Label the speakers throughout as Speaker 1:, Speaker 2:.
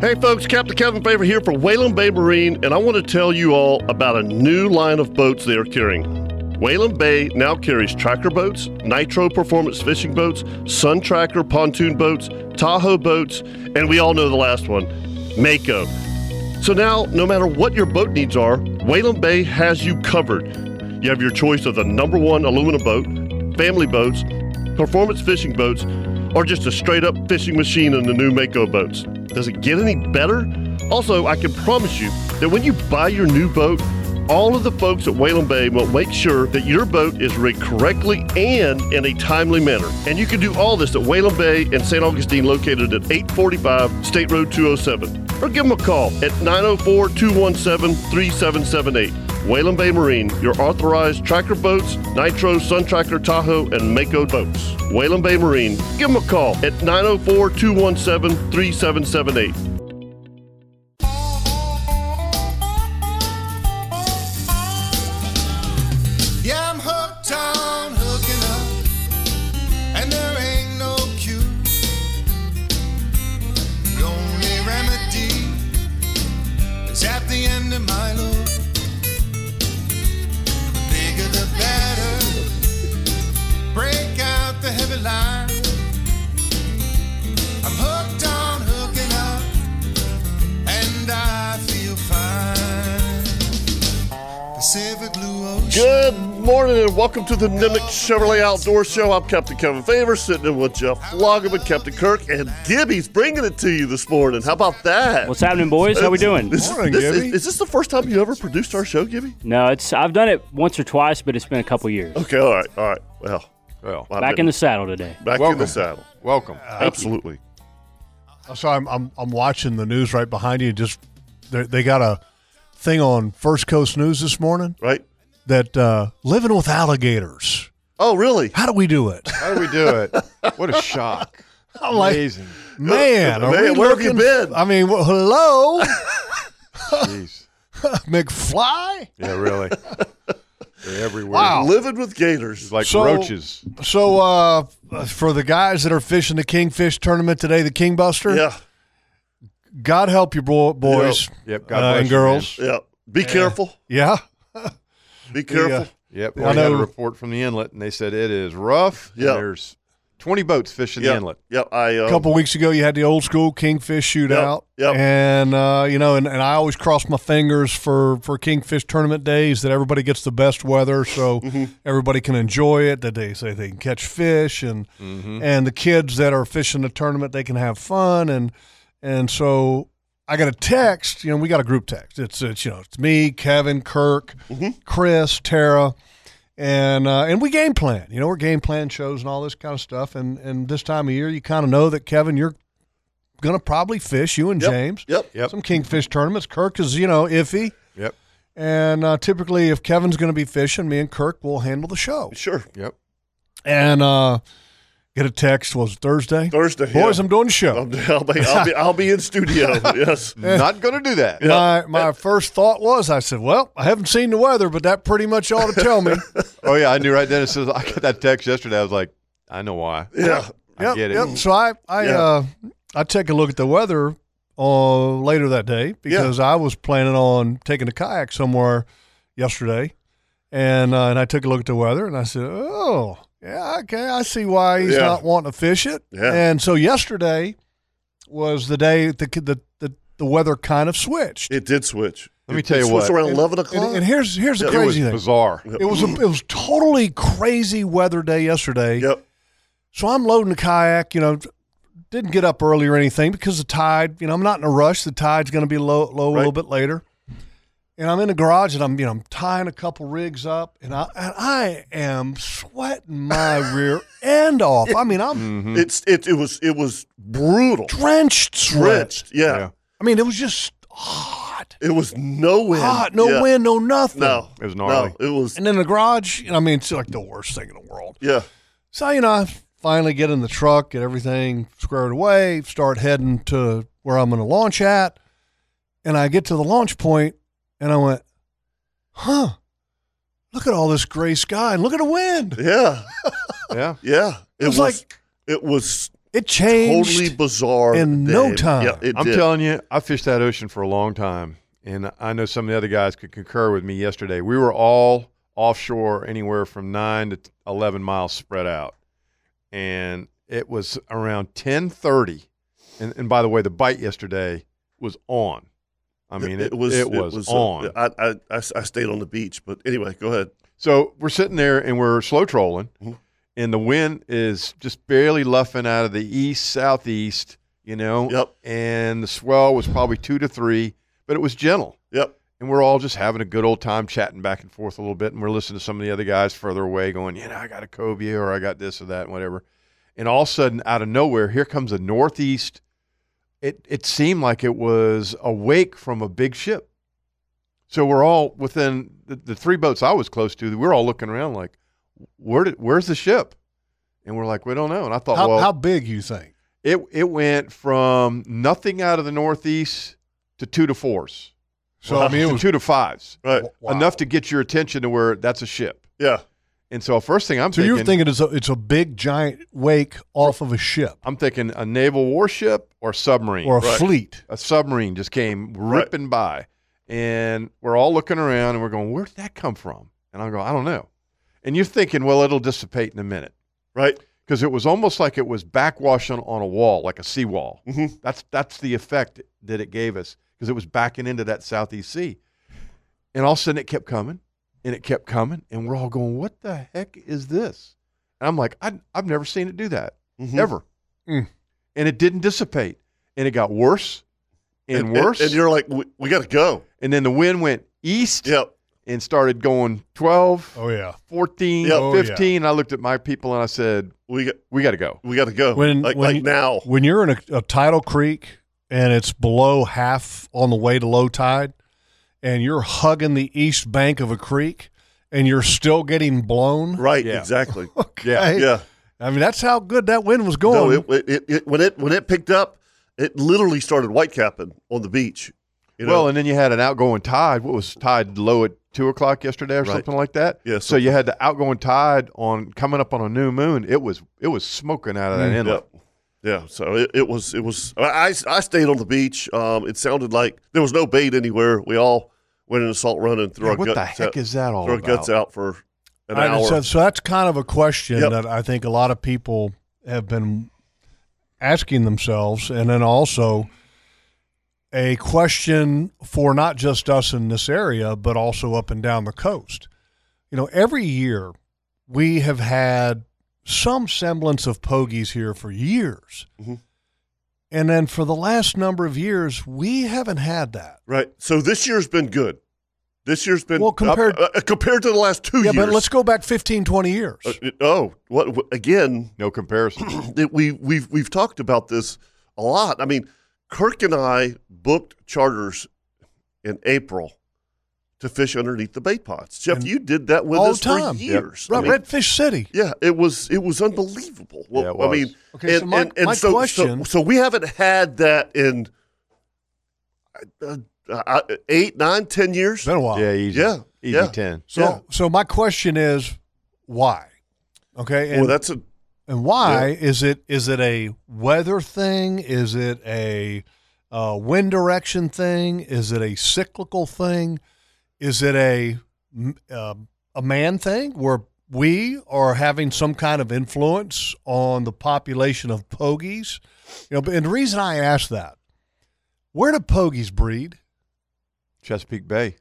Speaker 1: Hey folks, Captain Kevin Favor here for Whalen Bay Marine, and I want to tell you all about a new line of boats they are carrying. Whalen Bay now carries tracker boats, nitro performance fishing boats, sun tracker pontoon boats, Tahoe boats, and we all know the last one, Mako. So now, no matter what your boat needs are, Whalen Bay has you covered. You have your choice of the number one aluminum boat, family boats, performance fishing boats, or just a straight up fishing machine in the new Mako boats. Does it get any better? Also, I can promise you that when you buy your new boat, all of the folks at Whalen Bay will make sure that your boat is rigged correctly and in a timely manner. And you can do all this at Whalen Bay in St. Augustine, located at 845 State Road 207. Or give them a call at 904 217 3778. Whalen Bay Marine, your authorized tracker boats, Nitro, Sun Tracker, Tahoe, and Mako boats. Whalen Bay Marine, give them a call at 904 217 3778.
Speaker 2: Yeah, I'm hooked on hooking up, and there ain't no cure. The only remedy is at the end of my loop. The bigger the better. Break out the heavy line. I'm hooked on hooking up, and I feel fine. The silver glue ocean.
Speaker 1: Good morning and welcome to the Nimic Chevrolet Outdoor Show. I'm Captain Kevin Favor, sitting in with Jeff Loggeman, Captain Kirk, and Gibby's bringing it to you this morning. How about that?
Speaker 3: What's happening, boys? How we doing?
Speaker 1: This,
Speaker 4: Morning,
Speaker 1: this is,
Speaker 4: Gibby.
Speaker 1: is this the first time you ever produced our show, Gibby?
Speaker 3: No, it's I've done it once or twice, but it's been a couple years.
Speaker 1: Okay, all right, all right. Well,
Speaker 4: Well,
Speaker 1: I've
Speaker 3: Back
Speaker 1: been-
Speaker 3: in the saddle today.
Speaker 1: back in
Speaker 4: Welcome.
Speaker 1: the saddle.
Speaker 4: welcome.
Speaker 1: Absolutely.
Speaker 4: So I'm, I'm I'm watching the news right behind you. Just they they got a thing on First Coast News this morning
Speaker 1: Right?
Speaker 4: that uh, living with alligators.
Speaker 1: Oh, really?
Speaker 4: How do we do it?
Speaker 5: How do we do it? What a shock.
Speaker 4: I'm like,
Speaker 5: Amazing.
Speaker 4: man, are
Speaker 1: Man,
Speaker 4: we
Speaker 1: where have you
Speaker 4: looking-
Speaker 1: been?
Speaker 4: I mean, well, hello,
Speaker 5: Jeez.
Speaker 4: McFly.
Speaker 5: Yeah, really. They're everywhere.
Speaker 4: Wow.
Speaker 1: Living with gators.
Speaker 5: It's like
Speaker 4: So-
Speaker 5: roaches.
Speaker 4: So uh, for the guys that are fishing the kingfish tournament today, the Kingbuster.
Speaker 1: Yeah,
Speaker 4: God help you, bro- boys.
Speaker 5: Yep.
Speaker 4: Uh,
Speaker 5: God bless
Speaker 4: and
Speaker 5: you, man.
Speaker 4: girls.
Speaker 1: yeah. Be careful.
Speaker 4: Yeah.
Speaker 1: Be careful.
Speaker 5: Yep. We
Speaker 4: uh, I
Speaker 5: got
Speaker 4: know.
Speaker 5: a report from the inlet, and they said it is rough. and
Speaker 1: Yeah.
Speaker 5: There's 20 boats fishing
Speaker 1: Yeah.
Speaker 5: the inlet.
Speaker 1: Yeah, I. Um,
Speaker 4: A couple weeks ago, you had the old school kingfish shootout,
Speaker 1: Yep, yep.
Speaker 4: and uh, you know, and, and I always cross my fingers for for kingfish tournament days that everybody gets the best weather, so
Speaker 1: Mm-hmm.
Speaker 4: everybody can enjoy it. That they say they can catch fish, and
Speaker 1: Mm-hmm.
Speaker 4: and the kids that are fishing the tournament they can have fun, and and so I got a text. You know, we got a group text. It's it's you know, it's me, Kevin, Kirk,
Speaker 1: Mm-hmm.
Speaker 4: Chris, Tara and uh, and we game plan. You know, we're game plan shows and all this kind of stuff. And and this time of year, you kind of know that Kevin, you're gonna probably fish you and
Speaker 1: Yep,
Speaker 4: James.
Speaker 1: Yep.
Speaker 5: Yep.
Speaker 4: Some kingfish tournaments. Kirk is you know iffy,
Speaker 5: Yep.
Speaker 4: and uh, typically if Kevin's gonna be fishing, me and Kirk will handle the show.
Speaker 1: Sure.
Speaker 5: Yep.
Speaker 4: And uh, get a text was it Thursday.
Speaker 1: Thursday.
Speaker 4: Boys,
Speaker 1: yeah.
Speaker 4: I'm doing the show.
Speaker 1: I'm, I'll, be, I'll, be, I'll be in studio. Yes.
Speaker 5: Not going to do that.
Speaker 4: my my first thought was I said, well, I haven't seen the weather, but that pretty much ought to tell me.
Speaker 5: Oh, yeah. I knew right then. As soon as I got that text yesterday, I was like, I know why.
Speaker 1: Yeah.
Speaker 5: I
Speaker 4: yep,
Speaker 5: get it.
Speaker 4: Yep. So I I
Speaker 1: Yeah.
Speaker 4: uh, I take a look at the weather uh, later that day because I was planning on taking a kayak somewhere yesterday, and uh, and I took a look at the weather and I said, oh yeah, okay, I see why he's
Speaker 1: Yeah.
Speaker 4: not wanting to fish it.
Speaker 1: Yeah.
Speaker 4: And so yesterday was the day the the the, the weather kind of switched.
Speaker 1: It did switch.
Speaker 5: Let me
Speaker 1: It-
Speaker 5: tell
Speaker 1: it
Speaker 5: you what.
Speaker 1: switched around eleven
Speaker 4: and,
Speaker 1: o'clock.
Speaker 4: and here's here's the
Speaker 1: Yeah,
Speaker 5: It was
Speaker 4: crazy thing.
Speaker 5: bizarre.
Speaker 4: It was a, it was totally crazy weather day yesterday.
Speaker 1: yep.
Speaker 4: So I'm loading the kayak, you know, didn't get up early or anything because the tide, you know, I'm not in a rush. The tide's going to be low, low a
Speaker 1: Right.
Speaker 4: little bit later. And I'm in the garage and I'm, you know, I'm tying a couple rigs up and I, and I am sweating my rear end off. I mean, I'm
Speaker 1: It's it, it was it was brutal.
Speaker 4: drenched sweat.
Speaker 1: Drenched. Yeah.
Speaker 5: Yeah.
Speaker 4: I mean, it was just hot,
Speaker 1: It was no wind.
Speaker 4: hot, no
Speaker 1: Yeah.
Speaker 4: wind, no nothing.
Speaker 1: No.
Speaker 5: It was gnarly.
Speaker 1: No, it was
Speaker 4: And in the garage, you know, I mean, it's like the worst thing in the world.
Speaker 1: yeah.
Speaker 4: So, you know, I finally get in the truck, get everything squared away, start heading to where I'm going to launch at. And I get to the launch point and I went, huh, look at all this gray sky and look at the wind.
Speaker 1: Yeah.
Speaker 5: Yeah.
Speaker 1: Yeah. It
Speaker 4: was like-
Speaker 1: it was
Speaker 4: It changed.
Speaker 1: totally bizarre
Speaker 4: in
Speaker 1: day.
Speaker 4: no time.
Speaker 1: Yeah, it
Speaker 5: I'm
Speaker 1: did.
Speaker 5: telling you, I fished that ocean for a long time, and I know some of the other guys could concur with me yesterday. We were all offshore, anywhere from nine to eleven miles spread out, and it was around ten thirty. And, and by the way, the bite yesterday was on. I mean, it, was it was,
Speaker 1: uh,
Speaker 5: on.
Speaker 1: I, I, I I stayed on the beach, but anyway, go ahead.
Speaker 5: So we're sitting there and we're slow trolling,
Speaker 1: Mhm.
Speaker 5: and the wind is just barely luffing out of the east southeast, you know.
Speaker 1: Yep.
Speaker 5: And the swell was probably two to three, but it was gentle.
Speaker 1: Yep.
Speaker 5: And we're all just having a good old time chatting back and forth a little bit. And we're listening to some of the other guys further away going, you know, I got a cobia or I got this or that and whatever. And all of a sudden, out of nowhere, here comes a northeast. It, it seemed like it was a wake from a big ship. So we're all within the, the three boats I was close to. We're all looking around like, where did where's the ship? And we're like, we don't know. And I thought,
Speaker 4: how,
Speaker 5: Oh, well,
Speaker 4: how big you think?
Speaker 5: it it went from nothing out of the northeast to two to fours.
Speaker 4: So I mean,
Speaker 5: to
Speaker 4: it was
Speaker 5: two to fives,
Speaker 1: Right.
Speaker 4: wow.
Speaker 5: enough to get your attention to where that's a ship.
Speaker 1: Yeah.
Speaker 5: And so first thing I'm
Speaker 4: So
Speaker 5: thinking,
Speaker 4: you're thinking it's a, it's a big giant wake off of a ship
Speaker 5: I'm thinking a naval warship or submarine
Speaker 4: or a
Speaker 1: Right.
Speaker 4: fleet.
Speaker 5: a submarine just came ripping by and we're all looking around and we're going where did that come from and i'm going i don't know and you're thinking well it'll dissipate in a minute
Speaker 1: Right.
Speaker 5: because it was almost like it was backwashing on a wall like a seawall
Speaker 1: Mhm.
Speaker 5: that's that's the effect that it gave us because it was backing into that southeast sea and all of a sudden it kept coming and it kept coming and we're all going what the heck is this and i'm like I, i've never seen it do that
Speaker 1: Mhm.
Speaker 5: ever
Speaker 4: Mm.
Speaker 5: and it didn't dissipate and it got worse and, worse
Speaker 1: And, you're like, we, we got to go.
Speaker 5: and then the wind went east
Speaker 1: Yep.
Speaker 5: and started going 12,
Speaker 4: Oh yeah.
Speaker 5: 14,
Speaker 1: Yeah.
Speaker 4: Oh, yeah.
Speaker 5: 15. I looked at my people and I said,
Speaker 1: We got
Speaker 5: we got to go.
Speaker 1: we got to go.
Speaker 4: When-
Speaker 1: Oh, like,
Speaker 4: when-
Speaker 1: like now.
Speaker 4: When you're in a, a tidal creek and it's below half on the way to low tide, and you're hugging the east bank of a creek, and you're still getting blown.
Speaker 1: Right.
Speaker 5: Yeah.
Speaker 1: Exactly.
Speaker 5: Yeah,
Speaker 4: okay?
Speaker 1: yeah.
Speaker 4: I mean, that's how good that wind was going.
Speaker 1: No,
Speaker 5: Um,
Speaker 1: it, it, it, it- when it when it picked up, it literally started white capping on the beach. You know?
Speaker 5: Well, and then you had an outgoing tide. What was tide low at two o'clock yesterday or
Speaker 1: Right.
Speaker 5: something like that?
Speaker 1: Yeah,
Speaker 5: So you had the outgoing tide on coming up on a new moon. It was it was smoking out of
Speaker 4: Mm.
Speaker 5: that inlet.
Speaker 1: Mm-hmm. Yep. Yeah, so it, it was it was I, I stayed on the beach. Um, it sounded like there was no bait anywhere. We all went in a salt run and threw
Speaker 5: Man,
Speaker 1: our
Speaker 5: what
Speaker 1: guts
Speaker 5: the heck
Speaker 1: out,
Speaker 5: is that all
Speaker 1: threw our
Speaker 5: about?
Speaker 1: guts out for an
Speaker 4: I-
Speaker 1: hour.
Speaker 4: So, so that's kind of a question
Speaker 1: Yep.
Speaker 4: that I think a lot of people have been asking themselves, and then also a question for not just us in this area, but also up and down the coast. You know, every year we have had some semblance of pogies here for years.
Speaker 1: Mhm.
Speaker 4: And then for the last number of years, we haven't had that.
Speaker 1: Right. So this year's been good. This year's been
Speaker 4: Well, compared-
Speaker 1: uh, uh, compared to the last two
Speaker 4: yeah,
Speaker 1: years.
Speaker 4: but let's go back 15, 20 years.
Speaker 1: Uh, it- oh, what wh- again?
Speaker 5: No comparison.
Speaker 1: That we we've we've talked about this a lot. I mean, Kirk and I booked charters in April to fish underneath the bait pots. Jeff,
Speaker 4: And-
Speaker 1: you did that with
Speaker 4: all
Speaker 1: us
Speaker 4: the time.
Speaker 1: for years.
Speaker 4: Right,
Speaker 1: I mean,
Speaker 4: Redfish City.
Speaker 1: yeah, it was it was unbelievable.
Speaker 5: Yeah, it was.
Speaker 1: I mean,
Speaker 4: Okay, so my- my
Speaker 1: so,
Speaker 4: question-
Speaker 1: So, so we haven't had that in uh, uh, eight, nine, ten years.
Speaker 4: It's been a while.
Speaker 5: yeah, easy.
Speaker 1: Yeah,
Speaker 5: easy
Speaker 1: yeah.
Speaker 5: ten.
Speaker 4: So,
Speaker 1: Yeah.
Speaker 4: so my question is, why? Okay, and,
Speaker 1: well, that's a
Speaker 4: and why is it is it a weather thing? Is it a uh, wind direction thing? Is it a cyclical thing? Is it a m- uh, a man thing where we are having some kind of influence on the population of pogies? You know, and the reason I ask that, where do pogies breed?
Speaker 5: Chesapeake Bay.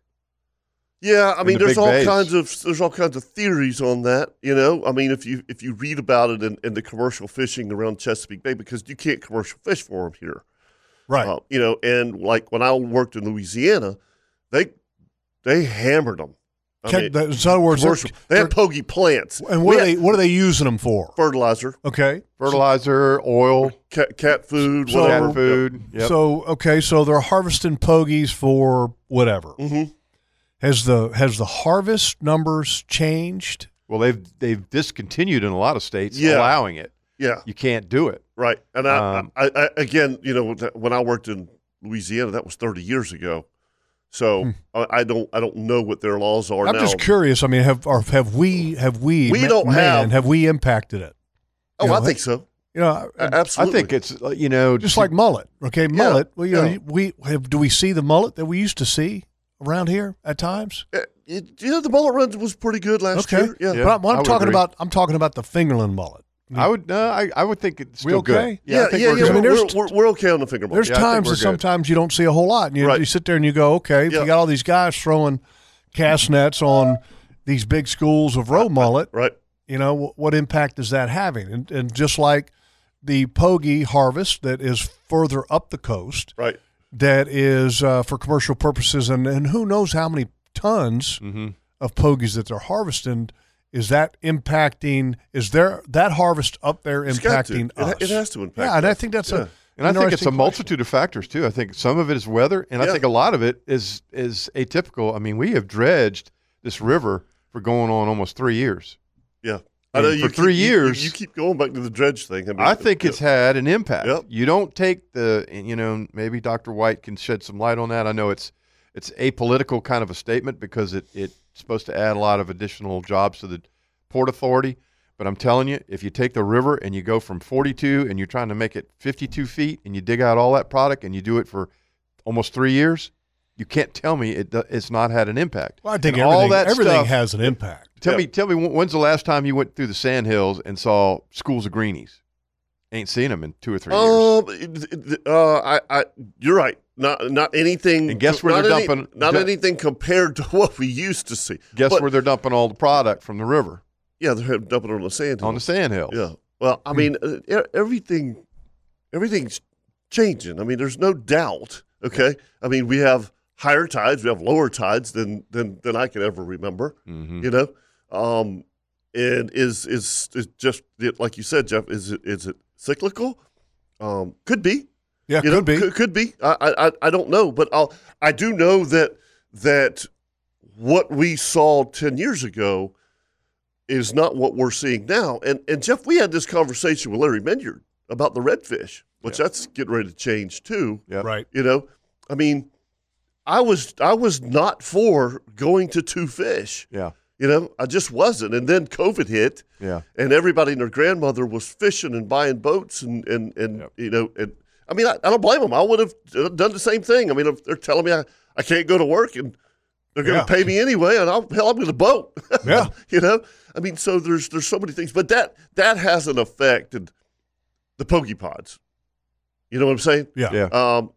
Speaker 1: Yeah, I
Speaker 5: in
Speaker 1: mean,
Speaker 5: the
Speaker 1: there's
Speaker 5: big
Speaker 1: all
Speaker 5: bays.
Speaker 1: kinds of there's all kinds of theories on that. You know, I mean, if you if you read about it in, in the commercial fishing around Chesapeake Bay, because you can't commercial fish for them here.
Speaker 4: Right.
Speaker 1: Uh, you know, and like when I worked in Louisiana, they they hammered them. I
Speaker 4: Can-
Speaker 1: mean,
Speaker 4: that- in other words,
Speaker 1: commercial. They had pogey plants
Speaker 4: And what
Speaker 1: We
Speaker 4: are they
Speaker 1: had
Speaker 4: what are they using them for?
Speaker 1: fertilizer,
Speaker 4: Okay.
Speaker 5: Fertilizer, oil,
Speaker 1: cat, cat food,
Speaker 4: So-
Speaker 1: whatever
Speaker 5: cat food. Yep.
Speaker 4: So okay, so they're harvesting pogies for whatever.
Speaker 1: Mhm.
Speaker 4: Has the has the harvest numbers changed?
Speaker 5: Well, they've they've discontinued in a lot of states
Speaker 1: Yeah.
Speaker 5: allowing it.
Speaker 1: Yeah,
Speaker 5: You can't do it.
Speaker 1: Right. And I,
Speaker 5: Um,
Speaker 1: I, I, again, you know, th- when I worked in Louisiana, that was 30 years ago. So I, I don't, I don't know what their laws are
Speaker 4: Hmm. I'm
Speaker 1: now.
Speaker 4: just curious. I mean, have or have we have we
Speaker 1: We don't
Speaker 4: man,
Speaker 1: have-
Speaker 4: have we impacted it?
Speaker 1: oh,
Speaker 4: you
Speaker 1: I
Speaker 4: know,
Speaker 1: think so.
Speaker 4: You know, I-
Speaker 1: Absolutely.
Speaker 5: I think it's uh, you know
Speaker 4: just like mullet. Okay, mullet. Well, you
Speaker 1: yeah.
Speaker 4: know, we have, do we see the mullet that we used to see around here at times?
Speaker 1: Uh, it- yeah, the bullet run was pretty good last
Speaker 4: Okay,
Speaker 1: year. Yeah.
Speaker 4: But I'm, what
Speaker 5: I
Speaker 4: I'm
Speaker 5: would
Speaker 4: talking
Speaker 5: agree.
Speaker 4: about, I'm talking about the fingerling mullet.
Speaker 5: I would no, I, I would think it's
Speaker 4: We
Speaker 5: still good.
Speaker 4: okay?
Speaker 5: Yeah, I
Speaker 1: yeah,
Speaker 5: think
Speaker 1: yeah.
Speaker 5: we're
Speaker 1: yeah,
Speaker 5: good.
Speaker 4: I mean,
Speaker 1: we're,
Speaker 4: there's-
Speaker 1: we're, we're okay on the fingerboard.
Speaker 4: There's
Speaker 5: Yeah, I think
Speaker 4: times
Speaker 5: we're
Speaker 4: that
Speaker 5: good.
Speaker 4: sometimes you don't see a whole lot, and you,
Speaker 1: Right.
Speaker 4: you sit there and you go, okay,
Speaker 1: Yeah.
Speaker 4: you got all these guys throwing cast nets on these big schools of row mullet.
Speaker 1: right.
Speaker 4: You know, wh- what impact is that having? And, and just like the pogie harvest that is further up the coast,
Speaker 1: Right.
Speaker 4: that is uh, for commercial purposes, and, and who knows how many tons
Speaker 1: Mm-hmm.
Speaker 4: of pogies that they're harvesting. Is that impacting? Is there that harvest up there
Speaker 1: It's got to.
Speaker 4: impacting
Speaker 1: It ha-
Speaker 4: us?
Speaker 1: It has to impact.
Speaker 4: yeah, and I
Speaker 1: us.
Speaker 4: think that's
Speaker 1: Yeah.
Speaker 4: a
Speaker 5: And I think it's a
Speaker 4: interesting question.
Speaker 5: multitude of factors too. I think some of it is weather, and I
Speaker 1: Yeah.
Speaker 5: think a lot of it is is atypical. I mean, we have dredged this river for going on almost three years.
Speaker 1: Yeah.
Speaker 5: I mean, for three
Speaker 1: keep- you-
Speaker 5: years-
Speaker 1: You, keep going back to the dredge thing. mean,
Speaker 5: I think it's had an impact.
Speaker 1: Yep.
Speaker 5: You don't take the, and, you know, maybe Dr. White can shed some light on that. I know it's it's apolitical kind of a statement because it it's supposed to add a lot of additional jobs to the port authority. But I'm telling you, if you take the river and you go from 42 and you're trying to make it 52 feet and you dig out all that product and you do it for almost three years, you can't tell me it do- it's not had an impact.
Speaker 4: Well, I think
Speaker 5: And
Speaker 4: everything,
Speaker 5: all that
Speaker 4: everything
Speaker 5: stuff-
Speaker 4: has an impact.
Speaker 5: Tell
Speaker 1: Yeah.
Speaker 5: me, tell me, wh- when's the last time you went through the sand hills and saw schools of greenies? Ain't seen them in two or three years.
Speaker 1: Um, it- it- uh, I, I, you're right. Not, not anything.
Speaker 5: And guess where
Speaker 1: not
Speaker 5: they're
Speaker 1: any-
Speaker 5: dumping-
Speaker 1: Not
Speaker 5: du-
Speaker 1: anything compared to what we used to see.
Speaker 5: Guess
Speaker 1: But,
Speaker 5: where they're dumping all the product from the river
Speaker 1: Yeah, they're dumping on the sand.
Speaker 5: on the sand hills.
Speaker 1: Yeah. Well, I mean, uh, e- everything, everything's changing. I mean, there's no doubt. Okay. I mean, we have higher tides, we have lower tides than than than I can ever remember.
Speaker 4: Mm-hmm.
Speaker 5: Mhm.
Speaker 1: You know, um, and is is is just it, like you said, Jeff? Is it is it cyclical? Um, could be.
Speaker 4: Yeah,
Speaker 1: You
Speaker 4: could
Speaker 1: know,
Speaker 4: be.
Speaker 1: Could, could be. I, I I- I don't know, but I'll I do know that that what we saw ten years ago is not what we're seeing now. And and Jeff, we had this conversation with Larry Menyard about the redfish, which that's getting ready to change too.
Speaker 5: Yep.
Speaker 4: Right.
Speaker 1: You know, I mean, I was I was not for going to two fish.
Speaker 5: Yeah.
Speaker 1: You know, I just wasn't. And then COVID hit,
Speaker 5: Yeah.
Speaker 1: and everybody and their grandmother was fishing and buying boats and and and
Speaker 5: Yep.
Speaker 1: you know and I mean I, I don't blame them. I would have uh, done the same thing. I mean if they're telling me I, I can't go to work and they're going to
Speaker 4: Yeah.
Speaker 1: pay me anyway, and I'll hell I'm going to boat.
Speaker 4: Yeah.
Speaker 1: you know. I mean so there's there's so many things, but that that hasn't affected the pokepods. You know what I'm saying?
Speaker 4: Yeah.
Speaker 5: Yeah.
Speaker 1: Um,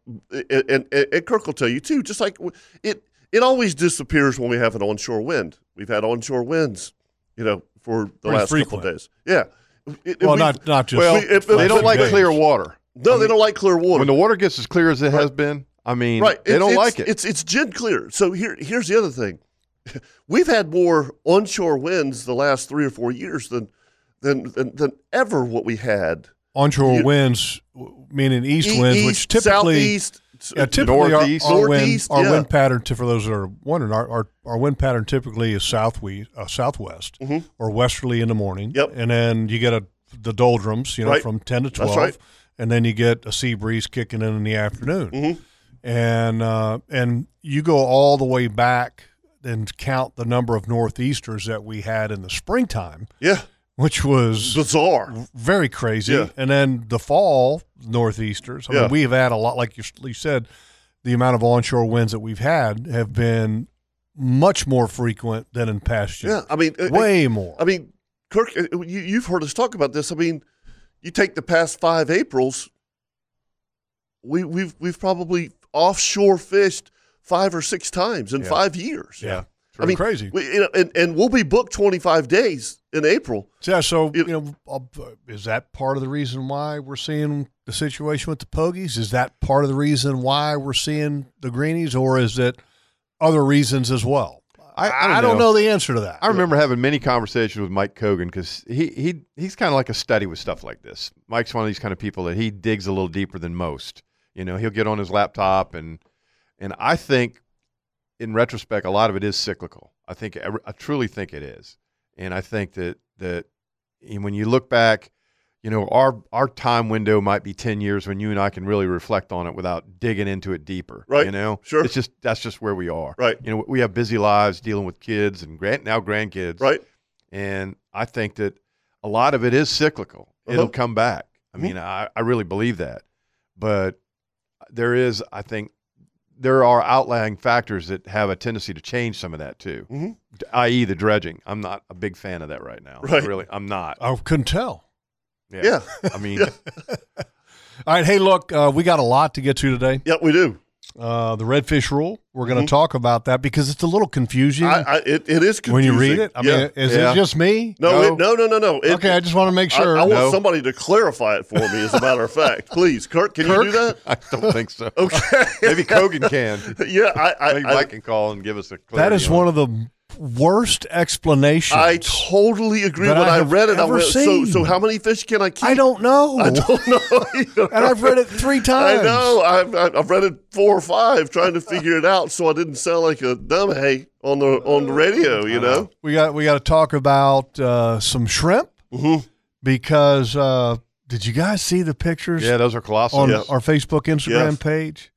Speaker 1: and, and, and Kirk will tell you too. Just like w- it, it always disappears when we have an onshore wind. We've had onshore winds, you know, for the
Speaker 4: Pretty
Speaker 1: last couple
Speaker 4: frequent.
Speaker 1: of days. Yeah. It- it-
Speaker 4: Well,
Speaker 1: we-
Speaker 4: not not just.
Speaker 5: Well,
Speaker 1: We- if-
Speaker 5: they
Speaker 1: if-
Speaker 5: don't like
Speaker 1: if-
Speaker 5: clear water.
Speaker 1: No, they don't like clear water.
Speaker 5: When the water gets as clear as it has been, I mean,
Speaker 1: right.
Speaker 5: they
Speaker 1: It's-
Speaker 5: don't
Speaker 1: it's-
Speaker 5: like it.
Speaker 1: It's it's gin clear. So here here's the other thing. We've had more onshore winds the last three or four years than than than, than ever what we had.
Speaker 4: onshore winds, w- meaning east
Speaker 1: E-
Speaker 4: winds, which
Speaker 1: east,
Speaker 4: typically,
Speaker 1: southeast. s-
Speaker 4: yeah, typically our,
Speaker 5: Northeast.
Speaker 4: our wind,
Speaker 1: Northeast,
Speaker 4: our
Speaker 1: yeah.
Speaker 4: wind pattern. To, for those that are wondering, our, our, our wind pattern typically is southwest, uh, southwest or westerly in the morning.
Speaker 1: Mm-hmm. Yep.
Speaker 4: and then you get a the doldrums, you know,
Speaker 1: Right.
Speaker 4: from ten to
Speaker 1: That's
Speaker 4: twelve,
Speaker 1: right.
Speaker 4: and then you get a sea breeze kicking in in the afternoon,
Speaker 1: Mm-hmm.
Speaker 4: and uh, and you go all the way back and count the number of northeasters that we had in the springtime,
Speaker 1: yeah,
Speaker 4: which was
Speaker 1: bizarre.
Speaker 4: very crazy.
Speaker 1: Yeah.
Speaker 4: And then the fall northeasters. I
Speaker 1: Yeah.
Speaker 4: mean, we've had a lot, like you, you said, the amount of onshore winds that we've had have been much more frequent than in past
Speaker 1: Yeah,
Speaker 4: years.
Speaker 1: I mean, uh,
Speaker 4: Way more.
Speaker 1: I mean, Kirk, uh, you, you've heard us talk about this. I mean, you take the past five Aprils, we, we've we've probably offshore fished five or six times in five years.
Speaker 4: yeah.
Speaker 1: I mean,
Speaker 4: crazy.
Speaker 1: We, you know, and, and we'll be booked 25 days in April.
Speaker 4: yeah. So,
Speaker 1: you-
Speaker 4: you know, uh, is that part of the reason why we're seeing the situation with the pogies? Is that part of the reason why we're seeing the greenies, or is it other reasons as well?
Speaker 5: I- I don't
Speaker 4: don't
Speaker 5: know.
Speaker 4: know the answer to that.
Speaker 5: I remember having many conversations with Mike Cogan because he, he he's kind of like a study with stuff like this. Mike's one of these kind of people that he digs a little deeper than most. You know, he'll get on his laptop and and I think in retrospect, a lot of it is cyclical. I think I, I truly think it is, and I think that that and when you look back, you know, our our time window might be ten years when you and I can really reflect on it without digging into it deeper.
Speaker 1: Right.
Speaker 5: You know,
Speaker 1: Sure.
Speaker 5: It's just that's just where we are.
Speaker 1: Right.
Speaker 5: You know, we have busy lives dealing with kids and grand, now grandkids.
Speaker 1: Right.
Speaker 5: And I think that a lot of it is cyclical.
Speaker 1: Uh-huh. Mm-hmm.
Speaker 5: It'll come back. I I mean, I, I really believe that. But there is, I think, there are outlying factors that have a tendency to change some of that too,
Speaker 1: Mhm.
Speaker 5: i.e., the dredging. I'm not a big fan of that right now.
Speaker 1: Right.
Speaker 5: Really, I'm not.
Speaker 4: I couldn't tell.
Speaker 1: Yeah.
Speaker 5: I mean,
Speaker 1: Yeah.
Speaker 4: All right, hey, look, uh, we got a lot to get to today.
Speaker 1: Yeah, we do. Mm-hmm.
Speaker 4: Uh, the redfish rule. We're going to talk about that because it's a little confusing
Speaker 1: I, I, it, it is confusing.
Speaker 4: when you read it. I
Speaker 1: yeah.
Speaker 4: mean, is
Speaker 5: Yeah.
Speaker 4: it just me?
Speaker 1: no, it, no, no, no, no. It-
Speaker 4: okay, I just want to make
Speaker 1: I-
Speaker 4: sure.
Speaker 1: I, want
Speaker 5: No.
Speaker 1: somebody to clarify it for me, as a matter of fact. Please, Kirk, can you do that?
Speaker 5: I don't think so.
Speaker 1: Okay.
Speaker 5: Maybe Kogan can.
Speaker 1: yeah, I, I,
Speaker 5: Maybe
Speaker 1: I-
Speaker 5: Mike can call and give us a.
Speaker 4: that is
Speaker 5: one.
Speaker 4: one of the worst explanations.
Speaker 1: I totally agree.
Speaker 4: that
Speaker 1: when
Speaker 4: I
Speaker 1: I
Speaker 4: have
Speaker 1: read it, I
Speaker 4: ever
Speaker 1: went, so,
Speaker 4: seen.
Speaker 1: so how many fish can I keep?
Speaker 4: I don't know.
Speaker 1: I don't know either.
Speaker 4: and I've read it three times.
Speaker 1: I know. I've, I've I've read it four or five trying to figure it out so I didn't sound like a dumb hey on the on the radio, you know?
Speaker 4: We got we got to talk about uh, some shrimp
Speaker 1: Mm-hmm.
Speaker 4: because uh, did you guys see the pictures
Speaker 5: Yeah, those are colossal.
Speaker 4: on
Speaker 5: yeah.
Speaker 4: our Facebook Instagram
Speaker 1: Yes.
Speaker 4: page?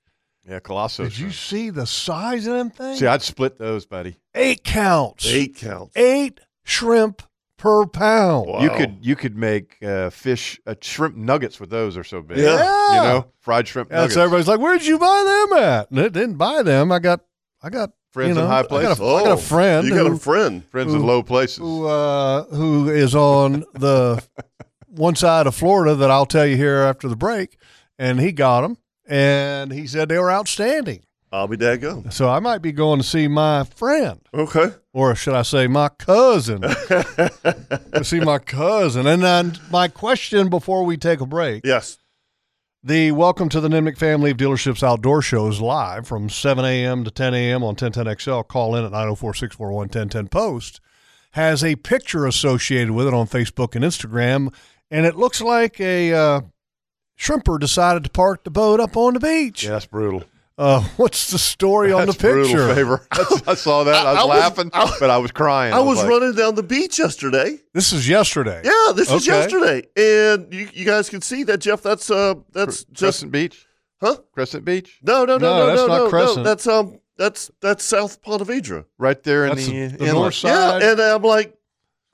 Speaker 5: yeah, colossal.
Speaker 4: Did you see the size of them things?
Speaker 5: See, I'd split those, buddy.
Speaker 4: eight counts.
Speaker 1: Eight counts.
Speaker 4: Eight shrimp per pound.
Speaker 1: Wow.
Speaker 5: You could you could make uh, fish uh, shrimp nuggets with those. Are so big.
Speaker 1: Yeah.
Speaker 5: You know, fried shrimp
Speaker 4: Yeah,
Speaker 5: nuggets.
Speaker 4: so everybody's like, "Where'd you buy them at?" And it didn't buy them. I got, I got
Speaker 5: Friends
Speaker 4: Uh, you know,
Speaker 5: in high
Speaker 4: I got
Speaker 5: places.
Speaker 4: a, I got a friend
Speaker 1: Oh, You got
Speaker 4: who,
Speaker 1: a friend.
Speaker 5: Friends in low places.
Speaker 4: who, uh, who is on the one side of Florida that I'll tell you here after the break, and he got them, and he said they were outstanding.
Speaker 1: I'll be daggone.
Speaker 4: So I might be going to see my friend.
Speaker 1: Okay.
Speaker 4: or should I say, my cousin? You see, my cousin. And then my question before we take a break:
Speaker 1: Yes.
Speaker 4: the Welcome to the Nimnick Family of Dealerships Outdoor Show is live from 7 a.m. to 10 a.m. on 1010XL. Call in at 904-641-1010 post. Has a picture associated with it on Facebook and Instagram, and it looks like a uh, shrimper decided to park the boat up on the beach.
Speaker 5: yeah, that's brutal.
Speaker 4: Uh, what's the story on the
Speaker 5: That's
Speaker 4: picture?
Speaker 5: brutal, favor. That's- I saw that. I was
Speaker 1: I- I was-
Speaker 5: laughing,
Speaker 1: I-
Speaker 5: but I was crying.
Speaker 1: I was
Speaker 5: like,
Speaker 1: running down the beach yesterday.
Speaker 4: This is yesterday.
Speaker 1: Yeah, this is
Speaker 4: Okay.
Speaker 1: yesterday. And you, you guys can see that Jeff, that's uh that's just
Speaker 5: Crescent Beach.
Speaker 1: Huh?
Speaker 5: Crescent Beach,
Speaker 1: no no no
Speaker 4: No,
Speaker 1: no
Speaker 4: that's
Speaker 1: no,
Speaker 4: not
Speaker 1: no, no.
Speaker 4: Crescent.
Speaker 1: That's um that's that's South Ponte Vedra.
Speaker 5: right there in
Speaker 4: That's
Speaker 5: the,
Speaker 4: the
Speaker 5: inlet.
Speaker 4: north side.
Speaker 1: Yeah, and I'm like,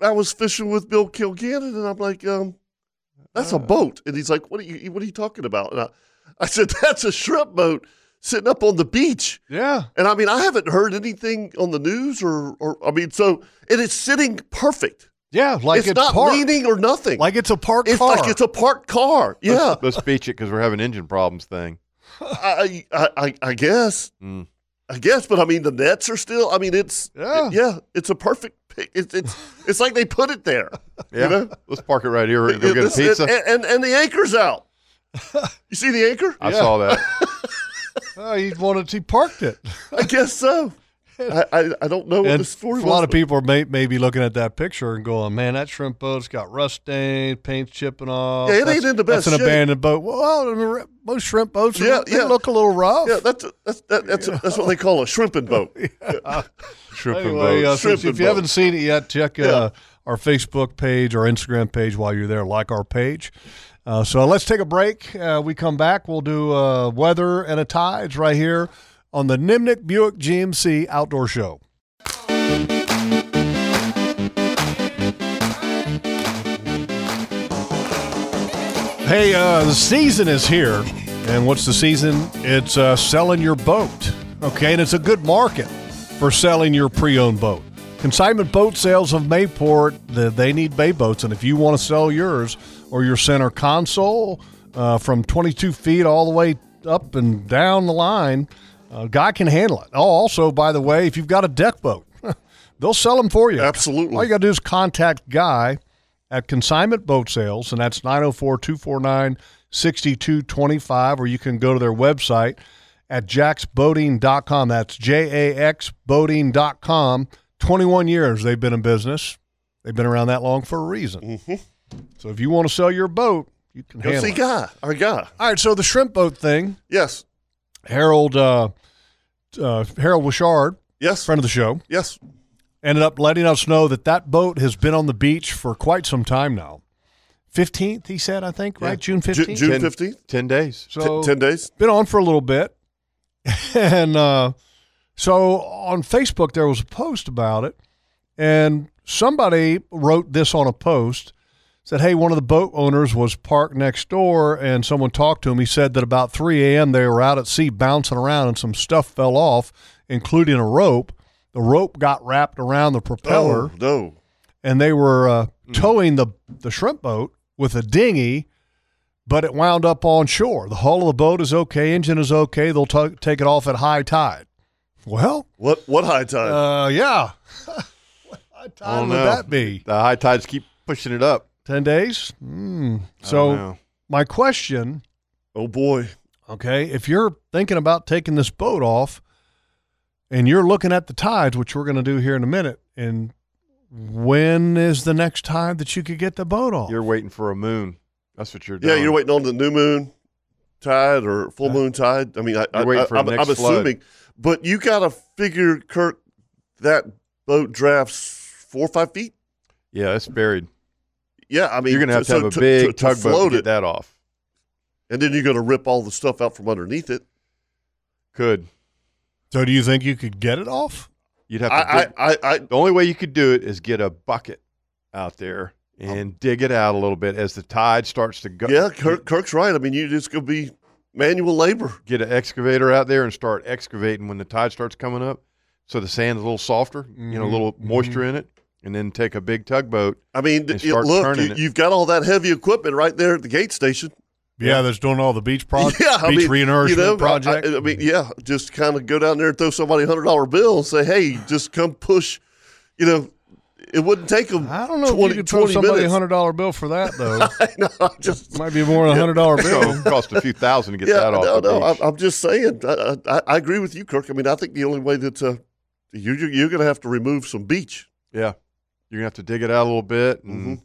Speaker 1: I was fishing with Bill Kilgannon, and I'm like, um, that's
Speaker 4: Uh.
Speaker 1: a boat, and he's like, what are you, what are you talking about? And I, I said, that's a shrimp boat sitting up on the beach,
Speaker 4: Yeah.
Speaker 1: and I mean, I haven't heard anything on the news or, or I mean, so it is sitting perfect.
Speaker 4: Yeah, like
Speaker 1: it's,
Speaker 4: it's,
Speaker 1: not
Speaker 4: parked.
Speaker 1: leaning or nothing.
Speaker 4: Like it's a parked
Speaker 1: it's
Speaker 4: car.
Speaker 1: like it's a parked car. Yeah,
Speaker 5: Let's, let's beach it because we're having engine problems. Thing.
Speaker 1: I, I, I, I guess,
Speaker 4: Hmm.
Speaker 5: Mm.
Speaker 1: I guess, but I mean, the nets are still. I mean, it's
Speaker 4: Yeah.
Speaker 1: yeah, it's a perfect. pic- It's it's it's like they put it there.
Speaker 5: Yeah.
Speaker 1: know?
Speaker 5: Let's park it right here. We're gonna go
Speaker 1: Yeah,
Speaker 5: get a
Speaker 1: this-
Speaker 5: pizza.
Speaker 1: And, and, and the anchor's out. You see the anchor?
Speaker 5: I saw that.
Speaker 4: Oh, he wanted he parked it.
Speaker 1: I guess so. I, I, I don't know what
Speaker 4: And
Speaker 1: the story was,
Speaker 4: a lot of
Speaker 1: but-
Speaker 4: people may, may be looking at that picture and going, "Man, that shrimp boat's got rust stains, paint's chipping off.
Speaker 1: Yeah, it ain't
Speaker 4: That's-
Speaker 1: in the best
Speaker 4: That's an
Speaker 1: shape."
Speaker 4: abandoned boat. Well, I mean, most shrimp boats,
Speaker 1: Yeah,
Speaker 4: yeah, they
Speaker 1: yeah.
Speaker 4: look a little rough.
Speaker 1: Yeah, that's that's that, that's that's what they call a shrimping boat.
Speaker 5: Shrimp and
Speaker 4: Anyway,
Speaker 5: boats.
Speaker 4: uh, so
Speaker 1: Shrimp
Speaker 4: if you
Speaker 1: and boat.
Speaker 4: haven't seen it yet, check uh, our Facebook page, our Instagram page while you're there. Like our page. Uh, so let's take a break. Uh, we come back. We'll do uh, weather and a tides right here on the Nimnik Buick GMC Outdoor Show. Hey, uh, the season is here. And what's the season? It's uh, selling your boat. Okay, and it's a good market for selling your pre owned boat. Consignment boat sales of Mayport, the, they need bay boats. And if you want to sell yours or your center console uh, from 22 feet all the way up and down the line, a guy can handle it. Oh, also, by the way, if you've got a deck boat, they'll sell them for you.
Speaker 1: Absolutely.
Speaker 4: All you got to do is contact Guy at Consignment Boat Sales, and that's 904 249 6225, or you can go to their website at jacksboating.com. That's J A X boating.com. 21 years they've been in business. They've been around that long for a reason. So if you want to sell your boat, you can
Speaker 1: Mm-hmm. Go
Speaker 4: handle
Speaker 1: see
Speaker 4: it.
Speaker 1: guy, our guy.
Speaker 4: All right, so the shrimp boat thing,
Speaker 1: Yes,
Speaker 4: Harold uh, uh, Harold Wishard,
Speaker 1: yes,
Speaker 4: friend of the show,
Speaker 1: yes.
Speaker 4: ended up letting us know that that boat has been on the beach for quite some time now. 15th, he said, I think, right? June 15th?
Speaker 1: Ju- June
Speaker 5: Ten-
Speaker 1: fifteenth,
Speaker 5: Ten days.
Speaker 4: so,
Speaker 1: ten days.
Speaker 4: been on for a little bit. and uh, so on Facebook, there was a post about it. And somebody wrote this on a post said, "Hey, one of the boat owners was parked next door, and someone talked to him. He said that about 3 a.m. they were out at sea bouncing around, and some stuff fell off, including a rope. The rope got wrapped around the
Speaker 1: Oh,
Speaker 4: propeller,
Speaker 1: no. Hmm.
Speaker 4: and they were uh, towing the the shrimp boat with a dinghy." But it wound up on shore. The hull of the boat is okay. Engine is okay. They'll t- take it off at high tide. Well,
Speaker 1: What what high tide?
Speaker 4: uh, yeah. what time
Speaker 5: Oh,
Speaker 4: would
Speaker 5: no.
Speaker 4: that be?
Speaker 5: The high tides keep pushing it up.
Speaker 4: 10 days? Mm.
Speaker 5: I
Speaker 4: So,
Speaker 5: don't know.
Speaker 4: my question
Speaker 1: oh boy.
Speaker 4: okay, if you're thinking about taking this boat off and you're looking at the tides, which we're going to do here in a minute, and when is the next tide that you could get the boat off?
Speaker 5: you're waiting for a moon. That's what you're doing.
Speaker 1: Yeah, you're waiting on the new moon tide or full moon tide. I mean, I, I,
Speaker 5: You're waiting
Speaker 1: I,
Speaker 5: for the
Speaker 1: I'm,
Speaker 5: next
Speaker 1: I'm assuming, but you got to figure, Kirk, that boat drafts four or five feet.
Speaker 5: Yeah, it's buried.
Speaker 1: Yeah, I mean,
Speaker 5: You're going to have to
Speaker 1: so
Speaker 5: have a big
Speaker 1: to, to
Speaker 5: tugboat
Speaker 1: float
Speaker 5: to get
Speaker 1: it,
Speaker 5: that off.
Speaker 1: and then you're going to rip all the stuff out from underneath it.
Speaker 5: Could
Speaker 4: so, do you think you could get it off?
Speaker 5: you'd
Speaker 1: I,
Speaker 5: have to?
Speaker 1: I,
Speaker 5: dig-
Speaker 1: I, I,
Speaker 5: the only way you could do it is get a bucket out there and dig it out a little bit as the tide starts to go.
Speaker 1: Oh. yeah, Kirk, Kirk's right. I mean, you just going to be manual labor.
Speaker 5: Get an excavator out there and start excavating when the tide starts coming up, so the sand's a little softer, you know, a
Speaker 4: Mhm,
Speaker 5: little moisture in it, and then take a big tugboat.
Speaker 1: I mean,
Speaker 5: And
Speaker 1: you-
Speaker 5: start
Speaker 1: uh, look,
Speaker 5: turning
Speaker 1: you,
Speaker 5: it.
Speaker 1: you've got all that heavy equipment right there at the gate station.
Speaker 4: Yeah, that's doing all the beach project,
Speaker 1: yeah, I
Speaker 4: beach
Speaker 1: mean,
Speaker 4: renourishment
Speaker 1: you know, I-
Speaker 4: project.
Speaker 1: I, I mean, yeah, just kind of go down there and throw somebody a hundred dollar bill and say, "Hey, just come push." You know, it wouldn't take them.
Speaker 4: I don't know
Speaker 1: 20,
Speaker 4: if you could throw
Speaker 1: 20
Speaker 4: somebody a
Speaker 1: minutes.
Speaker 4: hundred dollar bill for that though.
Speaker 1: no, I just
Speaker 4: Might be more than a hundred dollar bill.
Speaker 5: So it costs a few thousand to get
Speaker 1: yeah,
Speaker 5: that off.
Speaker 1: no,
Speaker 5: the
Speaker 1: no.
Speaker 5: beach.
Speaker 1: I, I'm just saying. I, I, I agree with you, Kirk. I mean, I think the only way that uh, you you- you're going to have to remove some beach.
Speaker 5: Yeah. You're going to have to dig it out a little bit.
Speaker 1: Mm-hmm.
Speaker 5: And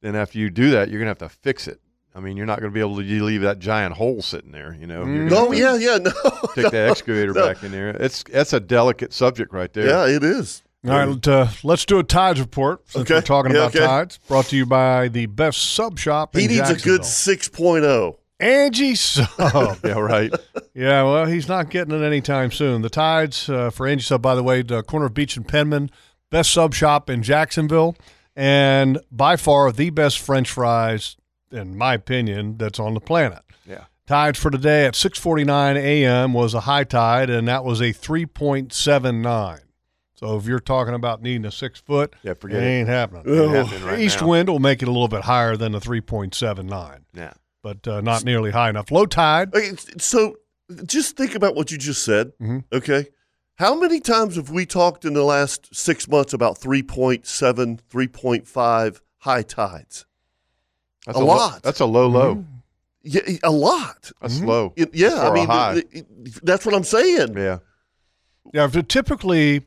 Speaker 5: then after you do that, you're going to have to fix it. I mean, you're not going to be able to leave that giant hole sitting there, you know. You're gonna
Speaker 1: No,
Speaker 5: have to
Speaker 1: yeah, yeah, no.
Speaker 5: Take that excavator back in there. It's that's a delicate subject right there.
Speaker 1: Yeah, it is.
Speaker 4: All right, let, uh, let's do a tides report since
Speaker 1: Okay.
Speaker 4: we're talking
Speaker 1: Yeah,
Speaker 4: about
Speaker 1: okay.
Speaker 4: tides. Brought to you by the best sub shop.
Speaker 1: He
Speaker 4: in
Speaker 1: needs a good oh. 6.0.
Speaker 4: Jacksonville. Angie sub.
Speaker 5: Yeah, right.
Speaker 4: yeah, well, he's not getting it anytime soon. The tides uh, for Angie sub, by the way, the corner of Beach and Penman, best sub shop in Jacksonville, and by far the best French fries, in my opinion, that's on the planet.
Speaker 5: Yeah.
Speaker 4: Tides for today at 6:49 a.m. was a high tide, and that was a 3.79. So if you're talking about needing a six foot,
Speaker 5: Yeah, forget
Speaker 4: it
Speaker 5: it.
Speaker 4: ain't happening.
Speaker 1: Ain't
Speaker 5: happening right
Speaker 4: East
Speaker 5: now.
Speaker 4: wind will make it a little bit higher than the 3.79,
Speaker 5: Yeah.
Speaker 4: but uh, not nearly high enough. Low tide.
Speaker 1: Okay, s- so just think about what you just said.
Speaker 4: Mhm.
Speaker 1: Okay. How many times have we talked in the last six months about 3.7, 3.5 high tides?
Speaker 5: That's
Speaker 1: A
Speaker 5: lo-
Speaker 1: lot.
Speaker 5: that's a low low.
Speaker 4: Mm-hmm.
Speaker 1: Yeah, a lot. Mm-hmm.
Speaker 5: That's low.
Speaker 1: Y- Yeah,
Speaker 5: Or a
Speaker 1: I mean,
Speaker 5: high.
Speaker 1: th- th- that's what I'm saying.
Speaker 5: yeah.
Speaker 4: Yeah, but typically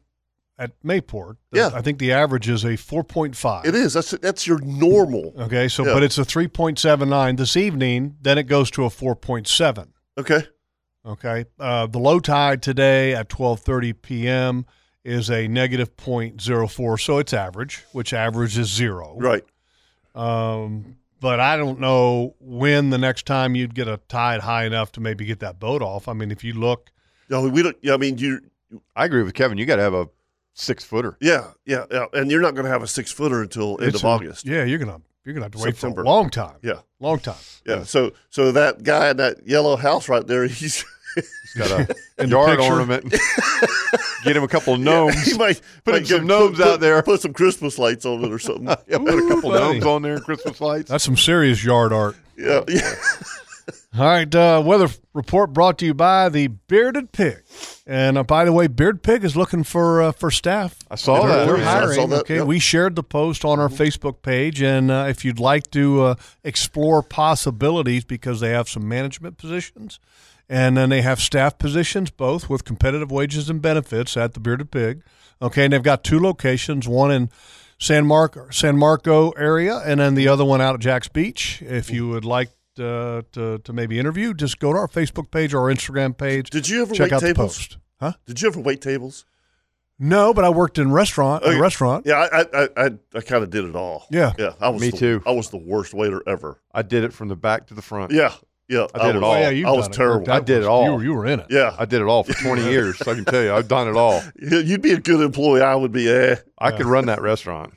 Speaker 4: at Mayport, the-
Speaker 1: Yeah.
Speaker 4: I think the average is a 4.5.
Speaker 1: It is. That's that's your normal.
Speaker 4: Okay, so
Speaker 1: Yeah.
Speaker 4: but it's a 3.79 this evening. Then it goes to a 4.7.
Speaker 1: Okay.
Speaker 4: Okay. Uh, the low tide today at 12:30 p.m. is a negative 0.04, so it's average, which average is zero.
Speaker 1: Right.
Speaker 4: Um, but I don't know when the next time you'd get a tide high enough to maybe get that boat off. I mean, if you look,
Speaker 1: No, we don't. yeah, I mean, you.
Speaker 5: I agree with Kevin. You got to have a 6 footer.
Speaker 1: Yeah, yeah, yeah. And you're not going to have a six footer until end
Speaker 4: it's
Speaker 1: of
Speaker 4: a-
Speaker 1: August.
Speaker 4: yeah, you're gonna you're gonna have to wait
Speaker 1: September.
Speaker 4: for a long time.
Speaker 1: Yeah.
Speaker 4: Long time.
Speaker 1: yeah. So, so that guy in that yellow house right there, he's
Speaker 5: It's got a
Speaker 4: In the
Speaker 5: yard
Speaker 4: picture.
Speaker 5: ornament. Get him a couple gnomes.
Speaker 1: He might
Speaker 5: Put
Speaker 1: might
Speaker 5: him some
Speaker 1: get-
Speaker 5: gnomes
Speaker 1: put-
Speaker 5: out there.
Speaker 1: Put some Christmas lights on it or something.
Speaker 5: Yeah, put a couple
Speaker 4: buddy.
Speaker 5: gnomes on there, Christmas lights.
Speaker 4: That's some serious yard art.
Speaker 1: yeah, yeah.
Speaker 4: All right, uh, weather report brought to you by the Bearded Pig. And uh, by the way, Bearded Pig is looking for uh, for staff.
Speaker 5: I saw
Speaker 4: They're-
Speaker 5: that.
Speaker 4: They're
Speaker 5: Yeah, I
Speaker 4: hiring.
Speaker 1: saw that,
Speaker 4: okay,
Speaker 1: yep.
Speaker 4: we shared the post on
Speaker 1: Mm-hmm.
Speaker 4: our Facebook page, and uh, if you'd like to uh, explore possibilities, because they have some management positions, and then they have staff positions, both with competitive wages and benefits at the Bearded Pig. Okay, and they've got two locations, one in San Marco, San Marco area, and then the other one out at Jack's Beach. If you would like uh, to to maybe interview, just go to our Facebook page or our Instagram page.
Speaker 1: Did you ever
Speaker 4: check
Speaker 1: wait
Speaker 4: out the
Speaker 1: tables?
Speaker 4: post? Huh?
Speaker 1: Did you ever wait tables?
Speaker 4: No, but I worked in restaurant. a
Speaker 1: Okay.
Speaker 4: restaurant.
Speaker 1: Oh, Yeah, I I I, I kind of did it all.
Speaker 4: Yeah.
Speaker 1: yeah. I was
Speaker 5: Me
Speaker 1: the-
Speaker 5: too.
Speaker 1: I was the worst waiter ever.
Speaker 5: I did it from the back to the front.
Speaker 1: Yeah, Yeah,
Speaker 5: I did it
Speaker 1: was-
Speaker 5: all.
Speaker 4: Oh, yeah, you've
Speaker 1: I was
Speaker 4: done it.
Speaker 1: terrible.
Speaker 5: I did it all.
Speaker 4: You were, you were in it.
Speaker 1: Yeah,
Speaker 5: I did it all for 20 years. I can tell you, I've done it all.
Speaker 1: Yeah, you'd be a good employee. I would be. Eh.
Speaker 5: I could run that restaurant.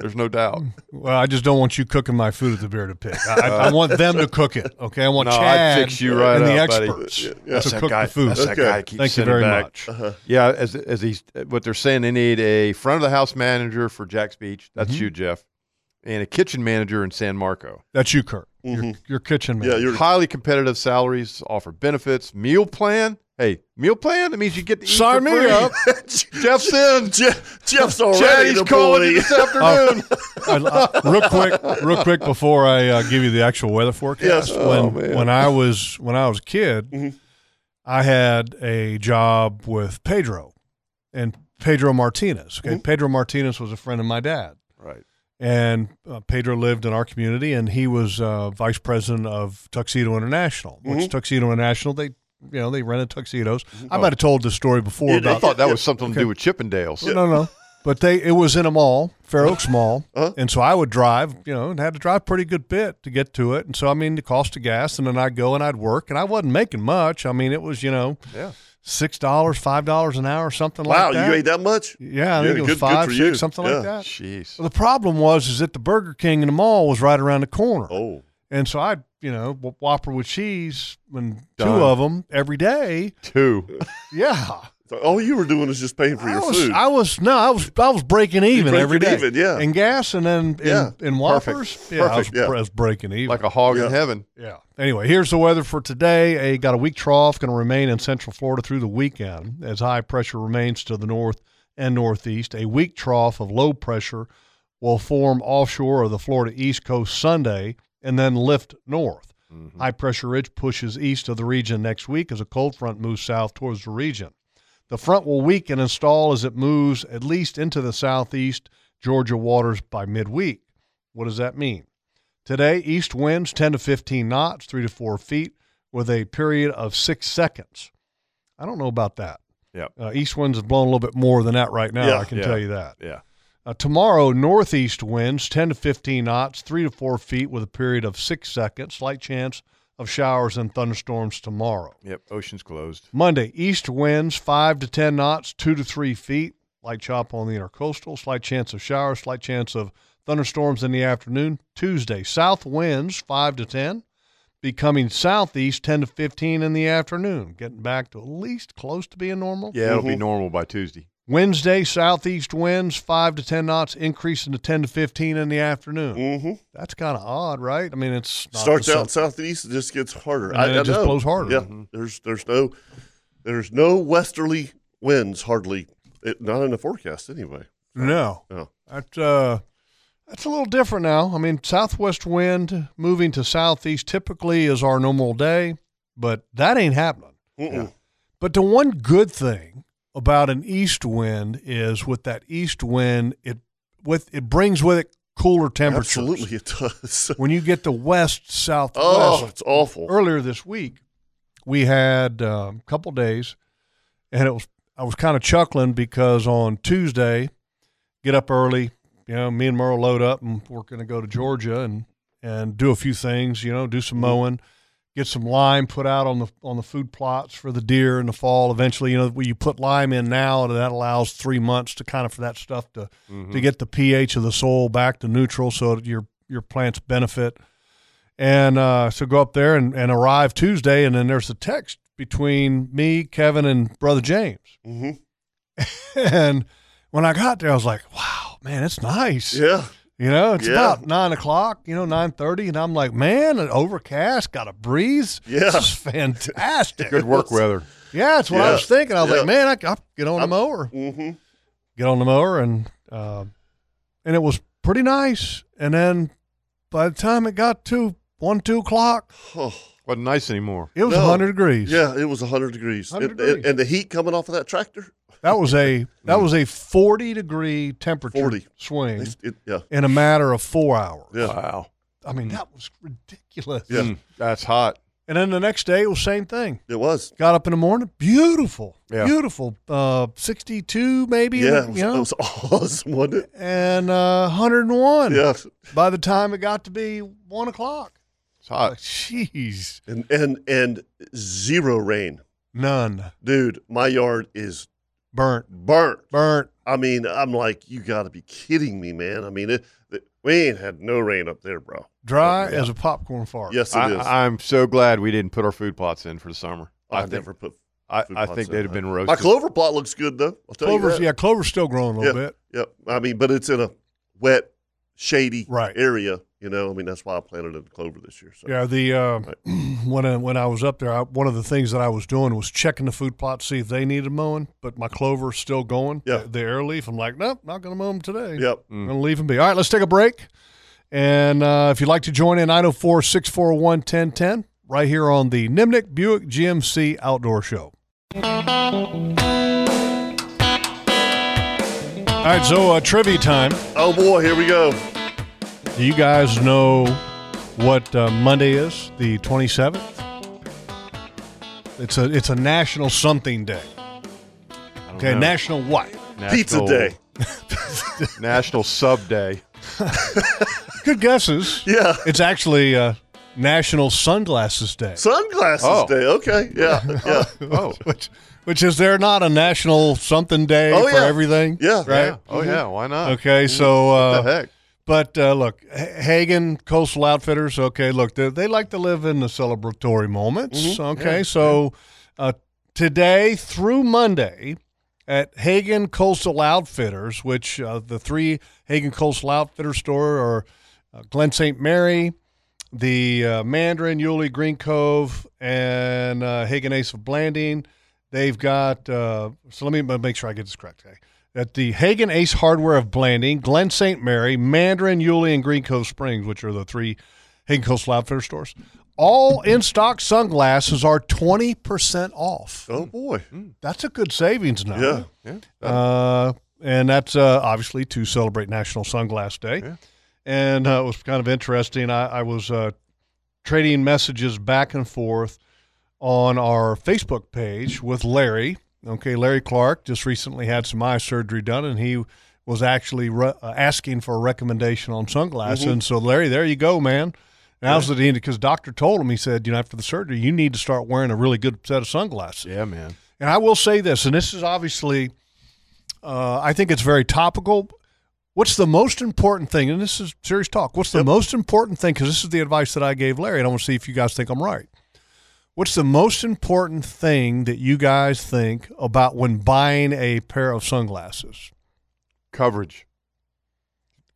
Speaker 5: There's no doubt.
Speaker 4: Well, I just don't want you cooking my food at the beer to pick. I, I want them to cook it. Okay, I want
Speaker 5: No, I'd
Speaker 4: Chad
Speaker 5: fix you right
Speaker 4: and the
Speaker 5: up, buddy.
Speaker 4: experts
Speaker 1: That's
Speaker 4: to cook the food.
Speaker 5: That's that
Speaker 1: Okay.
Speaker 5: guy that keeps
Speaker 4: Thank you
Speaker 5: sending
Speaker 4: very
Speaker 5: back.
Speaker 4: much.
Speaker 1: Uh-huh.
Speaker 5: Yeah, as as he's what they're saying, they need a front of the house manager for Jack's Beach. That's
Speaker 4: Mm-hmm.
Speaker 5: you, Jeff, and a kitchen manager in San Marco.
Speaker 4: That's you, Kurt.
Speaker 5: Mm-hmm.
Speaker 4: Your, your kitchen man.
Speaker 1: Yeah, you're
Speaker 5: Highly competitive salaries, offer benefits, meal plan. Hey, meal plan. That means you get to eat
Speaker 4: Sign
Speaker 5: for
Speaker 4: me
Speaker 5: free.
Speaker 4: up.
Speaker 5: Jeff's in.
Speaker 1: Jeff, Jeff's already
Speaker 5: Chad,
Speaker 1: an
Speaker 5: he's calling you
Speaker 1: employee.
Speaker 5: this afternoon.
Speaker 4: Oh. I, I- real quick, real quick before I uh, give you the actual weather forecast.
Speaker 1: Yes.
Speaker 4: When
Speaker 1: Oh, man.
Speaker 4: when I was when I was a kid,
Speaker 5: Mm-hmm.
Speaker 4: I had a job with Pedro and Pedro Martinez. Okay, Pedro Martinez was a friend of my dad,
Speaker 5: Mm-hmm. right.
Speaker 4: and uh, Pedro lived in our community, and he was uh, vice president of Tuxedo International, which
Speaker 5: Mm-hmm.
Speaker 4: Tuxedo International they you know they rented tuxedos. I might have told this story before
Speaker 1: Yeah, they
Speaker 5: I
Speaker 4: about
Speaker 5: Oh. thought that was something to do with Chippendales.
Speaker 4: no, no, no. But they it was in a mall, Fair Oaks Mall,
Speaker 1: Uh-huh.
Speaker 4: and so I would drive, you know, and had to drive pretty good bit to get to it. And so I mean, the cost of gas, and then I'd go and I'd work, and I wasn't making much. I mean, it was you know,
Speaker 5: Yeah.
Speaker 4: six dollars, five dollars an hour, something
Speaker 1: Wow,
Speaker 4: like that.
Speaker 1: you ate that much?
Speaker 4: Yeah, I
Speaker 1: Yeah,
Speaker 4: think it was
Speaker 1: good- good
Speaker 4: five,
Speaker 1: for
Speaker 4: six,
Speaker 1: you.
Speaker 4: something
Speaker 1: Yeah.
Speaker 4: like that.
Speaker 5: Jeez.
Speaker 4: Well, the problem was is that the Burger King in the mall was right around the corner,
Speaker 1: Oh,
Speaker 4: and so I, you know, wh- Whopper with cheese and
Speaker 5: Done.
Speaker 4: two of them every day.
Speaker 5: Two.
Speaker 4: Yeah.
Speaker 1: so all you were doing was just paying for your
Speaker 4: I was,
Speaker 1: food.
Speaker 4: I was no, I was I was breaking even
Speaker 1: breaking
Speaker 4: every day.
Speaker 1: even, yeah.
Speaker 4: And gas, and then in,
Speaker 1: Yeah,
Speaker 4: in whoppers. Yeah, I was,
Speaker 1: perfect, yeah.
Speaker 4: I was breaking even.
Speaker 5: like a hog
Speaker 1: Yeah.
Speaker 5: in heaven.
Speaker 4: yeah. Anyway, here's the weather for today. A got a weak trough going to remain in Central Florida through the weekend as high pressure remains to the north and northeast. A weak trough of low pressure will form offshore of the Florida East Coast Sunday and then lift north. High pressure ridge pushes east of the region next week as a cold front moves south towards the region. The front will weaken and stall as it moves at least into the southeast Georgia waters by midweek. What does that mean? Today, east winds 10 to 15 knots, 3 to 4 feet, with a period of 6 seconds. I don't know about that.
Speaker 5: Yep.
Speaker 4: Uh, east winds have blown a little bit more than that right now,
Speaker 1: Yeah.
Speaker 4: I can
Speaker 5: Yeah.
Speaker 4: tell you that.
Speaker 5: Yeah.
Speaker 4: Uh, tomorrow, northeast winds 10 to 15 knots, 3 to 4 feet, with a period of 6 seconds, slight chance of showers and thunderstorms tomorrow.
Speaker 5: Yep. Ocean's closed.
Speaker 4: Monday, east winds 5 to 10 knots, 2 to 3 feet. Light chop on the intercoastal, slight chance of showers, slight chance of thunderstorms in the afternoon. Tuesday, south winds 5 to 10, becoming southeast 10 to 15 in the afternoon, getting back to at least close to being normal.
Speaker 5: Yeah, it'll be
Speaker 1: Mm-hmm.
Speaker 5: normal by Tuesday.
Speaker 4: Wednesday, southeast winds 5 to 10 knots, increasing to 10 to 15 in the afternoon.
Speaker 1: hmm
Speaker 4: That's kind of odd, right? I mean, it's not
Speaker 1: Starts
Speaker 4: the sun-
Speaker 1: out southeast, it just gets harder.
Speaker 4: And then it just
Speaker 1: know.
Speaker 4: blows harder. Mm-hmm.
Speaker 1: Yeah, there's there's no there's no westerly winds hardly, it, not in the forecast anyway.
Speaker 4: No.
Speaker 1: No.
Speaker 4: That, uh, that's a little different now. I mean, southwest wind moving to southeast typically is our normal day, but that ain't happening.
Speaker 1: Mm-mm.
Speaker 4: But the one good thing about an east wind is with that east wind, it with it brings with it cooler temperatures.
Speaker 1: Absolutely, it does.
Speaker 4: When you get the west southwest,
Speaker 1: oh, it's awful.
Speaker 4: earlier this week we had um, a couple days and it was i was kind of chuckling because on tuesday get up early you know me and merle load up and we're going to go to georgia and and do a few things you know do some
Speaker 1: Mm-hmm.
Speaker 4: mowing get some lime put out on the on the food plots for the deer in the fall eventually you know you put lime in now and that allows three months to kind of for that stuff to
Speaker 1: Mm-hmm.
Speaker 4: to get the ph of the soil back to neutral so that your your plants benefit and uh, so go up there and, and arrive Tuesday. And then there's a text between me, Kevin, and brother James.
Speaker 1: Mhm.
Speaker 4: and when I got there, I was like, "Wow, man, it's nice."
Speaker 1: Yeah,
Speaker 4: You know, it's
Speaker 1: Yeah.
Speaker 4: about nine o'clock. You know, nine thirty, and I'm like, "Man, an overcast, got a breeze.
Speaker 1: Yeah.
Speaker 4: this is fantastic."
Speaker 5: Good work weather.
Speaker 4: Yeah, that's what
Speaker 1: Yeah.
Speaker 4: I was thinking. I was
Speaker 1: Yeah.
Speaker 4: like, "Man, I, c- I'll get on the
Speaker 1: I'm-
Speaker 4: mower,
Speaker 1: hmm
Speaker 4: get on the mower," and uh, and it was pretty nice. And then by the time it got to one, two o'clock,
Speaker 1: Oh,
Speaker 5: Wasn't nice anymore.
Speaker 4: it was
Speaker 1: No.
Speaker 4: 100 degrees.
Speaker 1: yeah, it was hundred degrees.
Speaker 4: 100
Speaker 1: And-
Speaker 4: degrees.
Speaker 1: And, and the heat coming off of that tractor.
Speaker 4: That was a that was a 40 degree temperature
Speaker 1: 40.
Speaker 4: swing
Speaker 1: It's- it- yeah,
Speaker 4: in a matter of 4 hours.
Speaker 1: yeah.
Speaker 5: Wow.
Speaker 4: I mean, that was ridiculous.
Speaker 1: Yeah.
Speaker 5: Mm, that's hot.
Speaker 4: And then the next day it was same thing.
Speaker 1: It was.
Speaker 4: Got up in the morning, beautiful.
Speaker 5: Yeah.
Speaker 4: Beautiful. Uh 62 maybe,
Speaker 1: Yeah, it was,
Speaker 4: you know.
Speaker 1: it was awesome, wasn't it?
Speaker 4: and uh 101
Speaker 1: Yes.
Speaker 4: by the time it got to be 1 o'clock.
Speaker 5: It's hot.
Speaker 4: Jeez,
Speaker 1: and and and zero rain,
Speaker 4: none
Speaker 1: dude. My yard is
Speaker 4: burnt,
Speaker 1: burnt.
Speaker 4: burnt.
Speaker 1: I mean, I'm like, you got to be kidding me, man. I mean, it, it- we ain't had no rain up there, bro.
Speaker 4: Dry as a popcorn fart.
Speaker 1: Yes, it
Speaker 5: I,
Speaker 1: is.
Speaker 5: I- I'm so glad we didn't put our food plots in for the summer.
Speaker 1: I,
Speaker 5: I think
Speaker 1: never put.
Speaker 5: I,
Speaker 1: food
Speaker 5: I
Speaker 1: plots
Speaker 5: think
Speaker 1: in.
Speaker 5: they'd have been
Speaker 1: My
Speaker 5: roasted.
Speaker 1: clover plot looks good though. I'll tell
Speaker 4: clover's
Speaker 1: you
Speaker 4: yeah,
Speaker 1: that.
Speaker 4: clover's still growing a little bit.
Speaker 1: Yep. I mean, but it's in a wet, shady
Speaker 4: Right.
Speaker 1: area. You know, I mean, that's why I planted in clover this year. So
Speaker 4: Yeah, the uh, when I, when I was up there, I, one of the things that I was doing was checking the food plot to see if they needed mowing, but my clover's still going.
Speaker 1: Yeah.
Speaker 4: the, the air leaf. I'm like, nope, not going to mow them today.
Speaker 1: Yep.
Speaker 4: I'm going to leave them be. All right, let's take a break. And uh, if you'd like to join in, 904 641 1010, right here on the Nimnik Buick GMC Outdoor Show. All right, so uh, trivia time.
Speaker 1: Oh boy, here we go.
Speaker 4: Do you guys know what uh, Monday is? The 27th. It's a it's a national something day.
Speaker 5: I don't
Speaker 4: Okay,
Speaker 5: know.
Speaker 4: national what?
Speaker 1: Pizza
Speaker 5: National-
Speaker 1: day.
Speaker 5: National Sub Day.
Speaker 4: Good guesses.
Speaker 1: Yeah.
Speaker 4: It's actually uh, National Sunglasses Day.
Speaker 1: Sunglasses
Speaker 5: Oh.
Speaker 1: day. Okay. Yeah. Yeah.
Speaker 5: Oh,
Speaker 4: which which is there not a national something day
Speaker 1: Oh,
Speaker 4: for
Speaker 1: yeah.
Speaker 4: everything?
Speaker 1: Yeah.
Speaker 4: right. Mm-hmm.
Speaker 5: yeah. Oh yeah. Why not? Mm-hmm.
Speaker 4: Okay, so
Speaker 5: What the
Speaker 4: uh,
Speaker 5: heck?
Speaker 4: but uh, look, H- Hagen Coastal Outfitters. Okay, look, they, they like to live in the celebratory moments. Okay, so Uh, today through Monday at Hagen Coastal Outfitters, which uh, the three Hagen Coastal Outfitter store are uh, Glen St. Mary, the uh, Mandarin, Yulee, Green Cove, and uh, Hagen Ace of Blanding. They've got, uh, so let me ma- make sure I get this correct. Okay. At the Hagen Ace Hardware of Blanding, Glen St. Mary, Mandarin, Yulee, and Green Cove Springs, which are the three Hagen Coastal Outfitter stores. All in stock sunglasses are 20% off.
Speaker 1: Oh boy.
Speaker 5: Mm.
Speaker 4: That's a good savings now.
Speaker 1: Yeah.
Speaker 5: Yeah.
Speaker 4: Uh, and that's uh, obviously to celebrate National Sunglass Day. And uh, it was kind of interesting. I, I was uh, trading messages back and forth on our Facebook page with Larry. Okay, Larry Clark just recently had some eye surgery done, and he was actually re- uh, asking for a recommendation on sunglasses.
Speaker 5: Mm-hmm.
Speaker 4: And so, Larry, there you go, man. Now's the end because doctor told him he said, you know, after the surgery, you need to start wearing a really good set of sunglasses.
Speaker 5: Yeah, man.
Speaker 4: And I will say this, and this is obviously, uh, I think it's very topical. What's the most important thing? And this is serious talk. What's the most important thing? Because this is the advice that I gave Larry, and I want to see if you guys think I'm right. What's the most important thing that you guys think about when buying a pair of sunglasses?
Speaker 5: Coverage.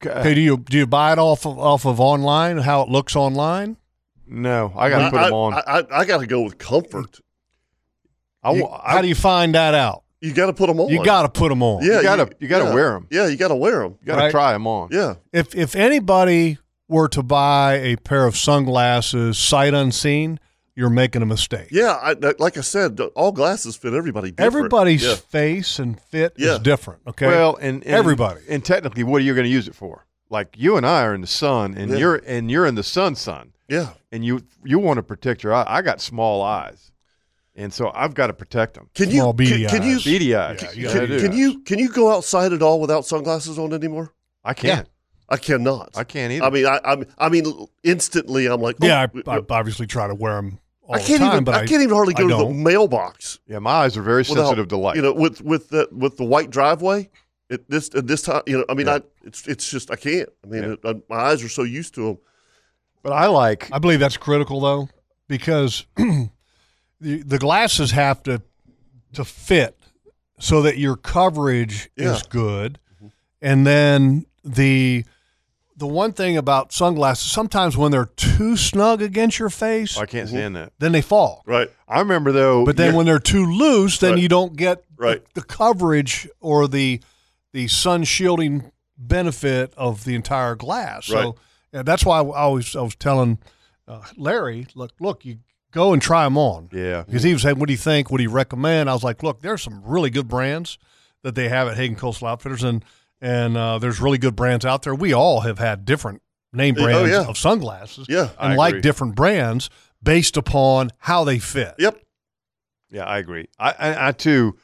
Speaker 4: Okay, do you do you buy it off of, off of online? How it looks online?
Speaker 5: No, I gotta put them on.
Speaker 1: I, I, I got to go with comfort.
Speaker 5: I,
Speaker 4: You-
Speaker 5: wa- I-
Speaker 4: how do you find that out?
Speaker 1: You got to put them on.
Speaker 4: You got to put them on.
Speaker 1: Yeah.
Speaker 5: You gotta- you gotta
Speaker 1: yeah.
Speaker 5: wear 'em.
Speaker 1: Yeah. You got to wear them.
Speaker 5: you gotta
Speaker 4: right?
Speaker 5: try them on.
Speaker 1: Yeah.
Speaker 4: If if anybody were to buy a pair of sunglasses sight unseen, you're making a mistake.
Speaker 1: Yeah. I, that- like I said, all glasses fit everybody. Different.
Speaker 4: Everybody's
Speaker 1: Yeah.
Speaker 4: face and fit
Speaker 1: Yeah.
Speaker 4: is different. Okay.
Speaker 5: Well, and, and
Speaker 4: Everybody.
Speaker 5: and technically, what are you going to use it for? Like you and I are in the sun, and
Speaker 1: Yeah.
Speaker 5: you're and you're in the sun, sun,
Speaker 1: Yeah.
Speaker 5: and you you want to protect your eye. I got small eyes, and so I've got to protect them.
Speaker 1: Can you?
Speaker 4: Small beady
Speaker 1: can, can you?
Speaker 4: eyes.
Speaker 5: Beady eyes.
Speaker 4: Yeah, you
Speaker 5: You
Speaker 4: gotta
Speaker 5: gotta
Speaker 1: Can,
Speaker 5: do
Speaker 1: can
Speaker 5: that.
Speaker 1: you? Can you go outside at all without sunglasses on anymore?
Speaker 5: I can't.
Speaker 1: I cannot.
Speaker 5: I can't either.
Speaker 1: I mean, I, I'm. I mean, instantly, I'm like, oh,
Speaker 4: yeah, I, I
Speaker 1: I,
Speaker 4: obviously try to wear them all
Speaker 1: can't
Speaker 4: the time,
Speaker 1: even.
Speaker 4: but
Speaker 1: I, can't even hardly
Speaker 4: I
Speaker 1: go to the
Speaker 4: don't.
Speaker 1: mailbox.
Speaker 5: yeah, my eyes are very
Speaker 1: without,
Speaker 5: sensitive to light.
Speaker 1: You know, with with the with the white driveway, at this at this time, you know, I mean,
Speaker 5: Yeah.
Speaker 1: I it's it's just I can't. I mean,
Speaker 5: Yeah.
Speaker 1: it, I, my eyes are so used to them.
Speaker 5: but I like
Speaker 4: I believe that's critical though, because the the glasses have to to fit so that your coverage
Speaker 1: Yeah.
Speaker 4: is good,
Speaker 5: Mm-hmm.
Speaker 4: and then the the one thing about sunglasses sometimes when they're too snug against your face,
Speaker 5: I can't stand that.
Speaker 4: then they fall.
Speaker 1: Right.
Speaker 5: I remember though.
Speaker 4: But then
Speaker 5: you're-
Speaker 4: when they're too loose, then
Speaker 1: Right.
Speaker 4: you don't get
Speaker 1: Right.
Speaker 4: the, the coverage or the the sun shielding benefit of the entire glass.
Speaker 1: Right.
Speaker 4: So yeah, that's why I always I was telling uh, Larry, look, look, you go and try them on
Speaker 5: yeah,
Speaker 4: because he was saying, "What do you think? What do you recommend?" I was like, "Look, there's some really good brands that they have at Hagen Coastal Outfitters, and and uh, there's really good brands out there. We all have had different name
Speaker 1: Oh,
Speaker 4: brands
Speaker 1: yeah.
Speaker 4: of sunglasses,
Speaker 1: Yeah.
Speaker 5: I
Speaker 4: and like
Speaker 5: agree.
Speaker 4: different brands based upon how they fit.
Speaker 1: Yep.
Speaker 5: Yeah, I agree. I, I, I too,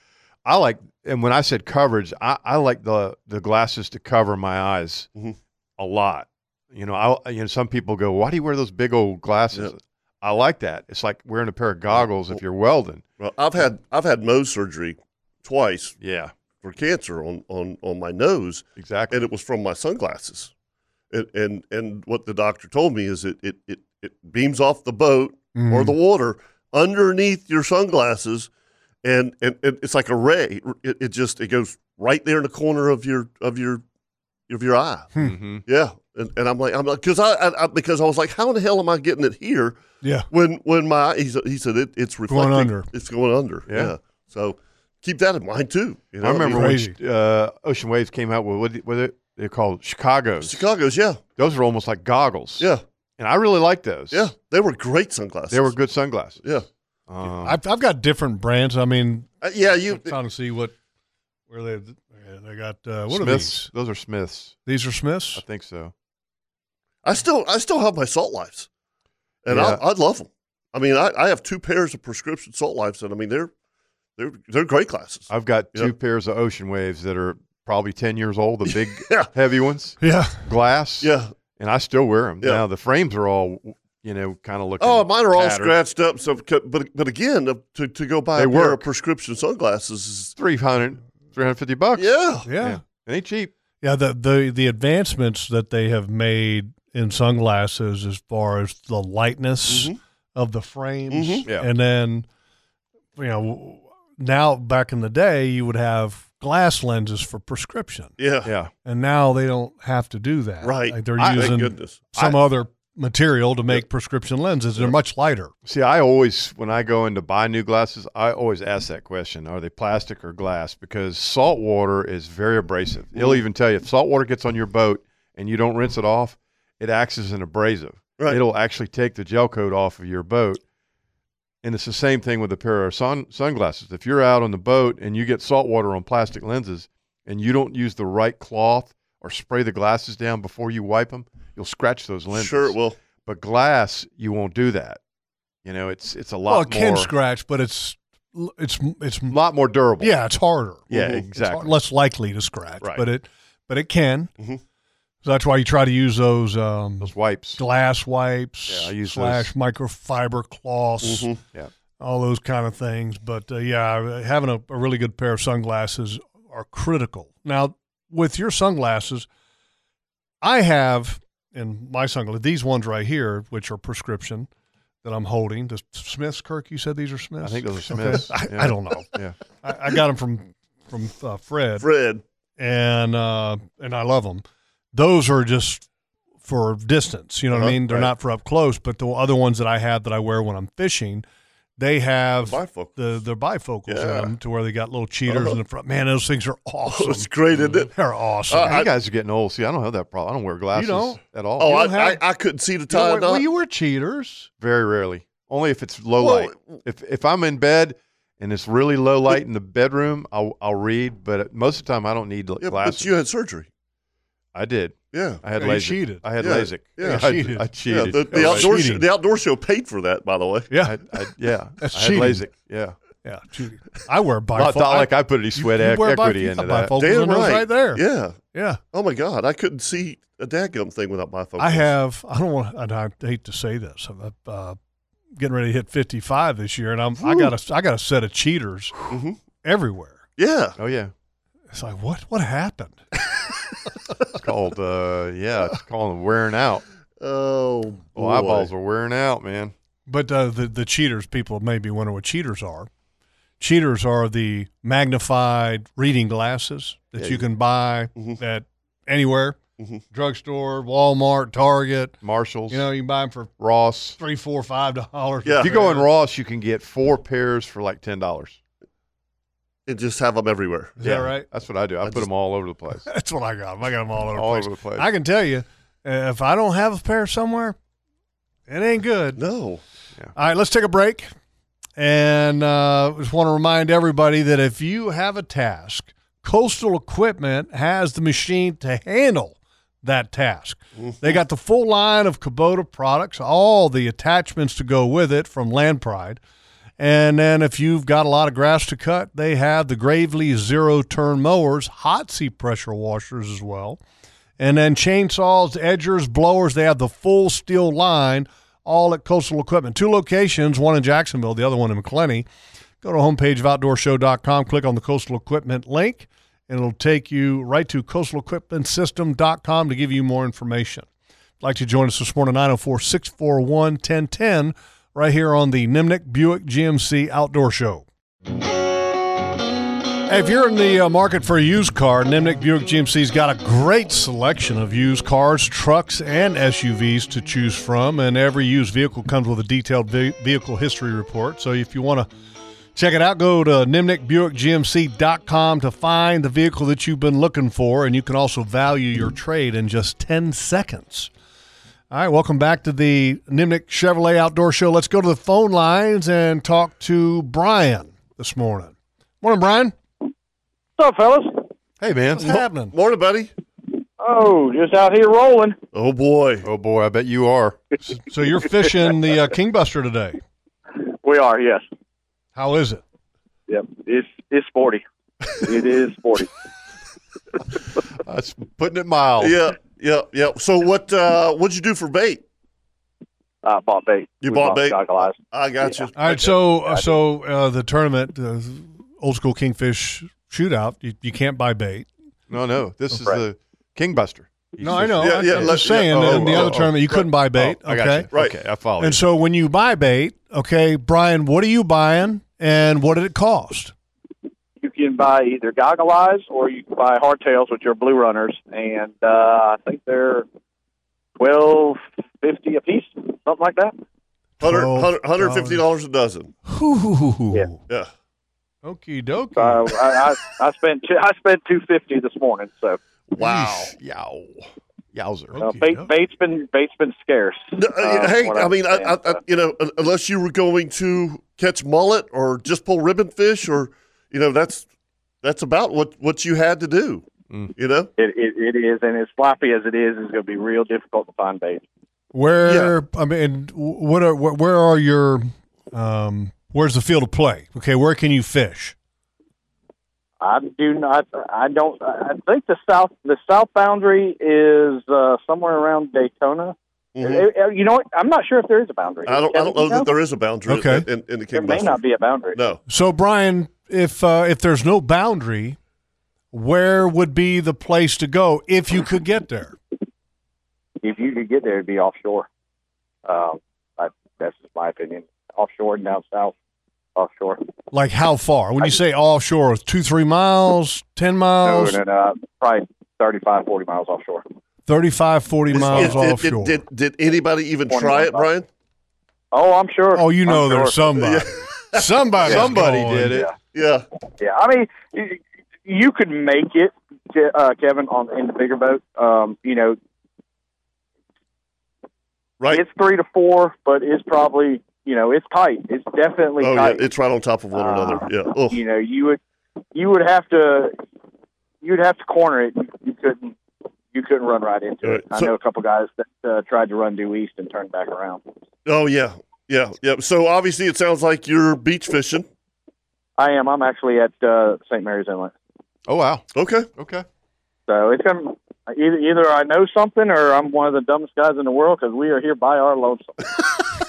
Speaker 5: I like, and when I said coverage, I, I like the the glasses to cover my eyes
Speaker 1: Mhm.
Speaker 5: a lot. You know, I you know some people go, "Why do you wear those big old glasses?" I like that. It's like wearing a pair of goggles if you're welding.
Speaker 1: Well, I've had I've had nose surgery twice.
Speaker 5: Yeah.
Speaker 1: For cancer on on on my nose.
Speaker 5: Exactly.
Speaker 1: And it was from my sunglasses. And and and what the doctor told me is it it it, it beams off the boat or
Speaker 5: Mm-hmm.
Speaker 4: Mm.
Speaker 1: the water underneath your sunglasses and and, and it's like a ray. It, it just it goes right there in the corner of your of your of your eye.
Speaker 4: Hmm.
Speaker 5: Mm-hmm.
Speaker 1: Yeah. And, and I'm like, I'm like, because I, I, I because I was like, how in the hell am I getting it here?
Speaker 4: Yeah.
Speaker 1: When when my he said, he said it, it's reflecting,
Speaker 4: under.
Speaker 1: It's going under. Yeah.
Speaker 5: Yeah.
Speaker 1: So keep that in mind too. You know,
Speaker 5: I remember
Speaker 1: mean,
Speaker 4: Crazy.
Speaker 5: when uh, Ocean Waves came out with what did- what did- they're called Chicago's.
Speaker 1: Chicago's. Yeah.
Speaker 5: Those are almost like goggles.
Speaker 1: Yeah.
Speaker 5: And I really like those.
Speaker 1: Yeah. They were great sunglasses.
Speaker 5: They were good sunglasses.
Speaker 1: Yeah.
Speaker 5: Um,
Speaker 4: I've, I've got different brands. I mean,
Speaker 1: Uh-huh. Uh, yeah. You.
Speaker 4: I'm trying to see what where they they got. Uh, what are
Speaker 5: Smiths.
Speaker 4: these?
Speaker 5: Those are Smiths.
Speaker 4: These are
Speaker 5: I
Speaker 4: Smiths.
Speaker 5: think so.
Speaker 1: I still I still have my salt lives, and
Speaker 5: Yeah.
Speaker 1: I I love them. I mean, I, I have two pairs of prescription salt lives, and I mean they're they're they're great glasses.
Speaker 5: I've got two
Speaker 1: Yeah.
Speaker 5: pairs of Ocean Waves that are probably 10 years old, the big,
Speaker 1: Yeah.
Speaker 5: heavy ones,
Speaker 4: Yeah,
Speaker 5: glass.
Speaker 1: yeah.
Speaker 5: And I still wear them.
Speaker 1: Yeah.
Speaker 5: Now, the frames are all, you know, kind of looking.
Speaker 1: Oh, mine are all
Speaker 5: tattered.
Speaker 1: scratched up. So, but but again, to, to go buy
Speaker 5: They
Speaker 1: a pair
Speaker 5: work.
Speaker 1: of prescription sunglasses is
Speaker 5: 300, 350 bucks.
Speaker 1: yeah,
Speaker 4: yeah,
Speaker 5: It ain't cheap.
Speaker 4: yeah. The the the advancements that they have made in sunglasses, as far as the
Speaker 1: Mm-hmm.
Speaker 4: lightness of the frames,
Speaker 1: Mhm.
Speaker 5: Yeah.
Speaker 4: and then you know now back in the day you would have glass lenses for prescription,
Speaker 1: yeah,
Speaker 5: Yeah.
Speaker 4: and now they don't have to do that.
Speaker 1: right.
Speaker 4: Like, they're
Speaker 1: I- thank
Speaker 4: using
Speaker 1: goodness.
Speaker 4: some other material to make prescription lenses. They're much lighter.
Speaker 5: See, I always, when I go in to buy new glasses, I always ask that question are they plastic or glass? Because salt water is very abrasive. It'll even tell you if salt water gets on your boat and you don't rinse it off, it acts as an abrasive.
Speaker 1: Right.
Speaker 5: It'll actually take the gel coat off of your boat. And it's the same thing with a pair of sun, sunglasses. If you're out on the boat and you get salt water on plastic lenses and you don't use the right cloth or spray the glasses down before you wipe them, you'll scratch those lenses.
Speaker 1: Sure, it will.
Speaker 5: But glass, you won't do that. You know, it's it's a lot
Speaker 4: well, it
Speaker 5: more
Speaker 4: can scratch, but it's it's it's
Speaker 5: lot more durable.
Speaker 4: yeah, it's harder.
Speaker 5: Yeah,
Speaker 1: Mhm.
Speaker 4: It's har-
Speaker 5: exactly.
Speaker 4: less likely to scratch,
Speaker 5: Right. Mm-hmm.
Speaker 4: but it but it can.
Speaker 1: Mhm.
Speaker 4: So that's why you try to use those um,
Speaker 5: Those wipes.
Speaker 4: glass wipes,
Speaker 5: Yeah, I use Mm-hmm.
Speaker 4: slash microfiber cloths,
Speaker 1: Mhm.
Speaker 4: all those kind of things. But uh, yeah, having a, a really good pair of sunglasses are critical. Now, with your sunglasses, I have in my sunglasses these ones right here, which are prescription that I'm holding. The Smiths, Kirk, you said these are Smiths.
Speaker 5: I think those are
Speaker 4: Okay.
Speaker 5: Smiths.
Speaker 4: I,
Speaker 5: Yeah.
Speaker 4: I don't know.
Speaker 5: Yeah.
Speaker 4: I, I got them from from uh, Fred,
Speaker 1: Fred,
Speaker 4: and uh, and I love them. Those are just for distance. You know what
Speaker 1: Uh-huh,
Speaker 4: I mean? They're
Speaker 1: right.
Speaker 4: not for up close. But the other ones that I have that I wear when I'm fishing, they have
Speaker 1: bifocal.
Speaker 4: the their bifocals
Speaker 1: Yeah.
Speaker 4: in them to where they got little cheaters
Speaker 5: Uh-huh.
Speaker 4: in the front. Man, those things are awesome.
Speaker 1: Oh, it's great, isn't it?
Speaker 4: They're awesome.
Speaker 5: Man, you guys are getting old. See, I don't have that problem. I don't wear glasses
Speaker 4: Uh, don't?
Speaker 5: at all.
Speaker 1: Oh, I,
Speaker 4: don't have-
Speaker 1: I, I couldn't see the
Speaker 4: You know
Speaker 1: tie.
Speaker 4: what? well,
Speaker 1: knot.
Speaker 4: you wear cheaters.
Speaker 5: Very rarely. Only if it's low
Speaker 1: Well,
Speaker 5: light. If if I'm in bed and it's really low light in the bedroom, I'll I'll read. But most of the time, I don't need l-
Speaker 1: yeah,
Speaker 5: glasses.
Speaker 1: but you had surgery.
Speaker 5: I did.
Speaker 1: Yeah,
Speaker 5: I had
Speaker 4: Yeah, you
Speaker 5: LASIK.
Speaker 4: cheated.
Speaker 5: I had
Speaker 1: Yeah.
Speaker 5: LASIK.
Speaker 1: Yeah. You
Speaker 5: I,
Speaker 4: cheated.
Speaker 5: I
Speaker 1: yeah.
Speaker 5: cheated.
Speaker 1: The, the
Speaker 5: Yeah,
Speaker 1: outdoor
Speaker 4: cheating.
Speaker 1: show, the outdoor show paid for that, by the way.
Speaker 4: Yeah,
Speaker 5: I, I, yeah.
Speaker 4: That's
Speaker 5: I had
Speaker 4: cheating.
Speaker 5: LASIK. Yeah.
Speaker 4: yeah, cheating. I wear
Speaker 5: Not,
Speaker 4: bifocals.
Speaker 5: not like I put any sweat
Speaker 4: you,
Speaker 5: ec-
Speaker 4: you wear
Speaker 5: equity
Speaker 4: bifo-
Speaker 5: into that.
Speaker 4: bifocals,
Speaker 1: Damn
Speaker 4: and those
Speaker 1: right.
Speaker 4: right there.
Speaker 1: Yeah.
Speaker 4: yeah.
Speaker 1: Oh my God, I couldn't see a dadgum thing without bifocals.
Speaker 4: I have. I don't want. And I hate to say this. I'm uh, getting ready to hit 55 this year, and I'm. I got a. I got a set of cheaters
Speaker 1: Mhm.
Speaker 4: everywhere.
Speaker 1: Yeah.
Speaker 5: Oh Mm-hmm. yeah.
Speaker 4: It's like what? What happened?
Speaker 5: It's called. Uh, yeah. It's called wearing out.
Speaker 1: Oh.
Speaker 5: Oh,
Speaker 1: boy.
Speaker 5: eyeballs are wearing out, man.
Speaker 4: But uh, the the cheaters people may be wondering what cheaters are. Cheaters are the magnified reading glasses that
Speaker 5: Yeah, Mm-hmm.
Speaker 4: you can buy
Speaker 1: Mhm.
Speaker 4: at anywhere,
Speaker 1: Mhm.
Speaker 4: drugstore, Walmart, Target.
Speaker 5: Marshalls.
Speaker 4: You know, you can buy them for
Speaker 5: Ross.
Speaker 4: three, four, five dollars.
Speaker 1: Yeah.
Speaker 5: If you go in Ross, you can get four pairs for like ten dollars.
Speaker 1: And just have them everywhere.
Speaker 4: Is that right?
Speaker 5: That's what I do. I,
Speaker 1: I
Speaker 5: put
Speaker 1: just-
Speaker 5: them all over the place.
Speaker 4: That's what I got. 'em. I got them all over
Speaker 5: All
Speaker 4: the place.
Speaker 5: over the place.
Speaker 4: I can tell you, uh, if I don't have a pair somewhere, it ain't good.
Speaker 1: No.
Speaker 4: All right, let's take a break. And uh, just want to remind everybody that if you have a task, Coastal Equipment has the machine to handle that task. They got the full line of Kubota products, all the attachments to go with it from Land Pride. And then if you've got a lot of grass to cut, they have the Gravely zero turn mowers, hot seat pressure washers as well. And then chainsaws, edgers, blowers, they have the full steel line all at Coastal Equipment. Two locations, one in Jacksonville, the other one in McClenny. Go to homepage of outdoorshow.com, click on the Coastal Equipment link, and it'll take you right to coastalequipmentsystem.com to give you more information. If you'd like to join us this morning, 904 641 1010, right here on the Nimnik Buick GMC Outdoor Show. Hey, if you're in the uh, market for a used car, Nimnik Buick GMC's got a great selection of used cars, trucks, and SUVs to choose from, and every used vehicle comes with a detailed ve- vehicle history report. So if you want to check it out, go to nimnikbuickgmc.com to find the vehicle that you've been looking for, and you can also value your trade in just 10 seconds. All right, welcome back to the Nimnik Chevrolet Outdoor Show. Let's go to the phone lines and talk to Brian this morning. Morning, Brian.
Speaker 6: What's up, fellas?
Speaker 5: Hey, man.
Speaker 4: What's happening?
Speaker 1: Morning, buddy.
Speaker 6: Oh, just out here rolling.
Speaker 1: Oh boy.
Speaker 5: Oh, boy. I bet you are.
Speaker 4: So you're fishing the uh, Kingbuster today.
Speaker 6: We are, yes.
Speaker 4: How is it?
Speaker 6: Yep. It's it's sporty. it is sporty.
Speaker 5: That's putting it mild.
Speaker 1: Yeah, yeah, yeah. So what? Uh, what'd you do for bait?
Speaker 6: I bought bait.
Speaker 1: You
Speaker 6: We
Speaker 1: bought bait?
Speaker 6: Goggle eyes.
Speaker 1: I got you.
Speaker 4: All right, so uh, so uh, the tournament, uh, old school kingfish shootout, you, you can't buy bait.
Speaker 5: No, no. This is
Speaker 6: Right.
Speaker 5: the Kingbuster. You
Speaker 4: No,
Speaker 5: just-
Speaker 4: I know.
Speaker 1: Yeah,
Speaker 4: I'm
Speaker 1: yeah, let's-
Speaker 4: just saying
Speaker 5: yeah, oh,
Speaker 4: in the
Speaker 5: oh,
Speaker 4: other
Speaker 5: oh,
Speaker 4: tournament you
Speaker 5: right.
Speaker 4: couldn't buy bait.
Speaker 5: Oh, I got
Speaker 4: okay,
Speaker 5: you.
Speaker 1: Right.
Speaker 5: Okay, I follow.
Speaker 4: and
Speaker 5: you.
Speaker 4: so when you buy bait, okay, Brian, what are you buying, and what did it cost?
Speaker 6: You can buy either goggle eyes or you can buy hardtails, which are blue runners, and uh, I think they're twelve fifty a piece, something like that.
Speaker 1: 100,
Speaker 4: Twelve
Speaker 1: 100, 150 dollars a dozen.
Speaker 4: Hoo
Speaker 6: Yeah.
Speaker 1: Yeah.
Speaker 4: Okie dokie.
Speaker 6: So I, I I spent two, I spent two fifty this morning. So
Speaker 1: Wow.
Speaker 5: Yeesh. Yow. Yowzer.
Speaker 6: uh,
Speaker 4: Okey
Speaker 6: bait,
Speaker 4: doke.
Speaker 6: bait's been bait's been scarce.
Speaker 1: No, uh,
Speaker 6: uh,
Speaker 1: hey,
Speaker 6: what
Speaker 1: I mean, I, I,
Speaker 6: understand,
Speaker 1: I,
Speaker 6: so.
Speaker 1: you know, un- unless you were going to catch mullet or just pull ribbon fish, or you know, that's that's about what what you had to do.
Speaker 5: Mm.
Speaker 1: You know,
Speaker 6: It, it, it is, and as sloppy as it is, it's going to be real difficult to find bait.
Speaker 4: Where I mean, wh- what are wh- where are your um, where's the field of play? Okay, where can you fish?
Speaker 6: I do not. I don't. I think the south the south boundary is uh, somewhere around Daytona.
Speaker 1: Mhm.
Speaker 6: Uh, uh, You know what? I'm not sure if there is a boundary.
Speaker 1: I don't I don't know that there is a boundary
Speaker 4: Okay.
Speaker 1: in, in, in the
Speaker 6: There
Speaker 1: King
Speaker 6: may not be a boundary.
Speaker 1: No,
Speaker 4: So, Brian, if uh, if there's no boundary, where would be the place to go if you could get there?
Speaker 6: If you could get there, it'd be offshore. Um, I, that's just my opinion. Offshore and down south. Offshore.
Speaker 4: Like how far? When you say offshore, two, three miles, ten
Speaker 6: No,
Speaker 4: miles,
Speaker 6: no, no. uh, Probably 35, 40 miles offshore.
Speaker 4: thirty-five, forty 35, 40
Speaker 1: Is-
Speaker 4: miles
Speaker 1: is- did,
Speaker 4: offshore.
Speaker 1: did, did anybody even
Speaker 6: Twenty
Speaker 1: try it,
Speaker 6: miles.
Speaker 1: Brian?
Speaker 6: Oh, I'm sure.
Speaker 4: oh, you know
Speaker 6: I'm
Speaker 4: there's
Speaker 6: sure.
Speaker 4: somebody. Somebody,
Speaker 5: Somebody did it.
Speaker 1: Yeah,
Speaker 6: Yeah, I mean, you- you could make it, Ke- uh, Kevin, on in the bigger boat. Um, you know,
Speaker 1: right.
Speaker 6: it's three to four, but it's probably you know it's tight. It's definitely
Speaker 1: Oh yeah,
Speaker 6: tight.
Speaker 1: it's right on top of one
Speaker 6: Uh,
Speaker 1: another. Yeah. Oh,
Speaker 6: you know, you would you would have to you'd have to corner it. You, you couldn't you couldn't run right into it.
Speaker 1: All right,
Speaker 6: I
Speaker 1: so-
Speaker 6: know a couple guys that uh, tried to run due east and turned back around.
Speaker 1: oh yeah, yeah, yeah. So obviously, it sounds like you're beach fishing.
Speaker 6: I am. I'm actually at uh, St. Mary's Inlet,
Speaker 5: Oh, wow.
Speaker 1: Okay.
Speaker 5: Okay.
Speaker 6: so it's gonna. Either, either I know something, or I'm one of the dumbest guys in the world because we are here by our lonesome.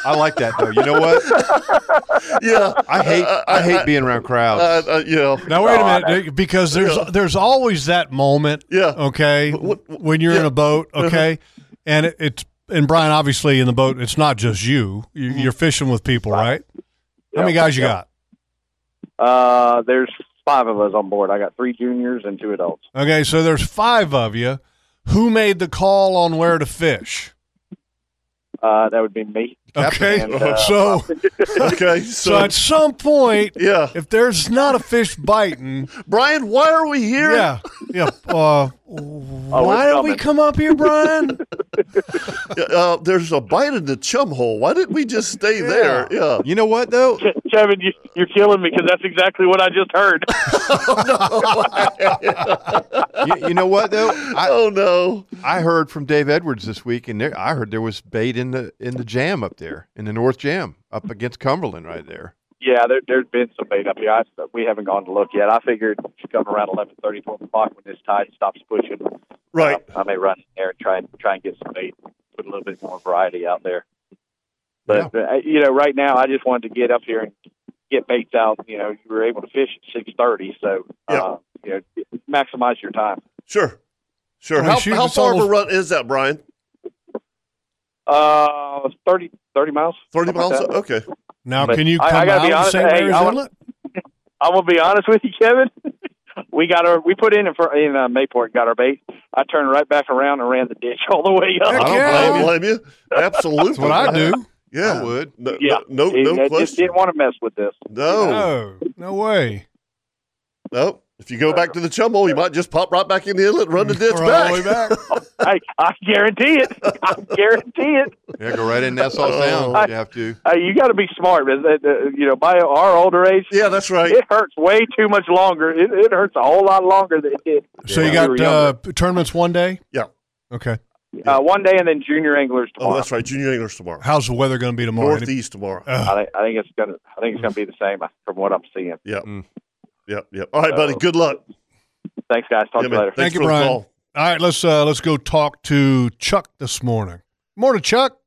Speaker 5: I like that, though. You know what?
Speaker 1: Yeah.
Speaker 5: I hate
Speaker 1: Uh,
Speaker 5: I hate being around crowds.
Speaker 1: Uh, uh, yeah.
Speaker 4: Now wait a
Speaker 6: Oh,
Speaker 4: minute, dude, because there's there's always that moment,
Speaker 1: Yeah.
Speaker 4: okay,
Speaker 1: What- what-
Speaker 4: when you're in
Speaker 1: yeah.
Speaker 4: a boat, okay, and it, it's and Brian obviously in the boat. It's not just you. you You're fishing with people, right? How many
Speaker 6: Yep,
Speaker 4: guys you
Speaker 6: yep.
Speaker 4: got?
Speaker 6: Uh, there's five of us on board. I got three juniors and two adults.
Speaker 4: Okay, so there's five of you. Who made the call on where to fish?
Speaker 6: Uh, that would be me.
Speaker 4: Okay,
Speaker 6: And, uh,
Speaker 4: so
Speaker 1: Okay.
Speaker 4: so
Speaker 1: So,
Speaker 4: at some point,
Speaker 1: yeah,
Speaker 4: if there's not a fish biting,
Speaker 1: Brian, why are we here?
Speaker 4: yeah, yeah. Uh, why did we
Speaker 6: coming.
Speaker 4: come up here, Brian?
Speaker 1: Uh, there's a bite in the chum hole. Why didn't we just stay there? Yeah.
Speaker 5: You know what, though?
Speaker 6: Kevin, you, you're killing me because that's exactly what I just heard.
Speaker 5: You, you know what, though? I,
Speaker 1: oh no.
Speaker 5: I heard from Dave Edwards this week, and there, I heard there was bait in the in the jam up there in the North Jam up against Cumberland right there.
Speaker 6: yeah, there, there's been some bait up here. I, we haven't gone to look yet. I figured it should come around 11:30, 12 o'clock when this tide stops pushing.
Speaker 1: Right.
Speaker 6: I may run in there and try and try and get some bait, put a little bit more variety out there. But uh, you know, right now I just wanted to get up here and get baits out. You know, you were able to fish at six thirty, so uh, you know, maximize your time.
Speaker 1: Sure. Sure.
Speaker 4: I mean,
Speaker 1: How,
Speaker 4: shoot,
Speaker 1: how
Speaker 4: it's
Speaker 1: far of a
Speaker 4: almost-
Speaker 1: run is that, Brian?
Speaker 6: Uh, it's 30, 30 miles.
Speaker 1: 30
Speaker 6: something like
Speaker 1: miles?
Speaker 6: that.
Speaker 1: Okay.
Speaker 4: Now,
Speaker 6: But
Speaker 4: can you
Speaker 6: I- I
Speaker 4: come
Speaker 6: gotta
Speaker 4: out
Speaker 6: be
Speaker 4: of
Speaker 6: honest,
Speaker 4: St.
Speaker 6: hey,
Speaker 4: Mary's
Speaker 6: I wanna-
Speaker 4: Inlet?
Speaker 6: I'm gonna be honest with you, Kevin. We got our we put in in, front, in uh, Mayport and got our bait. I turned right back around and ran the ditch all the way
Speaker 4: Heck
Speaker 6: up.
Speaker 5: I don't
Speaker 4: yeah.
Speaker 1: I don't
Speaker 5: blame
Speaker 1: blame you. Absolutely.
Speaker 4: That's what I do.
Speaker 1: Yeah.
Speaker 5: I would.
Speaker 1: No,
Speaker 6: Yeah.
Speaker 1: no,
Speaker 6: He-
Speaker 1: no,
Speaker 6: I
Speaker 1: no
Speaker 6: just
Speaker 1: question.
Speaker 6: didn't want to mess with this.
Speaker 1: No,
Speaker 4: No, no way.
Speaker 1: no. If you go back to the chum hole, you might just pop right back in the inlet and run the ditch
Speaker 4: We're all
Speaker 1: back.
Speaker 4: the way back.
Speaker 6: Hey, I guarantee it. I guarantee it.
Speaker 5: Yeah, go right in Nassau
Speaker 1: Oh.
Speaker 5: Sound if you have to.
Speaker 6: Uh, you got to be smart. but, uh, uh, You know, by our older age,
Speaker 1: Yeah, that's right.
Speaker 6: it hurts way too much longer. It, it hurts a whole lot longer than it did.
Speaker 4: So
Speaker 6: Yeah.
Speaker 4: you
Speaker 6: We were
Speaker 4: got uh,
Speaker 6: younger.
Speaker 4: tournaments one day?
Speaker 1: Yeah.
Speaker 4: Okay.
Speaker 6: Uh, one day, and then junior anglers tomorrow.
Speaker 1: Oh, that's right. Junior Anglers tomorrow.
Speaker 4: How's the weather going to be tomorrow? Uh,
Speaker 1: Northeast tomorrow.
Speaker 4: Ugh.
Speaker 6: I think, I think it's gonna. I think it's gonna be the same uh, from what I'm seeing.
Speaker 5: Mm.
Speaker 1: Yep, yep. All right, buddy.
Speaker 6: Uh,
Speaker 1: Good luck.
Speaker 6: Thanks, guys. Talk to
Speaker 1: Yeah, man.
Speaker 6: you later.
Speaker 1: Thanks
Speaker 4: Thank you,
Speaker 1: for the
Speaker 4: Brian.
Speaker 1: call.
Speaker 4: All right, let's uh, let's go talk to Chuck this morning. Morning, Chuck.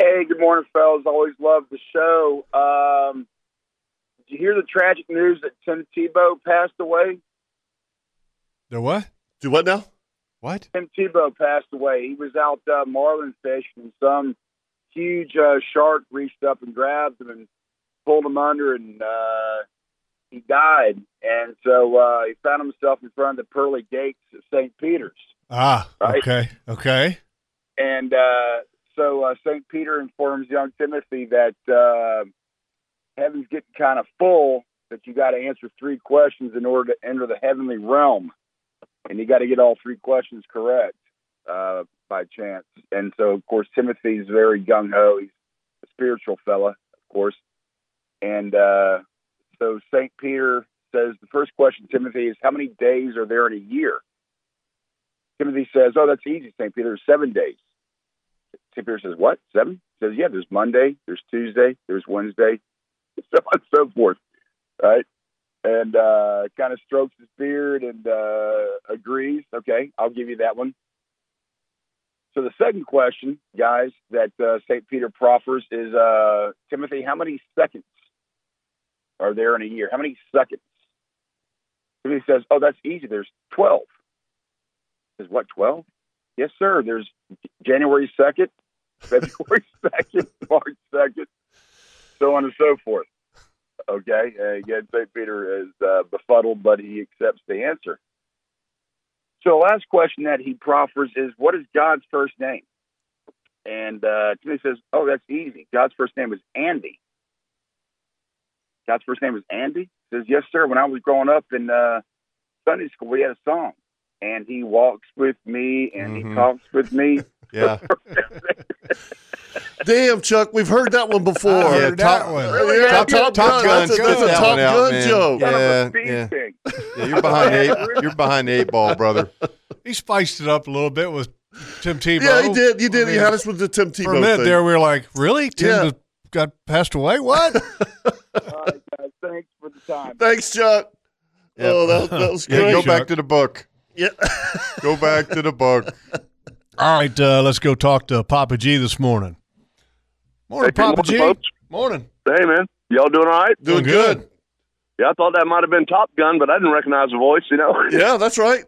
Speaker 7: Hey, good morning, fellas. Always love the show. Um, did you hear the tragic news that Tim Tebow passed away?
Speaker 4: The what?
Speaker 1: Do what now?
Speaker 5: What?
Speaker 7: Tim Tebow passed away. He was out uh, marlin fishing, and some huge uh, shark reached up and grabbed him and pulled him under, and uh, he died. And so uh, he found himself in front of the pearly gates of St. Peter's.
Speaker 4: Ah,
Speaker 7: Right.
Speaker 4: okay, okay.
Speaker 7: And uh, so uh, St. Peter informs young Timothy that uh, heaven's getting kind of full, that you got to answer three questions in order to enter the heavenly realm. And you got to get all three questions correct uh, by chance. And so, of course, Timothy's very gung ho. He's a spiritual fella, of course. And uh, so St. Peter says the first question, Timothy, is how many days are there in a year? Timothy says, Oh, that's easy, St. Peter. There's seven days. St. Peter says, What? Seven? He says, Yeah, there's Monday, there's Tuesday, there's Wednesday, so on and so forth. Right? And uh, kind of strokes his beard and uh, agrees, Okay, I'll give you that one. So the second question, guys, that uh, St. Peter proffers is uh, Timothy, how many seconds are there in a year? How many seconds? Timothy says, Oh, that's easy. There's 12 is what 12 yes sir there's january 2nd february 2nd march 2nd so on and so forth okay and again st peter is uh, befuddled but he accepts the answer so the last question that he proffers is what is god's first name and uh, Timothy says oh that's easy god's first name is andy god's first name is andy He says yes sir when i was growing up in uh, sunday school we had a song and he walks with me and
Speaker 5: Mhm.
Speaker 7: he talks with me
Speaker 5: Yeah.
Speaker 1: Damn, Chuck, we've heard that one before.
Speaker 4: I
Speaker 5: Yeah,
Speaker 4: heard
Speaker 5: top-
Speaker 4: that one.
Speaker 1: Yeah, Top,
Speaker 7: Top
Speaker 5: Gun
Speaker 1: Gun. That's a,
Speaker 5: spit
Speaker 1: that's a
Speaker 5: that
Speaker 1: Top
Speaker 5: one out,
Speaker 1: Gun
Speaker 5: man.
Speaker 1: joke.
Speaker 7: Son of
Speaker 5: Yeah,
Speaker 7: a bee
Speaker 5: yeah.
Speaker 7: sting.
Speaker 5: yeah, you're behind the eight. You're behind the eight ball, brother.
Speaker 4: He spiced it up a little bit with Tim Tebow.
Speaker 1: Yeah, he did. You did.
Speaker 4: I
Speaker 1: he
Speaker 4: mean,
Speaker 1: had us with the Tim Tebow
Speaker 4: For a minute
Speaker 1: thing.
Speaker 4: there, we were like, really? Tim
Speaker 1: Yeah.
Speaker 4: just got passed away? What?
Speaker 7: All right, guys, thanks for the time.
Speaker 1: Thanks, Chuck.
Speaker 5: Yeah.
Speaker 1: Oh, that, that was
Speaker 5: Yeah,
Speaker 1: great.
Speaker 5: go
Speaker 4: Chuck.
Speaker 5: back to the book.
Speaker 1: Yeah.
Speaker 5: Go back to the book.
Speaker 4: All right, uh, let's go talk to Papa G this morning. Morning,
Speaker 8: Hey, good
Speaker 4: Papa G.
Speaker 8: morning, folks.
Speaker 4: Morning.
Speaker 8: Hey man, y'all doing all right?
Speaker 1: Doing
Speaker 4: Doing
Speaker 1: good.
Speaker 8: Yeah, I thought that might have been Top Gun, but I didn't recognize the voice. You know.
Speaker 1: Yeah, that's right.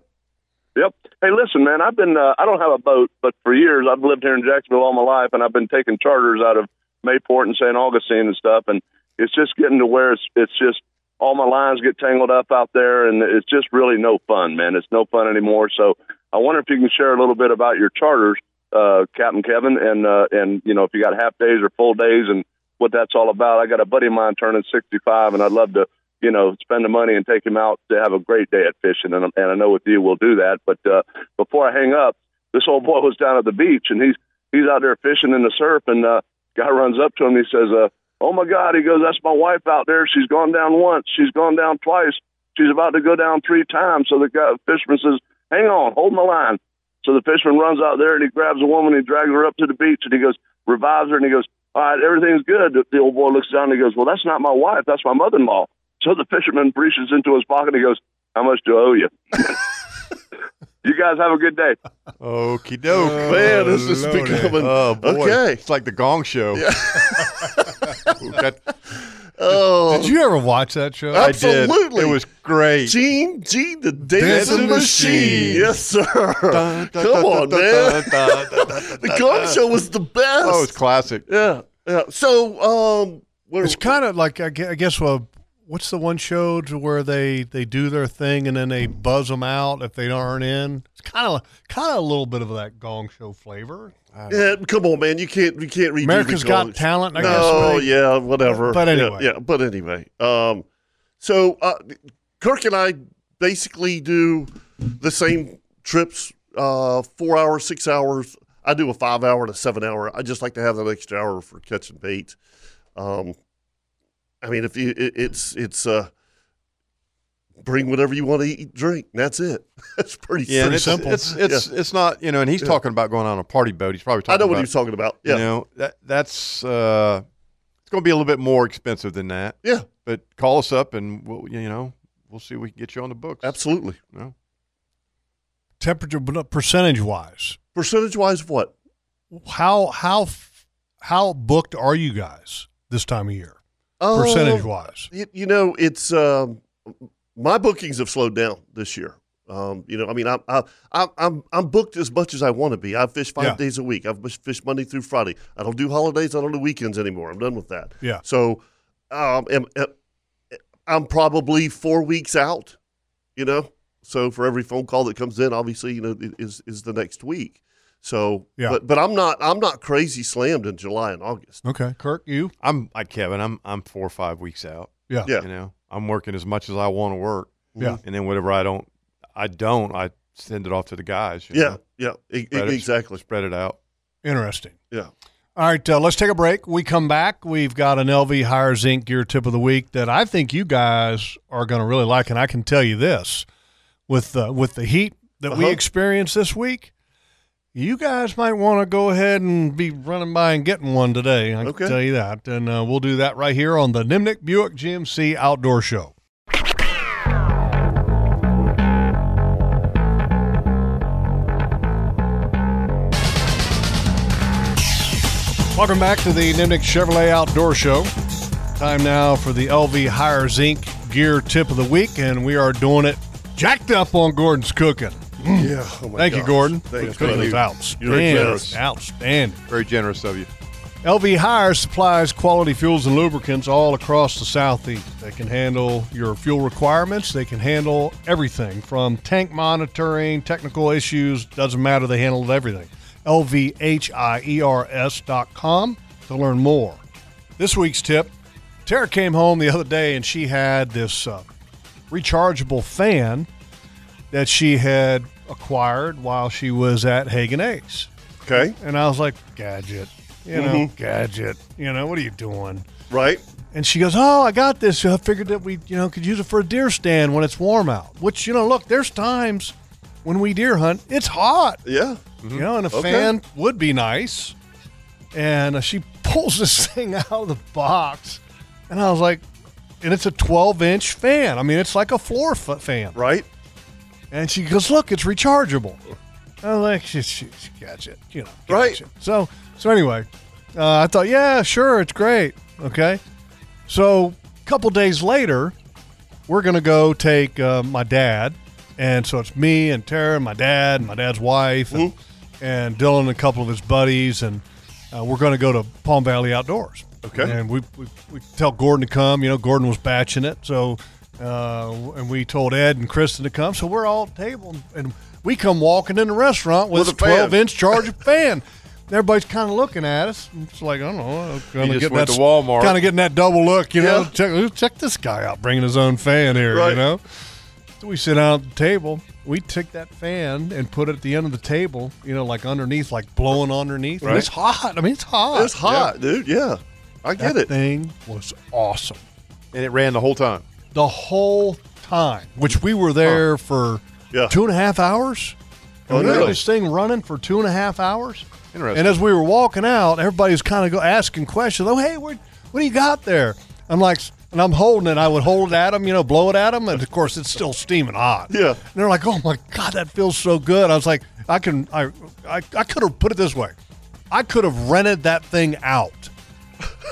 Speaker 8: yep. Hey, listen, man, I've been—I don't have a boat, but for years I've lived here in Jacksonville all my life, and I've been taking charters out of Mayport and St. Augustine and stuff, and it's just getting to where it's—it's just all my lines get tangled up out there, and it's just really no fun, man. It's no fun anymore. So I wonder if you can share a little bit about your charters, uh, Captain Kevin, and uh, and you know if you got half days or full days and what that's all about. I got a buddy of mine turning 65, and I'd love to you know, spend the money and take him out to have a great day at fishing. And, and I know with you, we'll do that. But uh, before I hang up, this old boy was down at the beach and he's he's out there fishing in the surf. And uh, guy runs up to him. And he says, uh, "Oh my God!" He goes, "That's my wife out there. She's gone down once. She's gone down twice. She's about to go down three times." So the guy, fisherman says, "Hang on, hold my line." So the fisherman runs out there and he grabs a woman. He drags her up to the beach and he goes, revives her and he goes, "All right, everything's good." The- The old boy looks down and he goes, "Well, that's not my wife. That's my mother-in-law." So the fisherman reaches into his pocket and he goes, How much do I owe you?
Speaker 9: You guys have a good day.
Speaker 5: Okie doke.
Speaker 1: Oh, Man, this is becoming-
Speaker 5: Oh, boy.
Speaker 1: Okay.
Speaker 5: It's like the gong show. We've got-
Speaker 1: Oh,
Speaker 4: Did you ever watch that show?
Speaker 5: I did.
Speaker 1: Absolutely.
Speaker 5: It was great.
Speaker 1: Gene, Gene, the dancing,
Speaker 5: Dancing
Speaker 1: machine.
Speaker 5: Machine.
Speaker 1: Yes, sir.
Speaker 5: Dun, dun,
Speaker 1: Come
Speaker 5: dun,
Speaker 1: on,
Speaker 5: dun,
Speaker 1: man.
Speaker 5: dun, dun, dun, dun, dun,
Speaker 1: the
Speaker 5: dun,
Speaker 1: gong
Speaker 5: dun.
Speaker 1: show was the best.
Speaker 5: Oh, it's classic.
Speaker 1: yeah, yeah. So, um, where,
Speaker 4: It's kind of like I gue- I guess well, what's the one show to where they they do their thing and then they buzz them out if they aren't in? It's kind of kind of a little bit of that gong show flavor.
Speaker 1: yeah, come on, man. You can't, you can't redo
Speaker 4: America's
Speaker 1: the
Speaker 4: Got
Speaker 1: gong.
Speaker 4: Talent, I guess,
Speaker 1: no,
Speaker 4: right?
Speaker 1: yeah, whatever.
Speaker 4: But
Speaker 1: Yeah,
Speaker 4: anyway.
Speaker 1: yeah, But anyway, um, so uh, Kirk and I basically do the same trips, uh, four hours, six hours. I do a five hour and a seven hour. I just like to have that extra hour for catching bait. Um, I mean, if you, it, it's it's uh, bring whatever you want to eat, drink. And that's it. That's pretty,
Speaker 5: Yeah, and
Speaker 1: pretty
Speaker 5: it's,
Speaker 1: simple.
Speaker 5: It's it's it's not you know, and he's talking about going on a party boat. He's probably
Speaker 1: I
Speaker 5: talking.
Speaker 1: know what he
Speaker 5: about,
Speaker 1: was talking about.
Speaker 5: You
Speaker 1: Yeah,
Speaker 5: know that that's uh, it's going to be a little bit more expensive than that.
Speaker 1: yeah,
Speaker 5: But call us up and we'll you know we'll see if we can get you on the books.
Speaker 1: absolutely.
Speaker 5: You know?
Speaker 4: Temperature but percentage wise,
Speaker 1: Percentage wise, of what?
Speaker 4: how how f- how booked are you guys this time of year?
Speaker 1: Oh.
Speaker 4: Percentage wise,
Speaker 1: You, you know, it's um, my bookings have slowed down this year. Um, you know, I mean, I'm I, I, I'm I'm booked as much as I want to be. I fish five
Speaker 4: Yeah.
Speaker 1: days a week. I fish fish Monday through Friday. I don't do holidays. I don't do weekends anymore. I'm done with that.
Speaker 4: Yeah.
Speaker 1: So, um, am, am- I'm probably four weeks out. You know, so for every phone call that comes in, obviously, you know, i- is is the next week. So,
Speaker 4: Yeah.
Speaker 1: but but I'm not I'm not crazy slammed in July and August.
Speaker 4: okay, Kirk, you
Speaker 5: I'm like Kevin. I'm I'm four or five weeks out.
Speaker 4: Yeah.
Speaker 1: Yeah.
Speaker 5: You know, I'm working as much as I want to work.
Speaker 4: Yeah.
Speaker 5: And then whatever I don't, I don't. I send it off to the guys. you
Speaker 1: Yeah,
Speaker 5: know?
Speaker 1: yeah, e-
Speaker 5: Spread it-
Speaker 1: exactly.
Speaker 5: Spread it out.
Speaker 4: interesting.
Speaker 1: Yeah.
Speaker 4: All right, uh, let's take a break. We come back. We've got an LV Higher Zinc Gear Tip of the Week that I think you guys are going to really like, and I can tell you this: with the with the heat that we
Speaker 1: Uh-huh.
Speaker 4: experienced this week, you guys might want to go ahead and be running by and getting one today. I
Speaker 1: Okay.
Speaker 4: can tell you that, and uh, we'll do that right here on the Nimnik Buick GMC Outdoor Show. Welcome back to the Nimnik Chevrolet Outdoor Show. Time now for the LV Higher Zinc Gear Tip of the Week, and we are doing it jacked up on Gordon's cooking.
Speaker 1: Yeah. Oh my
Speaker 4: Thank you,
Speaker 1: gosh.
Speaker 4: Gordon.
Speaker 1: Thank
Speaker 4: for cooking
Speaker 1: you.
Speaker 4: us
Speaker 1: You're
Speaker 4: outstanding.
Speaker 1: generous.
Speaker 4: Outstanding.
Speaker 5: Very generous of you.
Speaker 4: LV Hire supplies quality fuels and lubricants all across the Southeast. They can handle your fuel requirements. They can handle everything from tank monitoring, technical issues, doesn't matter. They handle everything. E LVHIERS.com to learn more. This week's tip Tara came home the other day and she had this uh, rechargeable fan that she had acquired while she was at Hagen Ace
Speaker 1: Okay.
Speaker 4: and I was like, gadget, you know,
Speaker 1: Mm-hmm.
Speaker 4: gadget, you know, what are you doing?
Speaker 1: Right.
Speaker 4: And she goes, oh, I got this. I figured that we, you know, could use it for a deer stand when it's warm out. Which, you know, look, there's times when we deer hunt, it's hot,
Speaker 1: Yeah. Mm-hmm.
Speaker 4: you know, and a
Speaker 1: Okay.
Speaker 4: fan would be nice. And uh, she pulls this thing out of the box, and I was like, and it's a 12 inch fan. I mean, it's like a floor fa- fan.
Speaker 1: Right.
Speaker 4: And she goes, "Look, it's rechargeable." I'm like, "She, she, she gets it, you know."
Speaker 1: Right.
Speaker 4: gets it." So, so anyway, uh, I thought, "Yeah, sure, it's great." Okay. So, a couple days later, we're gonna go take uh, my dad, and so it's me and Tara, and my dad, and my dad's wife, and,
Speaker 1: Mm-hmm.
Speaker 4: and Dylan and a couple of his buddies, and uh, we're gonna go to Palm Valley Outdoors.
Speaker 1: Okay.
Speaker 4: And we, we, we tell Gordon to come. You know, Gordon was batching it. So, uh, and we told Ed and Kristen to come. So we're all at the table. And we come walking in the restaurant with,
Speaker 1: With a
Speaker 4: a
Speaker 1: fan.
Speaker 4: 12 inch charge fan. And Everybody's kind of looking at us. and It's like, I don't know. Kind
Speaker 5: just went to Walmart.
Speaker 4: Kind of getting that double look, you know.
Speaker 1: Yeah.
Speaker 4: Check, ooh, check this guy out bringing his own fan here,
Speaker 1: Right.
Speaker 4: you know. So we sit down at the table. We took that fan and put it at the end of the table, you know, like underneath, like blowing underneath. And
Speaker 1: Right.
Speaker 4: it's hot. I mean, it's hot.
Speaker 1: It's hot, dude. Yeah. I get
Speaker 4: That
Speaker 1: it.
Speaker 4: thing was awesome.
Speaker 5: And it ran the whole time.
Speaker 4: The whole time, which we were there for
Speaker 1: Yeah.
Speaker 4: two and a half hours. And
Speaker 1: Oh,
Speaker 4: we had
Speaker 1: really?
Speaker 4: this thing running for two and a half hours.
Speaker 5: Interesting.
Speaker 4: And as we were walking out, everybody was kind of go asking questions. Oh, hey, what, what do you got there? I'm like, and I'm holding it. I would hold it at them, you know, blow it at them, and of course it's still steaming hot.
Speaker 1: Yeah.
Speaker 4: And they're like, "Oh my god, that feels so good." I was like, "I can, I, I, I could have put it this way, I could have rented that thing out."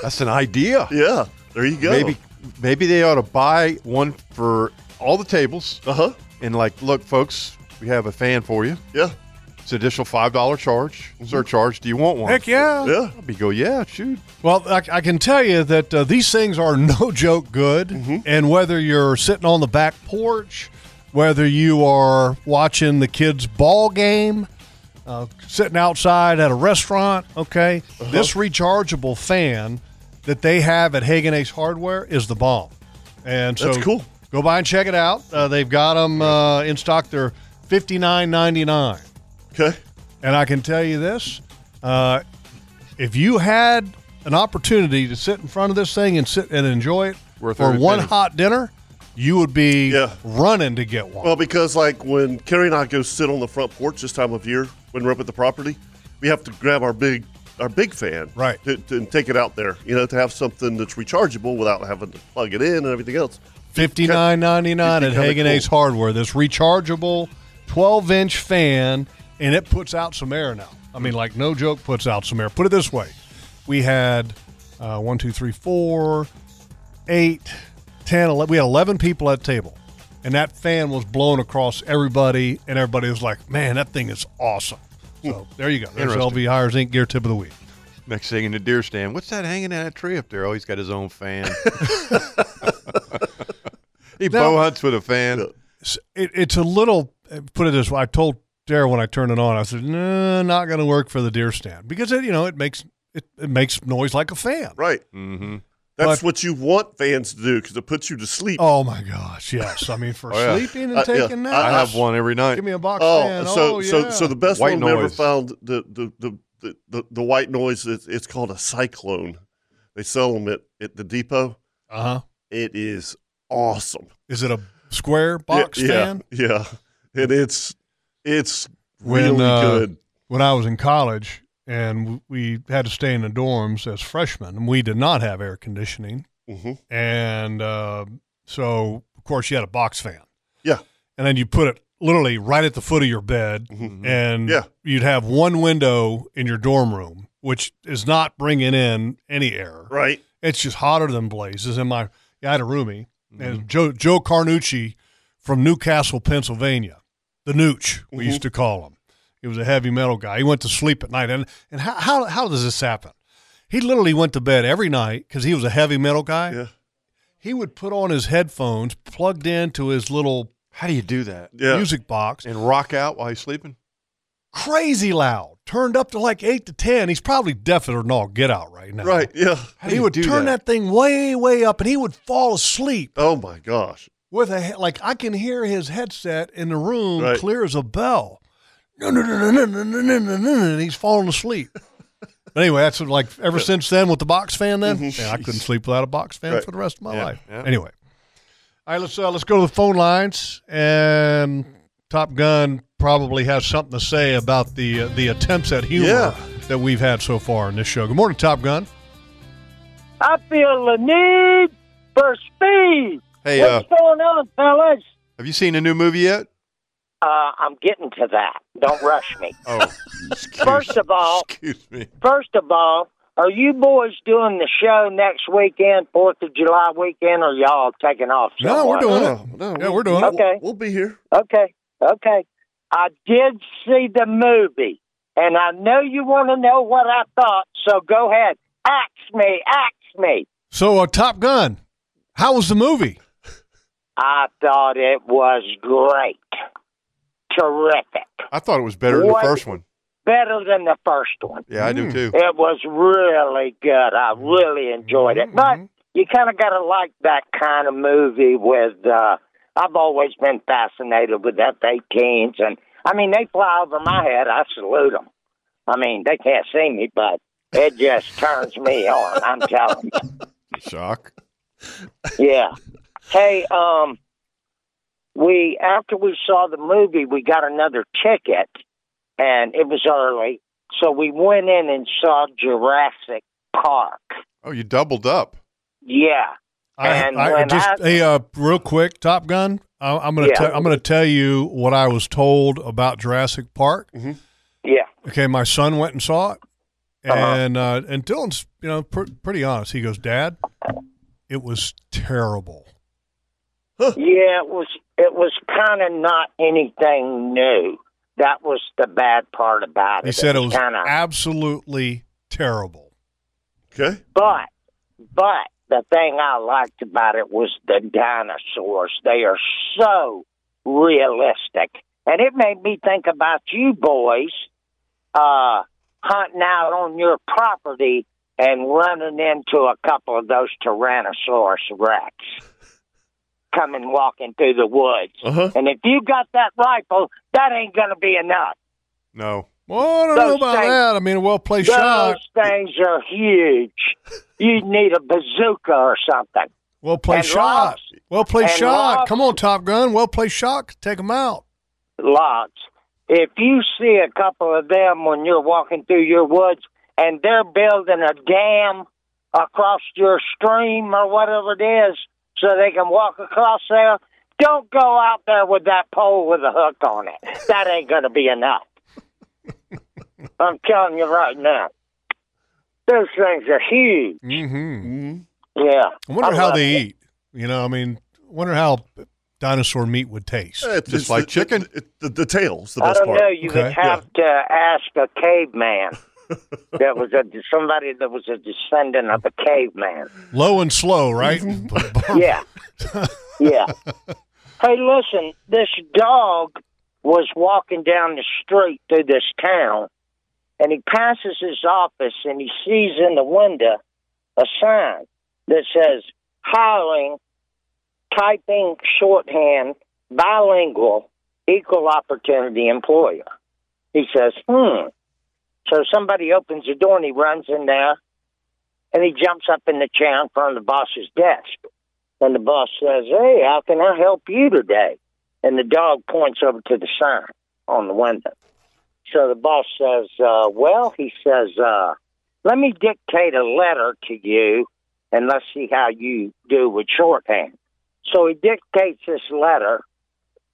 Speaker 5: That's an idea.
Speaker 1: Yeah, there you go.
Speaker 5: Maybe maybe they ought to buy one for all the tables
Speaker 1: Uh huh.
Speaker 5: and like, look, folks, we have a fan for you.
Speaker 1: Yeah. Mm-hmm.
Speaker 5: It's an additional five dollar charge surcharge. Do you want one?
Speaker 4: Heck yeah.
Speaker 1: Yeah.
Speaker 5: I'd be go, yeah, shoot.
Speaker 4: Well, I, I can tell you that uh, these things are no joke good.
Speaker 1: Mm-hmm.
Speaker 4: And whether you're sitting on the back porch, whether you are watching the kids' ball game, uh, sitting outside at a restaurant, okay,
Speaker 1: Uh-huh.
Speaker 4: this rechargeable fan that they have at Hagen Ace Hardware is the bomb. And so
Speaker 1: That's cool.
Speaker 4: Go by and check it out. Uh, they've got them uh, in stock. They're fifty nine ninety nine.
Speaker 1: Okay.
Speaker 4: And I can tell you this: uh, if you had an opportunity to sit in front of this thing and sit and enjoy it
Speaker 5: Worth
Speaker 4: for
Speaker 5: every
Speaker 4: one
Speaker 5: penny.
Speaker 4: hot dinner, you would be
Speaker 1: Yeah.
Speaker 4: running to get one.
Speaker 1: Well, because like when Carrie and I go sit on the front porch this time of year when we're up at the property, we have to grab our big our big fan,
Speaker 4: Right.
Speaker 1: to, to- and take it out there. You know, to have something that's rechargeable without having to plug it in and everything else.
Speaker 4: Fifty nine ninety nine
Speaker 1: You'd
Speaker 4: at
Speaker 1: be kinda
Speaker 4: Hagen
Speaker 1: cool.
Speaker 4: Ace Hardware. This rechargeable twelve inch fan, and it puts out some air now. I mean, like no joke, puts out some air. Put it this way: we had uh, one, two, three, four, eight, ten, eleven. We had eleven people at the table, and that fan was blowing across everybody, and everybody was like, "Man, that thing is awesome." So there you go. There's
Speaker 5: Interesting.
Speaker 4: LV Hires Inc. Gear Tip of the Week.
Speaker 5: Next thing in the deer stand, what's that hanging in that tree up there? Oh, he's got his own fan. he bow hunts with a fan.
Speaker 4: it's- it, it's a little put it this way. I told Dara when I turned it on, I said, "No, not going to work for the deer stand because it, you know, it makes it, it makes noise like a fan."
Speaker 1: Right.
Speaker 5: Mm-hmm.
Speaker 1: That's
Speaker 4: But-
Speaker 1: what you want fans to do because it puts you to sleep.
Speaker 4: Oh my gosh, yes. I mean, for
Speaker 5: Oh, yeah.
Speaker 4: sleeping and
Speaker 1: Uh, yeah.
Speaker 4: taking
Speaker 1: I
Speaker 5: I
Speaker 4: naps,
Speaker 5: have one every night.
Speaker 4: Give me a box
Speaker 1: Oh,
Speaker 4: fan.
Speaker 1: so
Speaker 4: oh, yeah.
Speaker 1: so so the best
Speaker 5: White
Speaker 1: one we ever
Speaker 5: noise.
Speaker 1: found the the the the, the, the white noise is it's called a cyclone. They sell them at, at the depot.
Speaker 4: uh huh.
Speaker 1: It is awesome.
Speaker 4: Is it a square box
Speaker 1: yeah,
Speaker 4: fan?
Speaker 1: Yeah, yeah. and it's it's
Speaker 4: When,
Speaker 1: really
Speaker 4: uh,
Speaker 1: good.
Speaker 4: When I was in college and we had to stay in the dorms as freshmen, and we did not have air conditioning,
Speaker 1: hmm
Speaker 4: and uh, so of course you had a box fan.
Speaker 1: Yeah.
Speaker 4: and then you put it literally right at the foot of your bed,
Speaker 1: Mhm.
Speaker 4: and
Speaker 1: Yeah.
Speaker 4: you'd have one window in your dorm room, which is not bringing in any air.
Speaker 1: Right.
Speaker 4: It's just hotter than blazes. And my I had a roomie,
Speaker 1: Mm-hmm.
Speaker 4: and Joe Joe Carnucci from Newcastle, Pennsylvania, the Nooch
Speaker 5: Mm-hmm.
Speaker 4: we used to call him. He was a heavy metal guy. He went to sleep at night, and and how how, how does this happen? He literally went to bed every night because he was a heavy metal guy.
Speaker 1: Yeah.
Speaker 4: He would put on his headphones plugged into his little
Speaker 5: How do you do that?
Speaker 1: Yeah.
Speaker 4: music box,
Speaker 5: And rock out while he's sleeping?
Speaker 4: crazy loud, turned up to like eight to ten. He's probably deafer than all get out right now.
Speaker 1: Right. Yeah.
Speaker 5: How do
Speaker 4: he
Speaker 5: you
Speaker 4: would
Speaker 5: do
Speaker 4: turn that? thing way, way up, and he would fall asleep
Speaker 1: Oh my gosh.
Speaker 4: with a he- like I can hear his headset in the room
Speaker 1: Right.
Speaker 4: clear as a bell. No, no, no, no, no, no, no, no, no, and he's falling asleep. But anyway, that's what, like ever since then with the box fan. Then man, I couldn't sleep without a box fan
Speaker 1: Mm-hmm. Right.
Speaker 4: for the rest of my
Speaker 5: Yeah,
Speaker 4: life.
Speaker 5: yeah.
Speaker 4: Anyway, all right, let's uh, let's go to the phone lines and Top Gun probably has something to say about the uh, the attempts at humor
Speaker 1: Yeah.
Speaker 4: that we've had so far in this show. Good morning, Top Gun.
Speaker 10: I feel the need for speed.
Speaker 5: Hey, uh,
Speaker 10: What's going on, fellas?
Speaker 5: have you seen a new movie yet?
Speaker 10: Uh, I'm getting to that. Don't rush me.
Speaker 5: Oh, excuse,
Speaker 10: First of all-
Speaker 5: excuse me.
Speaker 10: First of all, are you boys doing the show next weekend, Fourth of July weekend, or y'all taking off?
Speaker 4: No, we're
Speaker 10: somewhere?
Speaker 4: doing
Speaker 1: No,
Speaker 4: it.
Speaker 1: Oh, no,
Speaker 4: yeah, we're doing it.
Speaker 10: Okay.
Speaker 1: We'll, we'll be here.
Speaker 10: Okay, okay. I did see the movie, and I know you want to know what I thought. So go ahead, axe me, axe me.
Speaker 4: So, uh, Top Gun, how was the movie?
Speaker 10: I thought it was great, terrific,
Speaker 5: I thought it was better than the
Speaker 10: What?
Speaker 5: first one.
Speaker 10: better than the first one.
Speaker 5: Yeah, I do too. Mm-hmm.
Speaker 10: It was really good. I really enjoyed it. But you kind of got to like that kind of movie with. Uh, I've always been fascinated with F 18s. And I mean, they fly over my head. I salute them. I mean, they can't see me, but it just turns me on. I'm telling you.
Speaker 5: Shock.
Speaker 10: Yeah. Hey, um, we after we saw the movie, we got another ticket, and it was early, so we went in and saw Jurassic Park.
Speaker 5: Oh, you doubled up.
Speaker 10: Yeah,
Speaker 4: I,
Speaker 10: And
Speaker 4: I
Speaker 10: when
Speaker 4: just
Speaker 10: I-
Speaker 4: hey, uh, real quick, Top Gun. I, I'm gonna
Speaker 10: Yeah.
Speaker 4: te- I'm gonna tell you what I was told about Jurassic Park.
Speaker 10: Yeah. Uh-huh.
Speaker 4: Okay, my son went and saw it, and uh, and Dylan's you know pr- pretty honest. He goes, Dad, it was terrible.
Speaker 10: Yeah, it was it was kind of not anything new. That was the bad part about it.
Speaker 4: He said it was
Speaker 10: kind of
Speaker 4: absolutely terrible.
Speaker 1: Okay.
Speaker 10: But, but the thing I liked about it was the dinosaurs. They are so realistic, and it made me think about you boys uh, hunting out on your property and running into a couple of those Tyrannosaurus Rex coming walking through the woods.
Speaker 1: Uh-huh.
Speaker 10: And if you got that rifle, that ain't gonna be enough.
Speaker 5: No.
Speaker 4: Well, I don't know
Speaker 10: Those
Speaker 4: about
Speaker 10: things-
Speaker 4: that. I mean, a well placed shot,
Speaker 10: Those things are huge. You need a bazooka or something.
Speaker 4: well placed
Speaker 10: and
Speaker 4: shot,
Speaker 10: logs-
Speaker 4: well placed
Speaker 10: and
Speaker 4: shot.
Speaker 10: logs-
Speaker 4: Come on, Top Gun, well placed shot. Take him out.
Speaker 10: Lots. If you see a couple of them when you're walking through your woods and they're building a dam across your stream or whatever it is so they can walk across there, don't go out there with that pole with a hook on it. That ain't going to be enough. I'm telling you right now. Those things are huge.
Speaker 4: Mm-hmm.
Speaker 10: Yeah.
Speaker 4: I wonder how
Speaker 10: love
Speaker 4: they
Speaker 10: it.
Speaker 4: eat. You know, I mean, wonder how dinosaur meat would taste.
Speaker 1: Eh, it's-
Speaker 5: Just
Speaker 1: it's
Speaker 5: like
Speaker 1: the-
Speaker 5: chicken.
Speaker 1: it- the, the tail's the
Speaker 10: I
Speaker 1: best
Speaker 10: don't
Speaker 1: part.
Speaker 10: know. You
Speaker 4: Okay,
Speaker 10: would have to ask a caveman. that was a somebody that was a descendant of a caveman.
Speaker 4: Low and slow, right?
Speaker 10: Yeah, yeah. Hey, listen, this dog was walking down the street through this town, and he passes his office and he sees in the window a sign that says hiring, typing shorthand, bilingual, equal opportunity employer. He says, hmm. So somebody opens the door and he runs in there and he jumps up in the chair in front of the boss's desk. And the boss says, Hey, how can I help you today? And the dog points over to the sign on the window. So the boss says, uh, Well, he says, uh, Let me dictate a letter to you and let's see how you do with shorthand. So he dictates this letter,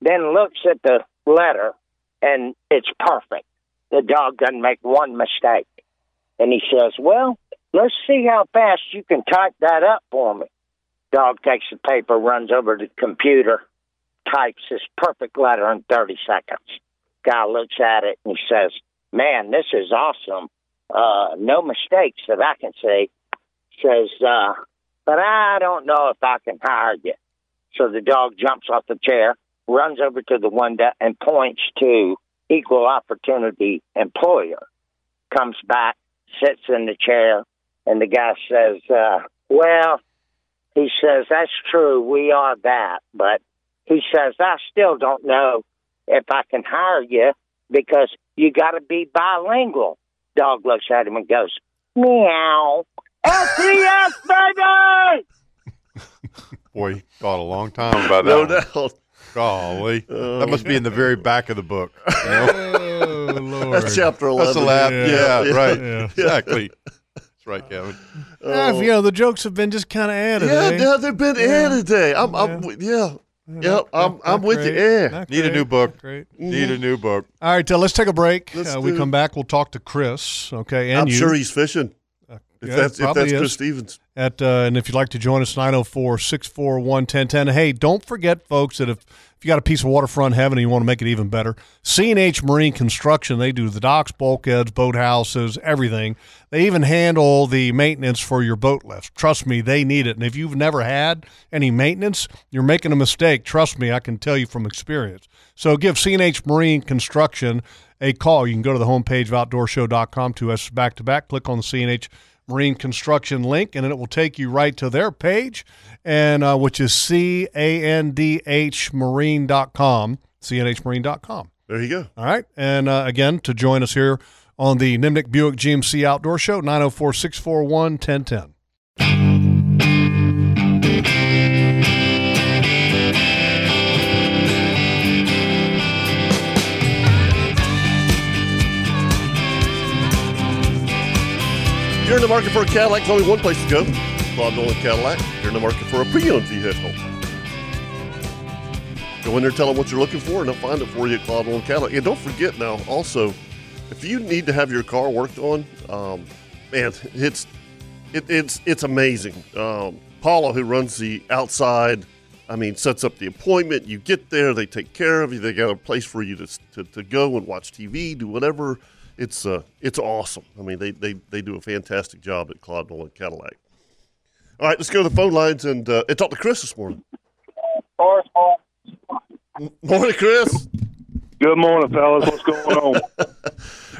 Speaker 10: then looks at the letter, and it's perfect. The dog doesn't make one mistake. And he says, Well, let's see how fast you can type that up for me. Dog takes the paper, runs over to the computer, types this perfect letter in 30 seconds. Guy looks at it and he says, Man, this is awesome. Uh, no mistakes that I can see. Says, uh, But I don't know if I can hire you. So the dog jumps off the chair, runs over to the window, and points to equal opportunity employer. Comes back, sits in the chair, and the guy says, uh, Well, he says, That's true. We are that. But he says, I still don't know if I can hire you because you got to be bilingual. Dog looks at him and goes, Meow. LTS, baby!
Speaker 5: Boy, you thought a long time about
Speaker 1: No
Speaker 5: that. one.
Speaker 1: doubt.
Speaker 5: Golly. that must be in the very back of the book. you know?
Speaker 4: oh, Lord.
Speaker 1: That's chapter 11.
Speaker 5: That's the lap.
Speaker 4: Yeah.
Speaker 5: Yeah, right.
Speaker 4: Yeah.
Speaker 5: Exactly. That's right, Kevin.
Speaker 4: Yeah, if, uh, you know, the jokes have been just kind of added.
Speaker 1: Yeah,
Speaker 4: eh?
Speaker 1: yeah, they've been in today. I'm, I'm, yeah. yeah, I'm, I'm
Speaker 4: Not
Speaker 1: with you.
Speaker 4: great.
Speaker 1: Yeah.
Speaker 4: Not
Speaker 5: Need a
Speaker 4: great.
Speaker 5: new book.
Speaker 4: Not Great.
Speaker 5: Need a new book.
Speaker 4: All right, uh, let's take a break.
Speaker 1: Let's
Speaker 4: Uh, we
Speaker 1: do-
Speaker 4: come back. We'll talk to Chris. Okay, and
Speaker 1: I'm
Speaker 4: you. Uh,
Speaker 1: sure he's fishing. If
Speaker 4: Yeah,
Speaker 1: that's, if
Speaker 4: probably
Speaker 1: that's
Speaker 4: is.
Speaker 1: Chris Stevens.
Speaker 4: At, uh, and if you'd like to join us, 904 641 1010. Hey, don't forget, folks, that if, if you got a piece of waterfront heaven and you want to make it even better, C&H Marine Construction, they do the docks, bulkheads, boathouses, everything. They even handle the maintenance for your boat lift. Trust me, they need it. And if you've never had any maintenance, you're making a mistake. Trust me, I can tell you from experience. So give C&H Marine Construction a call. You can go to the homepage of outdoorshow.com to us back to back. Click on the C&H Marine Construction link, and then it will take you right to their page, and uh, which is candhmarine.com, cndhmarine.com.
Speaker 1: There you go.
Speaker 4: All right. And uh, again, to join us here on the Nimnik Buick GMC Outdoor Show, 904 641 1010.
Speaker 1: If you're in the market for a Cadillac, there's only one place to go. Claude Dolan Cadillac. If You're in the market for a pre-owned vehicle. Go in there, tell them what you're looking for, and they'll find it for you at Claude Dolan Cadillac. And don't forget now, also, if you need to have your car worked on, um, man, it's it, it's it's amazing. Um, Paula, who runs the outside, I mean, sets up the appointment. You get there, they take care of you. They got a place for you to, to, to go and watch TV, do whatever. It's uh, it's awesome. I mean, they, they they do a fantastic job at Claude Nolan Cadillac. All right, let's go to the phone lines and uh, and talk to Chris this morning. Morning, Chris.
Speaker 9: Good morning, fellas. What's going on?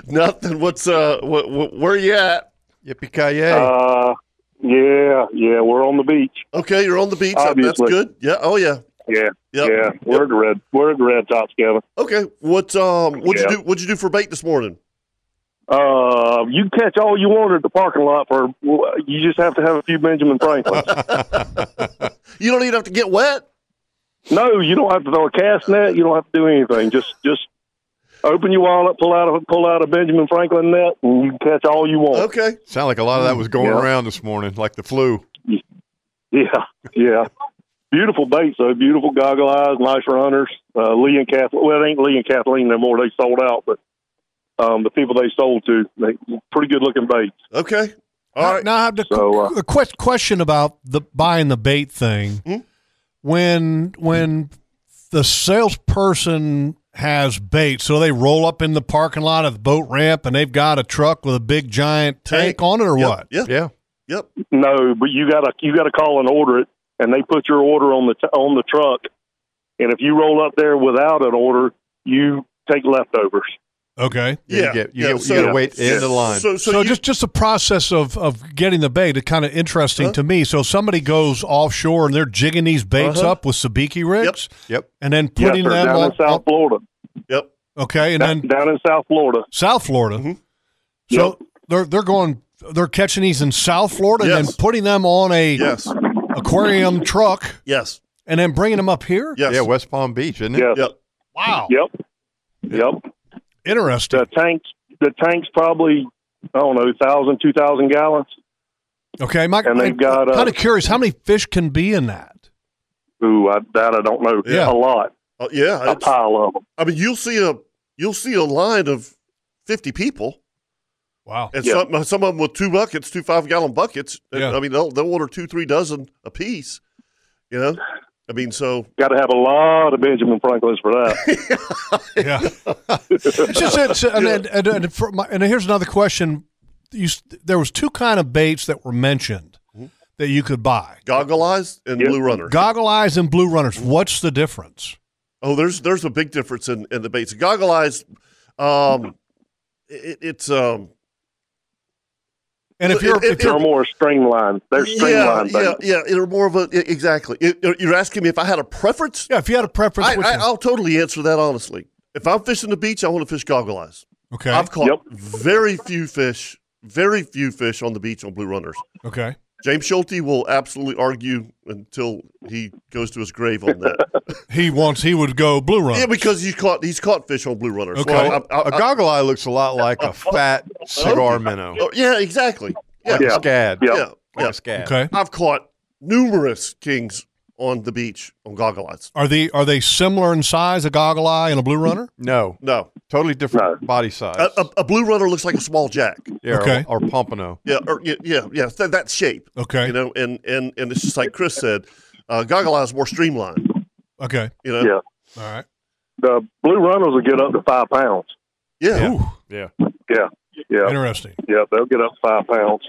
Speaker 1: Nothing. What's uh, what, what, where you at?
Speaker 5: Yippee ki yay!
Speaker 9: Uh, yeah, yeah, we're on the beach.
Speaker 1: Okay, you're on the beach. That's
Speaker 9: Obviously.
Speaker 1: good. Yeah. Oh yeah.
Speaker 9: Yeah,
Speaker 1: Yep.
Speaker 9: yeah, we're at the red, we're at the red tops, Kevin.
Speaker 1: Okay. What um? What'd
Speaker 9: Yeah.
Speaker 1: you do? What'd you do for bait this morning?
Speaker 9: Uh, you can catch all you want at the parking lot for. You just have to have a few Benjamin Franklins.
Speaker 1: You don't even have to get wet.
Speaker 9: no, you don't have to throw a cast net. You don't have to do anything. Just, just open your wallet, pull out a pull out a Benjamin Franklin net, and you can catch all you want.
Speaker 1: Okay.
Speaker 5: Sound like a lot of that was going
Speaker 9: Yeah.
Speaker 5: around this morning, like the flu.
Speaker 9: Yeah, yeah. Beautiful baits, though. Beautiful goggle eyes, nice runners. Uh, Lee and Kathleen. Well, it ain't Lee and Kathleen no more. They sold out, but um, the people they sold to, they pretty good looking baits.
Speaker 1: Okay. All right.
Speaker 4: Now I have the
Speaker 9: So, uh,
Speaker 4: a quick question about the buying the bait thing.
Speaker 5: Hmm?
Speaker 4: When when the salesperson has bait, so they roll up in the parking lot of the boat ramp and they've got a truck with a big giant tank
Speaker 1: Tank.
Speaker 4: on it, or
Speaker 1: Yep.
Speaker 4: what?
Speaker 1: Yep.
Speaker 5: Yeah,
Speaker 1: Yep.
Speaker 9: No, but you gotta you gotta call and order it, and they put your order on the t- on the truck. And if you roll up there without an order, you take leftovers.
Speaker 4: Okay.
Speaker 5: Yeah, you get- you get- you gotta wait at the end of the line.
Speaker 1: So,
Speaker 4: So,
Speaker 1: so, you,
Speaker 4: just just the process of of getting the bait is kind of
Speaker 5: Uh-huh.
Speaker 4: interesting to me. So if somebody goes offshore and they're jigging these baits
Speaker 1: Uh-huh.
Speaker 4: up with sabiki rigs
Speaker 5: yep.
Speaker 4: and then
Speaker 9: Yes,
Speaker 4: putting
Speaker 9: sir,
Speaker 4: them
Speaker 9: down
Speaker 4: on,
Speaker 9: in South Florida.
Speaker 1: yep.
Speaker 4: okay, Oh. and then
Speaker 9: Down, down in South Florida.
Speaker 4: South Florida.
Speaker 1: Mm-hmm.
Speaker 4: So they're they're going they're catching these in South Florida and
Speaker 1: Yes.
Speaker 4: then putting them on a
Speaker 1: Yes.
Speaker 4: aquarium truck
Speaker 1: Yes.
Speaker 4: and then bringing them up here.
Speaker 1: Yes.
Speaker 5: Yeah, West Palm Beach, isn't it?
Speaker 9: Yes.
Speaker 1: Yep.
Speaker 4: Wow,
Speaker 9: Yep. Yep.
Speaker 4: interesting.
Speaker 9: the tanks the tanks probably I don't know thousand two thousand gallons.
Speaker 4: okay, Mike,
Speaker 9: and they've
Speaker 4: I'm
Speaker 9: got, uh,
Speaker 4: kind of curious how many fish can be in that.
Speaker 9: Ooh, I, that I don't know.
Speaker 4: Yeah. Oh,
Speaker 9: A lot,
Speaker 1: Uh, yeah.
Speaker 9: a
Speaker 1: it's-
Speaker 9: pile of them.
Speaker 1: I mean, you'll see a you'll see a line of fifty people,
Speaker 4: Wow,
Speaker 1: and
Speaker 9: Yeah.
Speaker 1: some some of them with two buckets, two five gallon buckets. And,
Speaker 4: Yeah.
Speaker 1: I mean, they'll they'll order two, three dozen a piece. You know. I mean, so
Speaker 9: Got to have a lot of Benjamin Franklins for that.
Speaker 4: yeah. it's just it's, and, and, and, and, for my, and here's another question. You, s- there was two kind of baits that were mentioned that you could buy:
Speaker 1: Mm-hmm. goggle eyes and
Speaker 9: Yep.
Speaker 1: blue runner.
Speaker 4: goggle eyes and blue runners. What's the difference?
Speaker 1: Oh, there's there's a big difference in, in the baits. Goggle eyes, um, it, it's um,
Speaker 4: And if you're
Speaker 1: It- it-
Speaker 4: if
Speaker 9: They're
Speaker 4: you're
Speaker 9: more streamlined. They're
Speaker 1: yeah,
Speaker 9: streamlined.
Speaker 1: yeah,
Speaker 9: baby.
Speaker 1: yeah. They're more of a yeah, exactly. It- it- you're asking me if I had a preference.
Speaker 4: yeah, if you had a preference,
Speaker 1: I,
Speaker 4: which
Speaker 1: I,
Speaker 4: one?
Speaker 1: I'll totally answer that honestly. If I'm fishing the beach, I want to fish goggle eyes.
Speaker 4: okay,
Speaker 1: I've caught
Speaker 9: Yep.
Speaker 1: very few fish, very few fish on the beach on blue runners.
Speaker 4: okay.
Speaker 1: James Schulte will absolutely argue until he goes to his grave on that.
Speaker 4: He wants he would go blue runner.
Speaker 1: yeah, because he's caught he's caught fish on blue runners.
Speaker 4: Okay.
Speaker 1: Well, I- I-
Speaker 5: A
Speaker 1: I-
Speaker 5: goggle eye looks a lot like a fat cigar minnow,
Speaker 1: oh, yeah, exactly. Yeah,
Speaker 5: like a scad,
Speaker 9: Yeah.
Speaker 1: yeah,
Speaker 5: like
Speaker 1: yeah.
Speaker 5: a scad.
Speaker 4: Okay.
Speaker 1: I've caught numerous kings on the beach on goggle eyes.
Speaker 4: Are they are they similar in size, a goggle eye and a blue runner?
Speaker 5: No,
Speaker 1: No,
Speaker 5: totally different body size.
Speaker 1: a, a, a blue runner looks like a small jack.
Speaker 5: yeah,
Speaker 4: Okay.
Speaker 5: or, or pompano.
Speaker 1: Yeah, or, yeah, yeah, yeah that, that shape.
Speaker 4: Okay.
Speaker 1: You know, and and and it's just like Chris said, uh, goggle eyes more streamlined.
Speaker 4: Okay.
Speaker 1: You know,
Speaker 9: Yeah.
Speaker 4: All right.
Speaker 9: The blue runners will get up to five pounds.
Speaker 1: yeah.
Speaker 4: Ooh,
Speaker 9: Yeah, yeah,
Speaker 4: interesting.
Speaker 9: yeah. They'll get up to five pounds.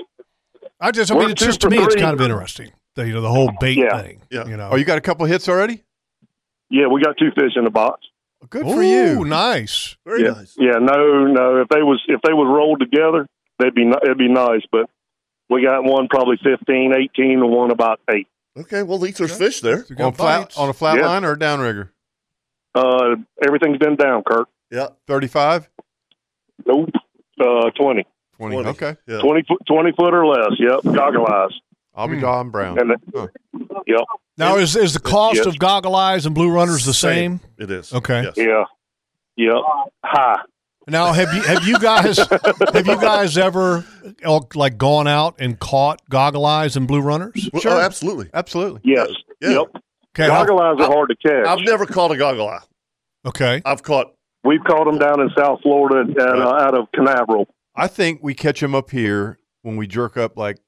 Speaker 4: I just I mean
Speaker 9: One,
Speaker 4: it's
Speaker 9: two
Speaker 4: just
Speaker 9: for
Speaker 4: to me it's
Speaker 9: three.
Speaker 4: kind of interesting. The, you know, the whole bait
Speaker 9: Yeah.
Speaker 4: thing.
Speaker 1: Yeah.
Speaker 4: You know.
Speaker 5: Oh, you got a couple hits already?
Speaker 9: Yeah, we got two fish in the box.
Speaker 5: Good
Speaker 4: Ooh,
Speaker 5: for you.
Speaker 4: nice.
Speaker 1: Very
Speaker 9: yeah.
Speaker 1: nice.
Speaker 9: Yeah, no, no. If they was if they was rolled together, they'd be ni- it'd be nice. But we got one probably 15, 18, and one about eight.
Speaker 1: Okay, well, at least there's fish there.
Speaker 4: So you got
Speaker 5: On flat
Speaker 4: bites.
Speaker 5: on a flat
Speaker 9: Yeah.
Speaker 5: line or a downrigger?
Speaker 9: Uh, everything's been down, Kirk.
Speaker 1: Yeah,
Speaker 5: 35?
Speaker 9: Nope. Uh, 20.
Speaker 5: 20.
Speaker 1: 20.
Speaker 5: Okay.
Speaker 1: yeah.
Speaker 9: 20 foot, 20 foot or less. Yep. Goggle eyes.
Speaker 5: I'll
Speaker 1: Hmm.
Speaker 5: be Don Brown.
Speaker 9: And the,
Speaker 5: Huh.
Speaker 9: Yep.
Speaker 4: now is is the cost
Speaker 9: Yes.
Speaker 4: of goggle eyes and blue runners the same?
Speaker 1: It is.
Speaker 4: Okay.
Speaker 1: Yes.
Speaker 9: Yeah. Yep. High.
Speaker 4: Now, have you have you guys have you guys ever uh, like gone out and caught goggle eyes and blue runners?
Speaker 1: Well,
Speaker 5: Sure.
Speaker 1: Oh, absolutely.
Speaker 5: Absolutely.
Speaker 9: Yes.
Speaker 1: Yeah.
Speaker 9: Yep.
Speaker 4: Okay, how-
Speaker 9: Goggle eyes are hard to catch.
Speaker 1: I've never caught a goggle eye.
Speaker 4: okay.
Speaker 1: I've caught
Speaker 9: We've caught them down in South Florida at, uh, out of Canaveral.
Speaker 5: I think we catch them up here when we jerk up like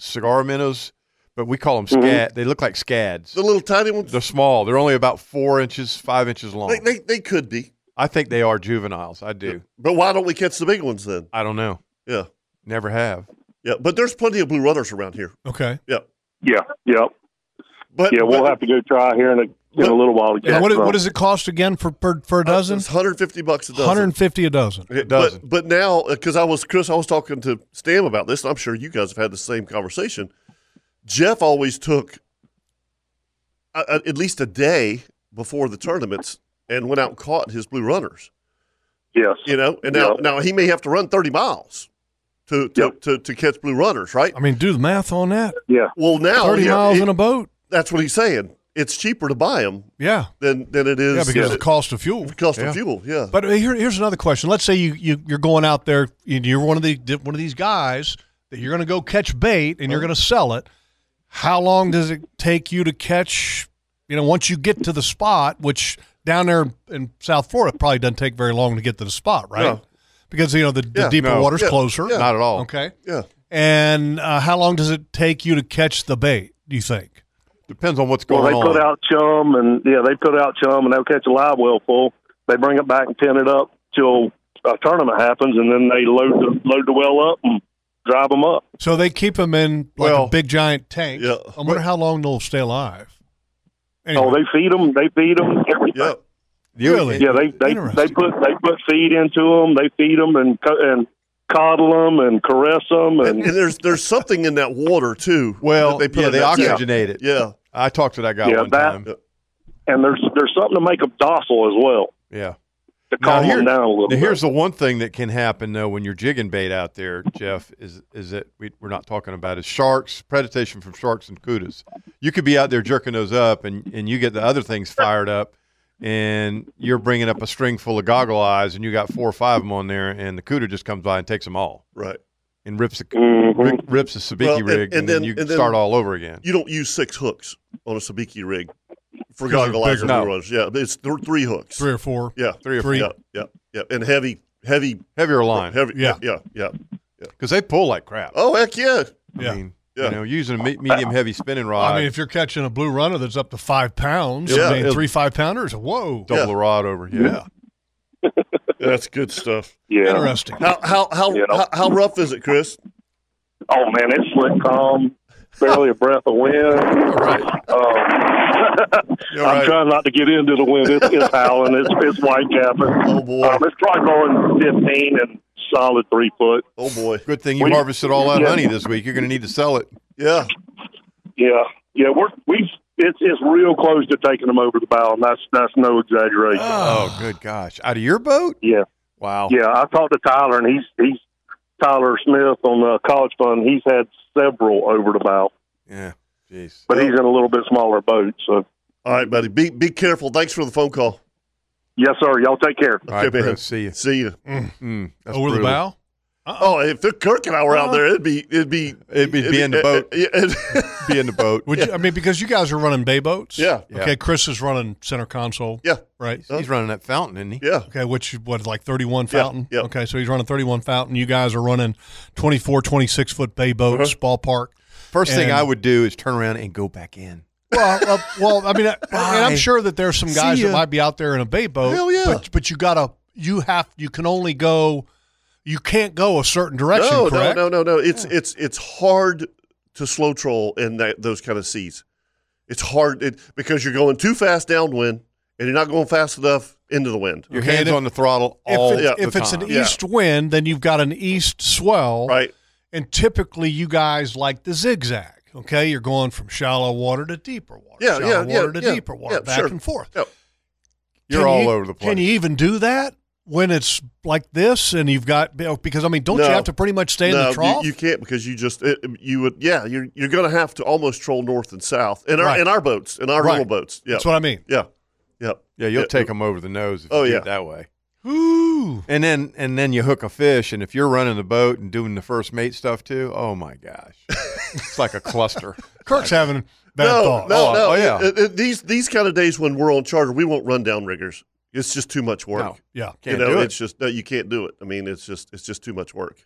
Speaker 5: cigar minnows, but we call them
Speaker 9: Mhm.
Speaker 5: scad. They look like scads.
Speaker 1: Mm-hmm. the little tiny ones.
Speaker 5: They're small. They're only about four inches, five inches long.
Speaker 1: They, they, they could be.
Speaker 5: I think they are juveniles. I do.
Speaker 1: But why don't we catch the big ones then?
Speaker 5: I don't know.
Speaker 1: Yeah.
Speaker 5: Never have.
Speaker 1: Yeah. But there's plenty of blue runners around here.
Speaker 4: Okay.
Speaker 9: Yeah. Yep.
Speaker 1: But
Speaker 9: Yeah. We'll
Speaker 1: but-
Speaker 9: have to go try here in a, in a little while to catch
Speaker 4: And what,
Speaker 9: some.
Speaker 4: what does it cost again for per, for a
Speaker 1: uh,
Speaker 4: dozen?
Speaker 1: It's 150 bucks a dozen.
Speaker 4: 150 a dozen.
Speaker 1: It-
Speaker 5: dozen.
Speaker 1: But, but now, because I was Chris, I was talking to Stam about this, and I'm sure you guys have had the same conversation. Jeff always took a, a- at least a day before the tournaments and went out and caught his blue runners.
Speaker 9: yes.
Speaker 1: You know, and now
Speaker 9: Yeah.
Speaker 1: now he may have to run 30 miles to to,
Speaker 9: Yeah.
Speaker 1: to, to catch blue runners, right?
Speaker 4: I mean, do the math on that.
Speaker 9: Yeah.
Speaker 1: Well, now
Speaker 4: 30
Speaker 1: he-
Speaker 4: miles
Speaker 1: he-
Speaker 4: in a boat.
Speaker 1: that's what he's saying. It's cheaper to buy them
Speaker 4: Yeah.
Speaker 1: than than it is
Speaker 4: Yeah, because of the
Speaker 1: the
Speaker 4: cost of fuel.
Speaker 1: cost
Speaker 5: Yeah.
Speaker 1: of fuel. Yeah,
Speaker 4: But uh, here, here's another question. Let's say you, you you're going out there and you're one of the one of these guys that you're going to go catch bait and you're going to sell it. How long does it take you to catch? You know, once you get to the spot, which down there in South Florida it probably doesn't take very long to get to the spot, right?
Speaker 1: No.
Speaker 4: Because you know the, the
Speaker 1: Yeah,
Speaker 4: deeper
Speaker 5: no.
Speaker 4: water's
Speaker 1: Yeah,
Speaker 4: closer.
Speaker 1: yeah.
Speaker 5: Not at all.
Speaker 4: Okay.
Speaker 1: yeah.
Speaker 4: And uh, how long does it take you to catch the bait? Do you think?
Speaker 5: Depends on what's
Speaker 9: Well,
Speaker 5: going
Speaker 9: they
Speaker 5: on.
Speaker 9: put out chum, and yeah, they put out chum, and they'll catch a live well full. They bring it back and pin it up till a tournament happens, and then they load the load the well up and drive them up.
Speaker 4: So they keep them in like
Speaker 5: Well,
Speaker 4: a big giant tank.
Speaker 1: yeah.
Speaker 4: I wonder how long they'll stay alive.
Speaker 9: Oh,
Speaker 4: Anyway.
Speaker 9: they feed them. They feed them. Everything.
Speaker 1: yeah.
Speaker 5: You-
Speaker 4: Really?
Speaker 9: Yeah, they they
Speaker 4: Interesting.
Speaker 9: they put they put feed into them. They feed them and co- and coddle them and caress them
Speaker 1: And,
Speaker 9: and
Speaker 1: and there's there's something in that water too.
Speaker 5: Well,
Speaker 1: that they put
Speaker 5: yeah,
Speaker 1: in
Speaker 5: they
Speaker 1: that tank.
Speaker 5: oxygenate it.
Speaker 1: Yeah,
Speaker 5: I talked to that guy
Speaker 9: Yeah,
Speaker 5: one
Speaker 9: that-
Speaker 5: time.
Speaker 9: and there's there's something to make them docile as well
Speaker 5: Yeah.
Speaker 9: to
Speaker 5: Now,
Speaker 9: calm
Speaker 5: here-
Speaker 9: them down a little.
Speaker 5: Now,
Speaker 9: bit.
Speaker 5: here's the one thing that can happen though when you're jigging bait out there, Jeff, is is that we, we're not talking about is sharks, predation from sharks and kudas. You could be out there jerking those up, and and you get the other things fired up, and you're bringing up a string full of goggle eyes, and you got four or five of them on there, and the cuda just comes by and takes them all
Speaker 1: right.
Speaker 5: and rips the
Speaker 9: Mhm.
Speaker 5: ri- rips the sabiki
Speaker 1: Well, and-
Speaker 5: rig, and,
Speaker 1: and
Speaker 5: then,
Speaker 1: then-
Speaker 5: you
Speaker 1: and then-
Speaker 5: start all over again.
Speaker 1: You don't use six hooks on a sabiki rig for
Speaker 4: Because they're
Speaker 1: goggle eyes
Speaker 4: bigger.
Speaker 1: and
Speaker 5: No.
Speaker 1: blue runners. Yeah, it's th- three hooks.
Speaker 4: three or four.
Speaker 1: Yeah,
Speaker 5: Three or
Speaker 4: Three.
Speaker 1: yeah, yeah, yeah, and heavy, heavy,
Speaker 5: heavier line
Speaker 1: heavy.
Speaker 4: Yeah.
Speaker 1: yeah, yeah.
Speaker 5: because they pull like crap.
Speaker 1: Oh heck yeah!
Speaker 4: Yeah.
Speaker 5: I mean,
Speaker 1: Yeah.
Speaker 5: you know, using a me- medium heavy spinning rod.
Speaker 4: I mean, if you're catching a blue runner that's up to five pounds,
Speaker 1: Yeah.
Speaker 4: I mean,
Speaker 5: It'll-
Speaker 4: three five pounders, whoa,
Speaker 5: double
Speaker 1: yeah.
Speaker 5: the rod over here.
Speaker 4: Yeah.
Speaker 1: That's good stuff.
Speaker 9: yeah.
Speaker 4: interesting.
Speaker 1: How how how,
Speaker 9: You know.
Speaker 1: how how rough is it, Chris?
Speaker 9: Oh man, it's slick calm, barely a breath of wind. Um,
Speaker 5: You're
Speaker 9: I'm
Speaker 5: right.
Speaker 9: trying not to get into the wind. It's, it's howling. It's it's white capping.
Speaker 1: Oh boy,
Speaker 9: Um, it's probably going 15 and solid three foot.
Speaker 1: oh boy.
Speaker 5: Good thing you
Speaker 9: We-
Speaker 5: harvested all that
Speaker 9: yeah.
Speaker 5: honey this week. You're going to need to sell it.
Speaker 1: Yeah,
Speaker 9: Yeah, yeah. We're we it's it's real close to taking them over the bow, and that's that's no exaggeration.
Speaker 5: Oh,
Speaker 1: Ah.
Speaker 5: good gosh! Out of your boat?
Speaker 9: yeah,
Speaker 5: Wow.
Speaker 9: yeah. I talked to Tyler, and he's he's Tyler Smith on the College Fund. He's had several over the bow,
Speaker 5: Yeah. Jeez.
Speaker 9: but he's in a little bit smaller boat. So
Speaker 1: all right, buddy. Be be careful. Thanks for the phone call.
Speaker 9: yes, sir. Y'all take care.
Speaker 5: All right,
Speaker 1: Okay, man.
Speaker 5: Chris, see you.
Speaker 1: See you.
Speaker 5: Mm, that's
Speaker 4: Over the
Speaker 5: brutal.
Speaker 4: bow. Uh-uh. Uh-huh.
Speaker 1: Oh, if Kirk and I were out there, it'd be it'd be
Speaker 5: It'd be- be in the boat.
Speaker 1: Yeah, it'd-
Speaker 5: Be in the boat.
Speaker 4: Would you, I mean, because you guys are running bay boats.
Speaker 1: yeah,
Speaker 5: Yeah.
Speaker 4: Okay, Chris is running center console.
Speaker 1: yeah,
Speaker 4: Right.
Speaker 5: He's running that fountain, isn't he?
Speaker 1: yeah.
Speaker 4: Okay, which is what like 31
Speaker 1: Yeah,
Speaker 4: fountain.
Speaker 1: yeah.
Speaker 4: Okay, so he's running 31 fountain. You guys are running 24, 26 foot bay boats, ballpark.
Speaker 5: First thing
Speaker 4: And-
Speaker 5: I would do is turn around and go back in.
Speaker 4: Well, uh, well, I mean, I, and
Speaker 5: Bye.
Speaker 4: I'm sure that there's some guys
Speaker 5: See
Speaker 4: that
Speaker 5: ya.
Speaker 4: might be out there in a bay boat.
Speaker 5: Hell yeah.
Speaker 4: But, but you gotta, you have, you can only go, you can't go a certain direction.
Speaker 1: no,
Speaker 4: correct?
Speaker 1: no, no, no, no. It's it's it's hard to slow troll in that those kind of seas. It's hard it, because you're going too fast downwind and you're not going fast enough into the wind.
Speaker 5: Your
Speaker 4: Okay,
Speaker 5: hands
Speaker 4: and if-
Speaker 5: on the throttle all
Speaker 4: if, it-
Speaker 1: yeah,
Speaker 5: the
Speaker 4: if it's an
Speaker 5: time.
Speaker 1: Yeah.
Speaker 4: east wind, then you've got an east swell,
Speaker 1: Right.
Speaker 4: And typically, you guys like the zigzag. Okay, you're going from shallow water to deeper water,
Speaker 1: Yeah,
Speaker 4: shallow
Speaker 1: yeah, yeah,
Speaker 4: water to
Speaker 1: yeah,
Speaker 4: deeper water,
Speaker 1: yeah,
Speaker 4: back
Speaker 1: sure.
Speaker 4: and forth.
Speaker 1: Yeah.
Speaker 5: You're
Speaker 4: Can
Speaker 5: all
Speaker 4: you-
Speaker 5: over the place.
Speaker 4: Can you even do that when it's like this and you've got because I mean, don't you
Speaker 1: No.
Speaker 4: have to pretty much stay in
Speaker 1: no,
Speaker 4: the trough?
Speaker 1: You, you can't because you just it, you would yeah you're you're going to have to almost troll north and south in our
Speaker 4: Right.
Speaker 1: in our boats in our
Speaker 4: Right.
Speaker 1: little boats. Yeah,
Speaker 4: That's what I mean.
Speaker 1: yeah, yeah.
Speaker 5: yeah, you'll
Speaker 1: Yeah.
Speaker 5: take them over the nose if
Speaker 1: Oh,
Speaker 5: you do
Speaker 1: yeah.
Speaker 5: it that way.
Speaker 4: Ooh.
Speaker 5: And then and then you hook a fish, and if you're running the boat and doing the first mate stuff too, oh my gosh, it's like a cluster.
Speaker 4: Kirk's having bad
Speaker 1: No,
Speaker 4: thoughts.
Speaker 1: no,
Speaker 5: Oh,
Speaker 1: no.
Speaker 5: oh, yeah.
Speaker 1: It- it- these these kind of days when we're on charter, we won't run down riggers. It's just too much work.
Speaker 5: No,
Speaker 4: Yeah.
Speaker 5: can't
Speaker 1: you know,
Speaker 5: do
Speaker 1: it's
Speaker 5: it.
Speaker 1: just no, you can't do it. I mean, it's just it's just too much work.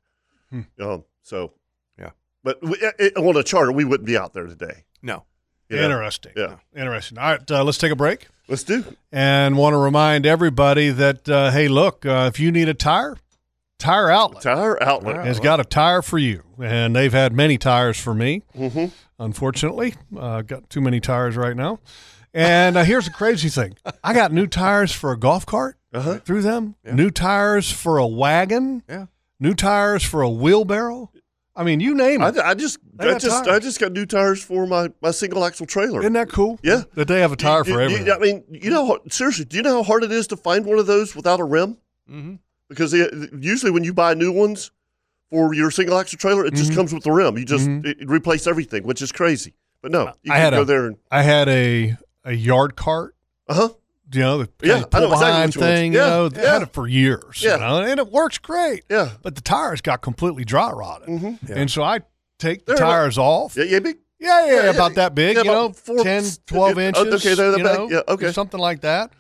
Speaker 4: Hmm.
Speaker 1: Um, so
Speaker 5: Yeah.
Speaker 1: but we, i- i- on a charter, we wouldn't be out there today.
Speaker 5: No,
Speaker 1: you know?
Speaker 4: Interesting.
Speaker 1: Yeah.
Speaker 4: Interesting. All right, uh, let's take a break.
Speaker 1: Let's do.
Speaker 4: and want to remind everybody that uh, hey, look, uh, if you need a tire, Tire Outlet
Speaker 1: Tire outlet.
Speaker 4: has got a tire for you, and they've had many tires for me.
Speaker 1: Mhm.
Speaker 4: Unfortunately, uh, got too many tires right now. And uh, here's the crazy thing: I got new tires for a golf cart
Speaker 1: Uh-huh.
Speaker 4: through them. New tires for a wagon.
Speaker 5: Yeah.
Speaker 4: New tires for a wheelbarrow. I mean, you name it.
Speaker 1: I, I just
Speaker 4: They
Speaker 1: I
Speaker 4: got
Speaker 1: just I
Speaker 4: tires.
Speaker 1: just got new tires for my, my single axle trailer.
Speaker 4: Isn't that cool?
Speaker 1: Yeah.
Speaker 4: That they have a tire
Speaker 1: You-
Speaker 4: for
Speaker 1: you-
Speaker 4: everything.
Speaker 1: I mean, you know, how- seriously, do you know how hard it is to find one of those without a rim?
Speaker 4: Mm-hmm.
Speaker 5: Mhm.
Speaker 1: Because they, usually when you buy new ones for your single axle trailer, it
Speaker 4: Mm-hmm.
Speaker 1: just comes with the rim. You just
Speaker 4: Mhm.
Speaker 1: it- replace everything, which is crazy. But no, you
Speaker 4: I
Speaker 1: can
Speaker 4: had
Speaker 1: go
Speaker 4: a-
Speaker 1: there and
Speaker 4: I had a a yard cart
Speaker 1: uh huh.
Speaker 4: you know, the
Speaker 1: Yeah,
Speaker 4: kind of
Speaker 1: I know
Speaker 4: pull
Speaker 1: exactly
Speaker 4: behind
Speaker 1: what you want.
Speaker 4: thing.
Speaker 1: Yeah,
Speaker 4: You know, they
Speaker 1: yeah.
Speaker 4: had it for years.
Speaker 1: Yeah.
Speaker 4: You know, and it works great.
Speaker 1: Yeah,
Speaker 4: But the tires got completely dry rotted,
Speaker 1: Mhm.
Speaker 5: Yeah.
Speaker 4: and so I take the
Speaker 1: They're like-
Speaker 4: tires off.
Speaker 1: yeah, yeah, big.
Speaker 4: Yeah, yeah,
Speaker 1: Yeah, yeah,
Speaker 4: about that big.
Speaker 1: yeah,
Speaker 4: you know,
Speaker 1: about four-
Speaker 4: 10, 12
Speaker 1: yeah,
Speaker 4: inches.
Speaker 1: okay, they're that
Speaker 4: you
Speaker 1: big.
Speaker 4: know,
Speaker 1: Yeah, okay.
Speaker 4: something like that.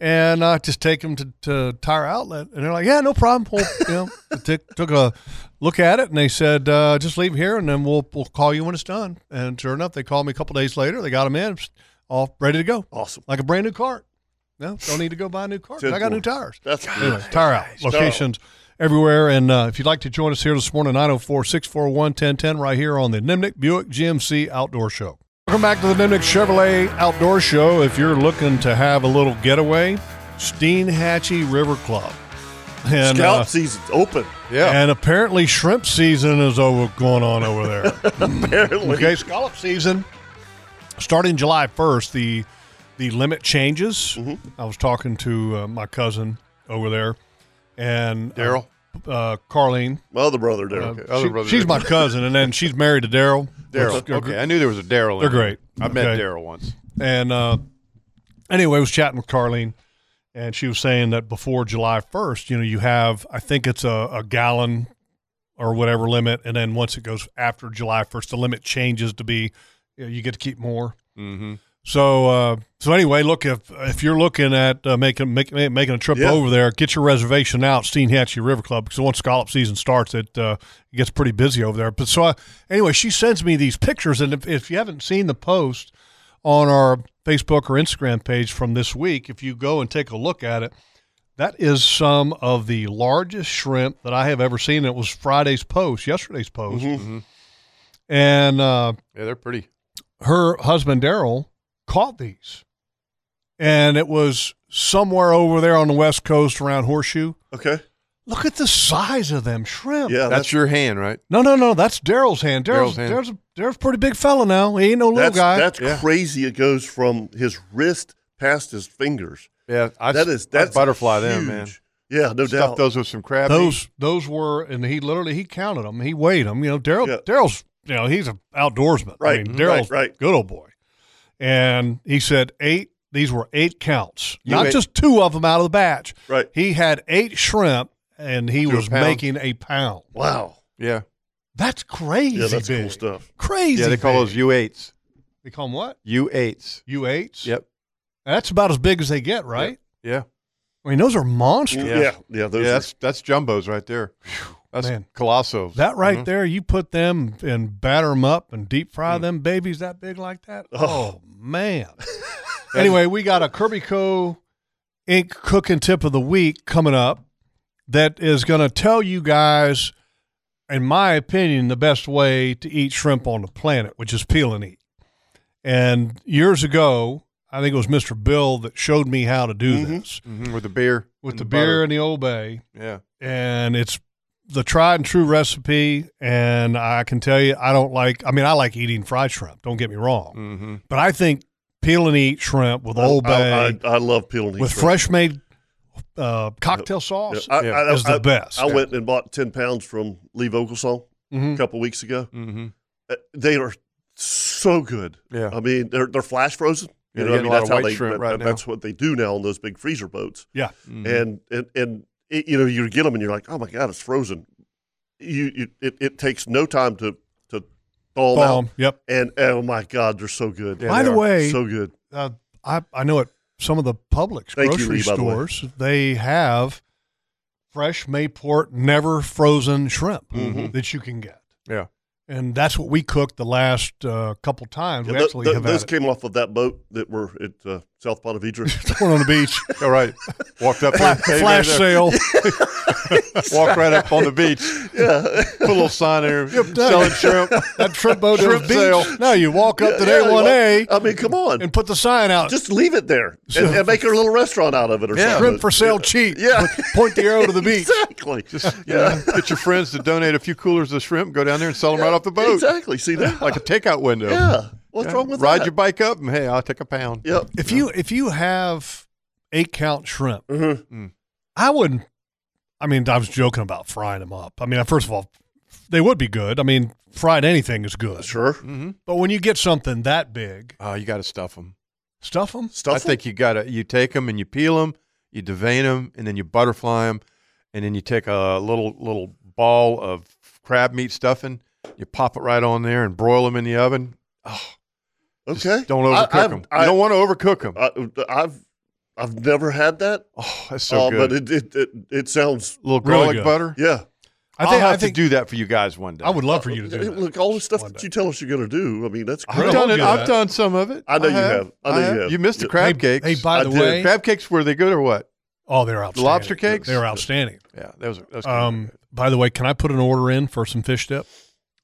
Speaker 4: And I just take them to, to tire outlet, and they're like, "Yeah, no problem." We'll, you know, I took, took a look at it, and they said, uh, "Just leave here, and then we'll we'll call you when it's done." And sure enough, they called me a couple days later. They got them in, all ready to go
Speaker 1: Awesome.
Speaker 4: like a brand new cart. No, don't need to go buy new cars.
Speaker 1: Good
Speaker 4: I got new
Speaker 1: Lord.
Speaker 4: tires.
Speaker 1: That's
Speaker 4: Anyway, tire out. Locations everywhere. And uh, if you'd like to join us here this morning, 904 641 1010 right here on the Nimnik Buick GMC Outdoor Show. Welcome back to the Nimnik Chevrolet Outdoor Show. If you're looking to have a little getaway, Steenhatchee River Club. And,
Speaker 1: Scout
Speaker 4: uh,
Speaker 1: season's open.
Speaker 5: yeah,
Speaker 4: and apparently shrimp season is over going on over there.
Speaker 1: Apparently,
Speaker 4: Okay, scallop season starting July first. The the limit changes.
Speaker 5: Mm-hmm.
Speaker 4: I was talking to uh, my cousin over there, and uh,
Speaker 5: Daryl.
Speaker 4: uh, Carlene.
Speaker 1: my other brother there.
Speaker 5: Okay, other
Speaker 4: Uh, She-
Speaker 5: brother
Speaker 4: she's
Speaker 5: Daryl.
Speaker 4: my cousin, and then she's married to Daryl.
Speaker 5: Daryl.
Speaker 4: Which-
Speaker 5: Okay, I knew there was a Daryl. in
Speaker 4: They're
Speaker 5: there.
Speaker 4: great.
Speaker 5: I met
Speaker 4: Okay.
Speaker 5: Daryl once.
Speaker 4: And uh, anyway, I was chatting with Carlene, and she was saying that before July 1st, you know, you have, I think it's a, a gallon or whatever limit. And then once it goes after July 1st, the limit changes to be, you, know, you get to keep more.
Speaker 5: Mm-hmm.
Speaker 4: So, uh, so anyway, look if if you're looking at uh, making make, ma- making a trip
Speaker 1: Yeah.
Speaker 4: over there, get your reservation out, Steenhatchee River Club, because once scallop season starts, it uh, gets pretty busy over there. But so I, anyway, she sends me these pictures, and if, if you haven't seen the post on our Facebook or Instagram page from this week, if you go and take a look at it, that is some of the largest shrimp that I have ever seen. It was Friday's post, yesterday's post,
Speaker 1: Mm-hmm.
Speaker 5: Mhm.
Speaker 4: Mm-hmm. and. Uh,
Speaker 5: Yeah, they're pretty.
Speaker 4: her husband Daryl caught these, and it was somewhere over there on the west coast around Horseshoe.
Speaker 1: Okay,
Speaker 4: Look at the size of them shrimp.
Speaker 1: yeah,
Speaker 5: That's your hand, right?
Speaker 4: No, no, no. That's Daryl's hand. Daryl's
Speaker 5: Daryl's hand.
Speaker 4: Daryl's, a, Daryl's a pretty big fella now. He ain't no little
Speaker 1: that's,
Speaker 4: guy.
Speaker 1: that's
Speaker 5: Yeah.
Speaker 1: crazy. It goes from his wrist past his fingers.
Speaker 5: Yeah, I,
Speaker 1: that is that's
Speaker 5: I butterfly them,
Speaker 1: huge.
Speaker 5: man.
Speaker 1: Yeah, no
Speaker 5: Stuff
Speaker 1: doubt.
Speaker 5: those with some crab. meat.
Speaker 4: those those were, and he literally he counted them. He weighed them. You know, Daryl.
Speaker 1: Yeah.
Speaker 4: Daryl's. You know, he's an outdoorsman.
Speaker 1: Right,
Speaker 4: I mean,
Speaker 1: mhm,
Speaker 4: Daryl's
Speaker 1: right, right.
Speaker 4: good old boy. And he said eight. These were eight counts,
Speaker 5: You
Speaker 4: not
Speaker 5: ate-
Speaker 4: just two of them out of the batch.
Speaker 1: Right.
Speaker 4: He had eight shrimp, and he
Speaker 5: To a
Speaker 4: was
Speaker 5: pound.
Speaker 4: making a pound.
Speaker 1: Wow.
Speaker 5: Yeah,
Speaker 4: That's crazy.
Speaker 1: Yeah, that's
Speaker 4: big.
Speaker 1: cool stuff.
Speaker 4: Crazy.
Speaker 5: yeah. They call
Speaker 4: big.
Speaker 5: those U eights.
Speaker 4: They call them what?
Speaker 5: U eights.
Speaker 4: U eights.
Speaker 5: Yep.
Speaker 4: That's about as big as they get, right?
Speaker 5: Yeah.
Speaker 4: I mean, those are monsters.
Speaker 1: Yeah, yeah, those
Speaker 5: yeah,
Speaker 1: are-
Speaker 5: that's that's jumbos right there. That's
Speaker 4: man.
Speaker 5: colossal.
Speaker 4: That right
Speaker 5: Mhm.
Speaker 4: there, you put them and batter them up and deep fry them babies that big like that. Oh,
Speaker 1: Oh.
Speaker 4: man. anyway, we got a Kirby Co. Inc. cooking tip of the week coming up that is going to tell you guys, in my opinion, the best way to eat shrimp on the planet, which is peel and eat. And years ago, I think it was Mr. Bill that showed me how to do
Speaker 1: Mhm.
Speaker 4: this
Speaker 5: Mhm, with the beer,
Speaker 4: with
Speaker 5: and
Speaker 4: the,
Speaker 5: butter.
Speaker 4: beer and the Old Bay
Speaker 5: Yeah,
Speaker 4: and it's the tried and true recipe. And I can tell you, I don't like. I mean, I like eating fried shrimp. Don't get me wrong,
Speaker 5: mm-hmm.
Speaker 4: but I think peel and eat shrimp with Old Bay
Speaker 1: I, I, I love peeling these
Speaker 4: with
Speaker 1: shrimp.
Speaker 4: fresh made uh, cocktail sauce
Speaker 1: Yeah, I,
Speaker 5: Yeah.
Speaker 1: I,
Speaker 4: is the
Speaker 1: I-
Speaker 4: best.
Speaker 1: I went and bought ten pounds from Lee Vogelsong a
Speaker 4: Mhm.
Speaker 1: couple weeks ago.
Speaker 5: Mm-hmm.
Speaker 1: Uh, They are so good.
Speaker 5: Yeah.
Speaker 1: I mean, they're they're flash frozen.
Speaker 5: Yeah, they're
Speaker 1: You know, I
Speaker 5: getting a
Speaker 1: mean
Speaker 5: lot of
Speaker 1: that's how
Speaker 5: white
Speaker 1: they
Speaker 5: shrimp
Speaker 1: that-
Speaker 5: right now.
Speaker 1: that's what they do now on those big freezer boats.
Speaker 4: Yeah,
Speaker 5: Mhm.
Speaker 1: And and and it, you know, you get them and you're like, oh my god, it's frozen. You, you it, it takes no time to to thaw 'em
Speaker 4: Thaw
Speaker 1: out.
Speaker 4: 'em, yep.
Speaker 1: And oh my god, they're so good.
Speaker 4: By the way,
Speaker 1: so good.
Speaker 4: Uh, I I know at some of the Publix
Speaker 1: Thank you,
Speaker 4: grocery
Speaker 1: Lee, by the way.
Speaker 4: stores they have fresh Mayport, never frozen shrimp
Speaker 1: Mhm.
Speaker 4: that you can get,
Speaker 5: Yeah.
Speaker 4: and that's what we cooked the last uh, couple times.
Speaker 1: Yeah,
Speaker 4: we
Speaker 1: tho-
Speaker 4: actually
Speaker 1: tho-
Speaker 4: have had
Speaker 1: those
Speaker 4: it.
Speaker 1: came off of that boat that were at uh, South Ponte Vedra.
Speaker 4: Going on the beach,
Speaker 5: All right. Walked up
Speaker 4: flash,
Speaker 5: there, hey,
Speaker 4: flash
Speaker 5: man,
Speaker 4: sale.
Speaker 5: Walked right up on the beach. Put a little sign there. selling shrimp.
Speaker 4: that shrimp boat
Speaker 5: Shrimp
Speaker 4: shrimp beach.
Speaker 5: sale.
Speaker 4: No, you walk up to
Speaker 1: Yeah,
Speaker 4: day one A
Speaker 1: well, I mean, come on,
Speaker 4: and put the sign out.
Speaker 1: just leave it there and, and make a little restaurant out of it or something.
Speaker 4: shrimp for sale cheap.
Speaker 1: Yeah.
Speaker 4: Point the arrow to the beach.
Speaker 1: Exactly.
Speaker 5: Just you know, get your friends to donate a few coolers of shrimp. Go down there and sell them right off the boat.
Speaker 1: Exactly. See that?
Speaker 5: Like a takeout window.
Speaker 1: yeah. What's wrong with
Speaker 5: Ride
Speaker 1: that?
Speaker 5: your bike up and hey, I'll take a pound.
Speaker 1: Yep.
Speaker 4: If you if you have eight count shrimp,
Speaker 1: Mhm.
Speaker 5: Mm.
Speaker 4: I wouldn't. I mean, I was joking about frying them up. I mean, first of all, they would be good. I mean, fried anything is good.
Speaker 1: Sure.
Speaker 5: Mm-hmm.
Speaker 4: But when you get something that big,
Speaker 5: Oh, you got to stuff them.
Speaker 4: stuff them.
Speaker 1: Stuff.
Speaker 5: I think you got to you take them and you peel them, you devein them, and then you butterfly them, and then you take a little little ball of crab meat stuffing, you pop it right on there and broil them in the oven. Just
Speaker 1: Okay.
Speaker 5: don't
Speaker 1: I-
Speaker 5: overcook
Speaker 1: I've-
Speaker 5: them.
Speaker 1: I,
Speaker 5: you don't want to overcook them.
Speaker 1: I, I've I've never had that.
Speaker 5: oh, that's so
Speaker 1: uh,
Speaker 5: good.
Speaker 1: But it it, it it sounds
Speaker 5: little
Speaker 4: Really
Speaker 5: garlic
Speaker 4: good.
Speaker 5: butter.
Speaker 1: yeah.
Speaker 4: I
Speaker 5: I'll
Speaker 4: think
Speaker 5: have
Speaker 4: I think
Speaker 5: to do that for you guys one day.
Speaker 4: I would love for you to do. That.
Speaker 1: Look, all the stuff
Speaker 4: one
Speaker 1: that
Speaker 4: day.
Speaker 1: you tell us you're going to do. I mean, that's
Speaker 4: I
Speaker 1: great.
Speaker 5: I've
Speaker 4: I'll
Speaker 5: done it.
Speaker 4: do
Speaker 5: I've
Speaker 4: that.
Speaker 5: done some of it.
Speaker 1: I know you have. I know you have.
Speaker 5: You missed the
Speaker 1: Yeah.
Speaker 5: crab
Speaker 4: hey,
Speaker 5: cakes.
Speaker 4: Hey, by
Speaker 1: I
Speaker 4: the
Speaker 1: did.
Speaker 4: way,
Speaker 5: crab cakes were they good or what?
Speaker 4: oh, they're outstanding.
Speaker 5: lobster cakes?
Speaker 4: They're outstanding.
Speaker 5: Yeah, those. those
Speaker 4: Um, by the way, can I put an order in for some fish dip?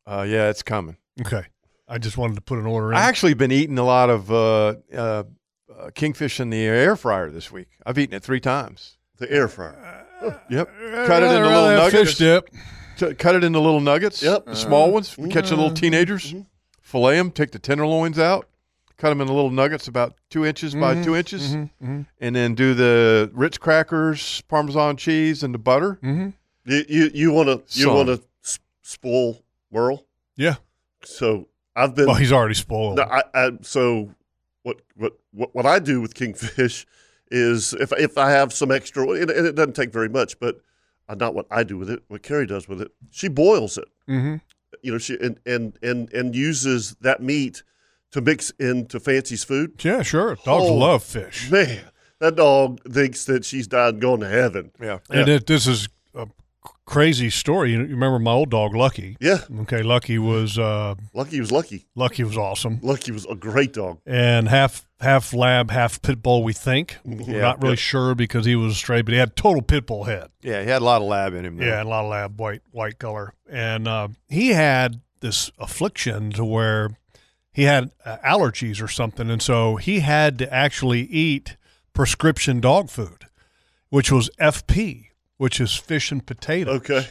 Speaker 5: uh, yeah, it's coming.
Speaker 4: Okay, I just wanted to put an order in.
Speaker 5: I actually been eating a lot of uh, uh, uh, kingfish in the air fryer this week. I've eaten it three times. Uh,
Speaker 1: The air fryer.
Speaker 5: Yep,
Speaker 4: Uh,
Speaker 5: cut it into little nuggets.
Speaker 4: Fish dip.
Speaker 5: T- cut it into little nuggets.
Speaker 1: Yep. Mm-hmm.
Speaker 5: the small ones. We catch the little teenagers, fillet them, take the tenderloins out, cut them into little nuggets about two inches
Speaker 4: Mm-hmm.
Speaker 5: by two inches, and then do the Ritz crackers, Parmesan cheese, and the butter.
Speaker 4: Mm-hmm.
Speaker 1: You you you want to you
Speaker 5: Son.
Speaker 1: want to spoil Merle?
Speaker 4: Yeah.
Speaker 1: So I've been
Speaker 4: Well, he's already spoiled.
Speaker 1: No, I, I so what what what what I do with kingfish is if if I have some extra, and and it doesn't take very much, but uh, not what I do with it. What Carrie does with it, she boils it.
Speaker 5: Mm-hmm.
Speaker 4: Mhm.
Speaker 1: You know, she and and and and uses that meat to mix into Fancy's food.
Speaker 4: Yeah, sure. Dogs
Speaker 1: Oh.
Speaker 4: love fish.
Speaker 1: Man, that dog thinks that she's died and gone to heaven.
Speaker 5: Yeah.
Speaker 4: And it, this is a c- crazy story. You you remember my old dog Lucky?
Speaker 1: Yeah,
Speaker 4: Okay, Lucky was uh,
Speaker 1: Lucky was lucky.
Speaker 4: Lucky was awesome,
Speaker 1: Lucky was a great dog.
Speaker 4: and half half lab, half pit bull. We think we're not really sure because he was straight, but he had total pit bull head.
Speaker 5: Yeah, he had a lot of lab in him. though.
Speaker 4: Yeah, and a lot of lab white white color, and uh, he had this affliction to where he had uh, allergies or something, and so he had to actually eat prescription dog food, which was FP, which is fish and potatoes.
Speaker 1: Okay,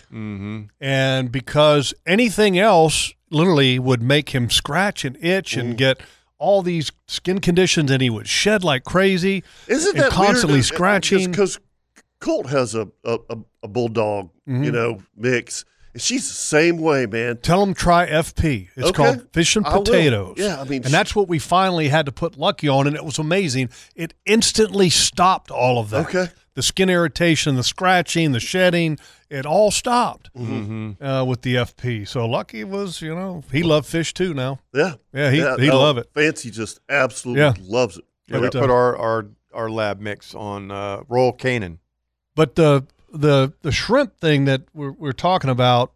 Speaker 4: and because anything else literally would make him scratch and itch and get all these skin conditions and he would shed like crazy
Speaker 1: isn't
Speaker 4: and
Speaker 1: that uh,
Speaker 4: constantly scratching
Speaker 1: Because Colt has a a, a, a bulldog, you know, mix. And she's the same way, man.
Speaker 4: Mm-hmm. tell him try fp it's
Speaker 1: Okay.
Speaker 4: called fish and
Speaker 1: I will.
Speaker 4: potatoes
Speaker 1: Yeah, I mean,
Speaker 4: and that's what we finally had to put lucky on and it was amazing it instantly stopped all of that
Speaker 1: Okay.
Speaker 4: the skin irritation the scratching the shedding it all stopped
Speaker 1: Mm-hmm.
Speaker 5: Mm-hmm.
Speaker 4: uh, with the fp so lucky was you know he loved fish too now
Speaker 1: Yeah,
Speaker 4: Yeah, he- he
Speaker 1: no,
Speaker 4: love it.
Speaker 1: Fancy just absolutely
Speaker 4: Yeah.
Speaker 1: loves it.
Speaker 5: Yeah, we
Speaker 4: But, uh,
Speaker 5: put our, our, our lab mix on uh, Royal Canin.
Speaker 4: But the the the shrimp thing that we're, we're talking about,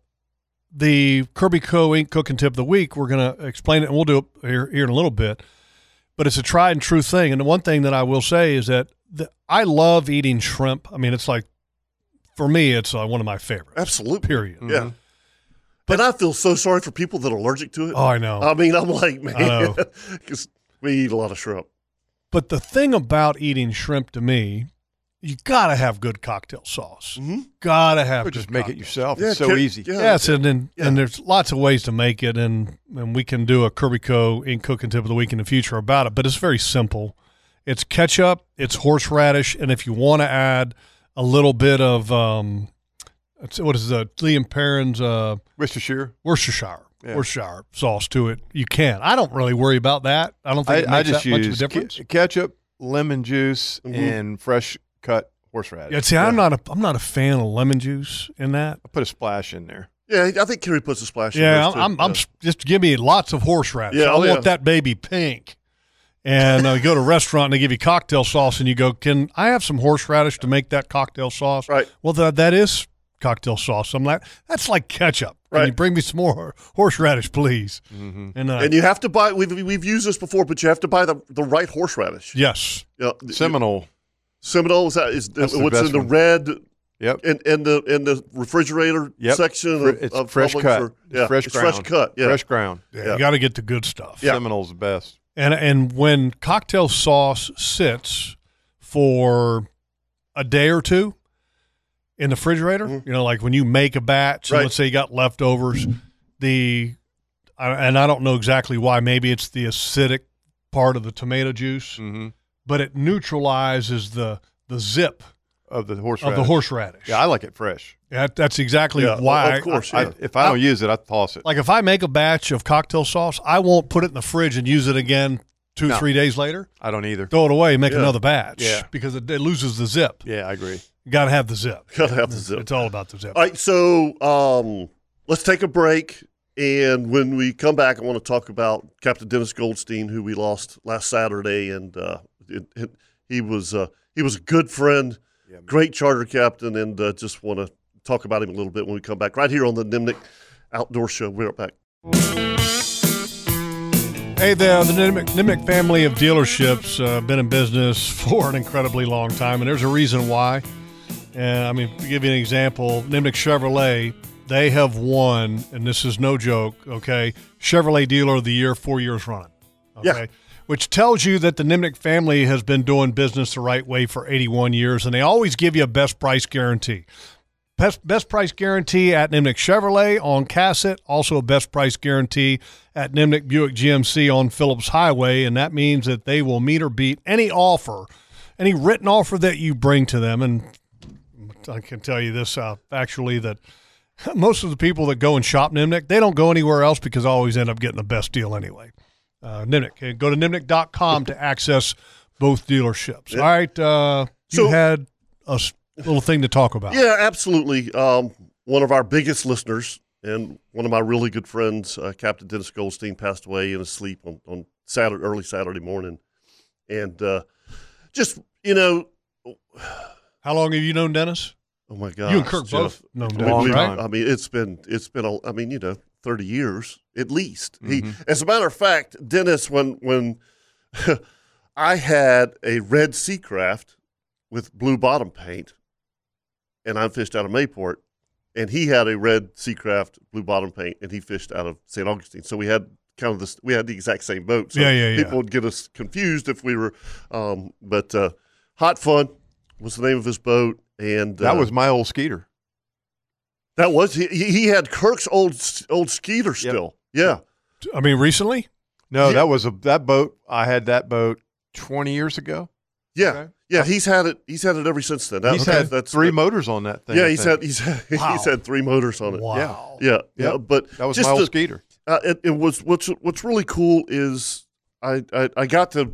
Speaker 4: the Kirby Co. Inc. Cook and Tip of the Week, we're going to explain it, and we'll do it here, here in a little bit. But it's a tried and true thing. And the one thing that I will say is that the, I love eating shrimp. I mean, it's like, for me, it's uh, one of my favorites.
Speaker 1: Absolutely.
Speaker 4: Period.
Speaker 1: Yeah. But I feel so sorry for people that are allergic to it.
Speaker 4: Oh, I know.
Speaker 1: I mean, I'm like, man,
Speaker 4: know.
Speaker 1: because we eat a lot of shrimp.
Speaker 4: But the thing about eating shrimp to me, you got to have good cocktail sauce.
Speaker 1: Mm-hmm.
Speaker 4: Got to have
Speaker 5: Or
Speaker 4: good
Speaker 5: just make it
Speaker 4: cocktail
Speaker 5: yourself.
Speaker 1: Yeah,
Speaker 5: it's so
Speaker 1: Car-
Speaker 5: easy.
Speaker 1: yeah.
Speaker 4: Yes, and then,
Speaker 1: Yeah.
Speaker 4: and there's lots of ways to make it, and and we can do a Kirby Co. in cooking tip of the week in the future about it. But it's very simple. It's ketchup, it's horseradish, and if you want to add a little bit of um, it's- what is it, Liam Perrin's uh,
Speaker 5: Worcestershire.
Speaker 4: Worcestershire
Speaker 5: Yeah.
Speaker 4: Worcestershire sauce to it, you can. I don't really worry about that. I don't think
Speaker 5: I,
Speaker 4: it
Speaker 5: I
Speaker 4: makes
Speaker 5: just
Speaker 4: that much of a
Speaker 5: use
Speaker 4: difference.
Speaker 1: Mm-hmm.
Speaker 5: ke- ketchup, lemon juice, and fresh cut horseradish.
Speaker 4: Yeah, see, I'm not a I'm not a fan of lemon juice in that.
Speaker 5: I put a splash in there.
Speaker 1: Yeah, I think Kerry puts a splash. in
Speaker 4: Yeah,
Speaker 1: those, too.
Speaker 4: I'm, I'm s- just give me lots of horseradish.
Speaker 1: uh, Yeah,
Speaker 4: I
Speaker 1: oh,
Speaker 4: want
Speaker 1: yeah.
Speaker 4: that baby pink. And uh, you go to a restaurant and they give you cocktail sauce, and you go, "Can I have some horseradish to make that cocktail sauce?"
Speaker 1: Right.
Speaker 4: Well, that that is cocktail sauce. I'm like, that's like ketchup. Can
Speaker 1: Right.
Speaker 4: you bring me some more hor- horseradish, please?
Speaker 5: Mm-hmm.
Speaker 4: And, uh,
Speaker 1: and you have to buy. We've we've used this before, but you have to buy the the right horseradish.
Speaker 4: yes,
Speaker 1: Yeah, th-
Speaker 5: Seminole.
Speaker 1: Seminole is that is
Speaker 5: That's the
Speaker 1: what's
Speaker 5: best
Speaker 1: in the
Speaker 5: one.
Speaker 1: red
Speaker 5: Yep.
Speaker 1: in, in the in the refrigerator
Speaker 5: Yep.
Speaker 1: section
Speaker 5: Fre-
Speaker 1: of,
Speaker 5: it's
Speaker 1: of
Speaker 5: fresh
Speaker 1: Publix
Speaker 5: cut.
Speaker 1: or-
Speaker 5: It's
Speaker 1: yeah,
Speaker 5: fresh
Speaker 1: it's
Speaker 5: ground.
Speaker 1: fresh cut. Yeah,
Speaker 5: Fresh ground.
Speaker 4: Yeah, you got to get the good stuff.
Speaker 1: Yeah.
Speaker 5: Seminole's the best.
Speaker 4: And and when cocktail sauce sits for a day or two in the refrigerator, you know, like when you make a batch, and
Speaker 1: Mm-hmm. Right.
Speaker 4: let's say you got leftovers, the I- and I don't know exactly why. Maybe it's the acidic part of the tomato juice,
Speaker 1: Mm-hmm.
Speaker 5: hmm
Speaker 4: but it neutralizes the the zip
Speaker 5: Of the
Speaker 4: of
Speaker 5: horseradish.
Speaker 4: the horseradish.
Speaker 5: Yeah, I like it fresh.
Speaker 4: That- that's exactly
Speaker 1: Yeah,
Speaker 4: why.
Speaker 1: of course,
Speaker 5: I,
Speaker 1: Yeah.
Speaker 5: if I don't use it, I toss it.
Speaker 4: Like if I make a batch of cocktail sauce, I won't put it in the fridge and use it again two
Speaker 5: No.
Speaker 4: three days later.
Speaker 5: I don't either.
Speaker 4: throw it away, make
Speaker 1: Yeah.
Speaker 4: another batch.
Speaker 5: Yeah.
Speaker 4: Because it, it loses the zip.
Speaker 5: Yeah, I agree.
Speaker 4: You got to have the zip.
Speaker 1: gotta have the zip.
Speaker 4: It's all about the zip.
Speaker 1: All right, so um, let's take a break, and when we come back, I want to talk about Captain Dennis Goldstein, who we lost last Saturday, and uh, it, it- he was uh, he was a good friend, great charter captain, and uh, just want to talk about him a little bit when we come back. Right here on the Nimnik Outdoor Show, we're right back.
Speaker 4: Hey there, the Nimic, Nimic family of dealerships uh, been in business for an incredibly long time, and there's a reason why. And I mean, to give you an example, Nimic Chevrolet, they have won, and this is no joke, okay, Chevrolet Dealer of the Year four years running. Okay.
Speaker 1: Yeah.
Speaker 4: Which tells you that the Nimnik family has been doing business the right way for 81 years, and they always give you a best price guarantee. Best, best price guarantee at Nimnik Chevrolet on Cassett. Also, a best price guarantee at Nimnik Buick GMC on Phillips Highway. And that means that they will meet or beat any offer, any written offer that you bring to them. And I can tell you this uh, actually that most of the people that go and shop Nimnik, they don't go anywhere else because I always end up getting the best deal anyway. Uh, Nimnik. Okay, Go to nimnik.com to access both dealerships. All right. Uh, you
Speaker 1: So-
Speaker 4: had a s- little thing to talk about.
Speaker 1: Yeah, absolutely. Um, one of our biggest listeners and one of my really good friends, uh, Captain Dennis Goldstein, passed away in his sleep on, on Saturday, early Saturday morning. And uh, just, you know,
Speaker 4: How long have you known Dennis?
Speaker 1: oh my God.
Speaker 4: you and Kirk both known
Speaker 1: We-
Speaker 4: Dennis,
Speaker 1: we-
Speaker 4: right?
Speaker 1: I mean, it's been, it's been, a, I mean, you know, 30 years at least. He,
Speaker 4: Mm-hmm.
Speaker 1: as a matter of fact, Dennis, when, when I had a red sea craft with blue bottom paint and I fished out of Mayport, and he had a red Seacraft blue bottom paint, and he fished out of St. Augustine. So we had kind of this, we had the exact same boat. So
Speaker 4: Yeah, yeah, yeah.
Speaker 1: People would get us confused if we were, um, but uh, Hot Fun was the name of his boat, and
Speaker 5: That
Speaker 1: uh,
Speaker 5: was my old skeeter.
Speaker 1: that was he, he he had Kirk's old old Skeeter still. Yeah,
Speaker 4: I mean, recently?
Speaker 5: No,
Speaker 1: Yeah.
Speaker 5: that was a that boat. I had that boat twenty years ago.
Speaker 1: yeah,
Speaker 5: Okay.
Speaker 1: yeah. He's had it. He's had it ever since then. That-
Speaker 5: He's
Speaker 1: that-
Speaker 5: had
Speaker 1: that's
Speaker 5: three motors on that thing.
Speaker 1: yeah,
Speaker 5: I
Speaker 1: he's
Speaker 5: think.
Speaker 1: had he's had,
Speaker 4: Wow.
Speaker 1: he's had three motors on it.
Speaker 4: Wow.
Speaker 1: Yeah, yeah,
Speaker 5: Yep.
Speaker 1: but
Speaker 5: That was
Speaker 1: just
Speaker 5: my old
Speaker 1: the-
Speaker 5: skeeter.
Speaker 1: uh, it, it was what's what's really cool is I, I, I got to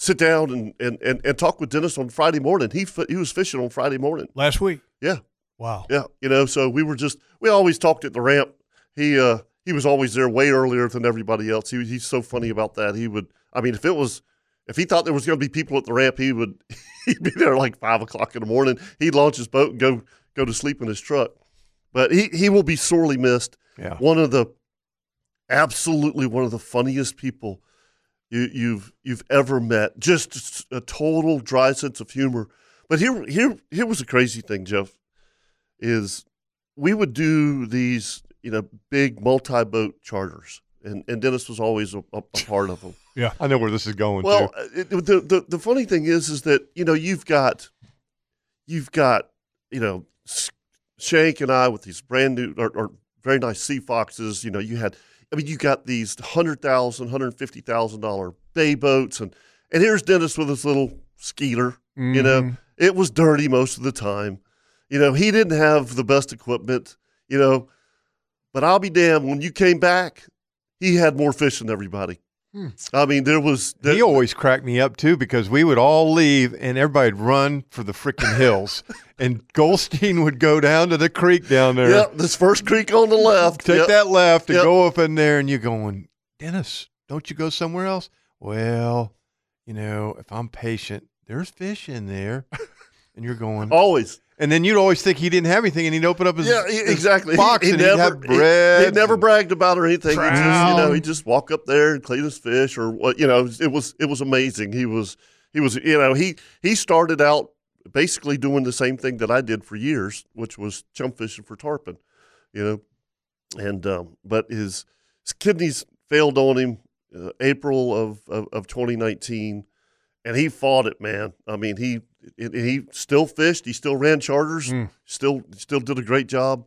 Speaker 1: sit down and, and, and, and talk with Dennis on Friday morning. He fi- he was fishing on Friday morning.
Speaker 4: Last week.
Speaker 1: Yeah,
Speaker 4: Wow.
Speaker 1: yeah. You know, so we were just we always talked at the ramp. He uh he was always there way earlier than everybody else. He he's so funny about that. He would I mean if it was if he thought there was going to be people at the ramp, he would he'd be there like five o'clock in the morning. He'd launch his boat and go go to sleep in his truck. But he he will be sorely missed
Speaker 5: Yeah.
Speaker 1: one of the absolutely one of the funniest people you, you've you've ever met. Just s- a total dry sense of humor. But here here here was a crazy thing, Jeff. Is we would do these you know big multi boat charters, and and Dennis was always a, a, a part of them.
Speaker 5: I know where this is going.
Speaker 1: Well, uh,
Speaker 5: to.
Speaker 1: it, the, the the funny thing is, is that you know you've got, you've got you know S- Shank and I with these brand new or, or very nice sea foxes. You know you had, I mean you got these hundred thousand, hundred fifty thousand dollar bay boats, and and here's Dennis with his little skeeter. You
Speaker 5: Mm-hmm.
Speaker 1: know it was dirty most of the time. You know he didn't have the best equipment. You know, but I'll be damned when you came back, he had more fish than everybody.
Speaker 4: Hmm.
Speaker 1: I mean, there was there,
Speaker 5: he always cracked me up too because we would all leave and everybody'd run for the freaking hills, and Goldstein would go down to the creek down there,
Speaker 1: Yep, this first creek on the left.
Speaker 5: take
Speaker 1: yep.
Speaker 5: that left, and
Speaker 1: Yep.
Speaker 5: go up in there, and you're going, Dennis, don't you go somewhere else? Well, you know, if I'm patient, there's fish in there, and you're going,
Speaker 1: always.
Speaker 5: and then you'd always think he didn't have anything, and he'd open up his
Speaker 1: Yeah, he-
Speaker 5: his
Speaker 1: exactly. He-
Speaker 5: box
Speaker 1: he,
Speaker 5: and
Speaker 1: never
Speaker 5: he'd
Speaker 1: he-
Speaker 5: have bread.
Speaker 1: He, never bragged about or anything. He just, you know,
Speaker 5: Trout.
Speaker 1: he just walk up there and clean his fish or what. You know, it was it was amazing. He was he was you know he he started out basically doing the same thing that I did for years, which was chump fishing for tarpon. You know, and um, but his his kidneys failed on him uh, April of, of of 2019, and he fought it, man. I mean, he and he still fished, he still ran charters,
Speaker 4: Hmm.
Speaker 1: still still did a great job.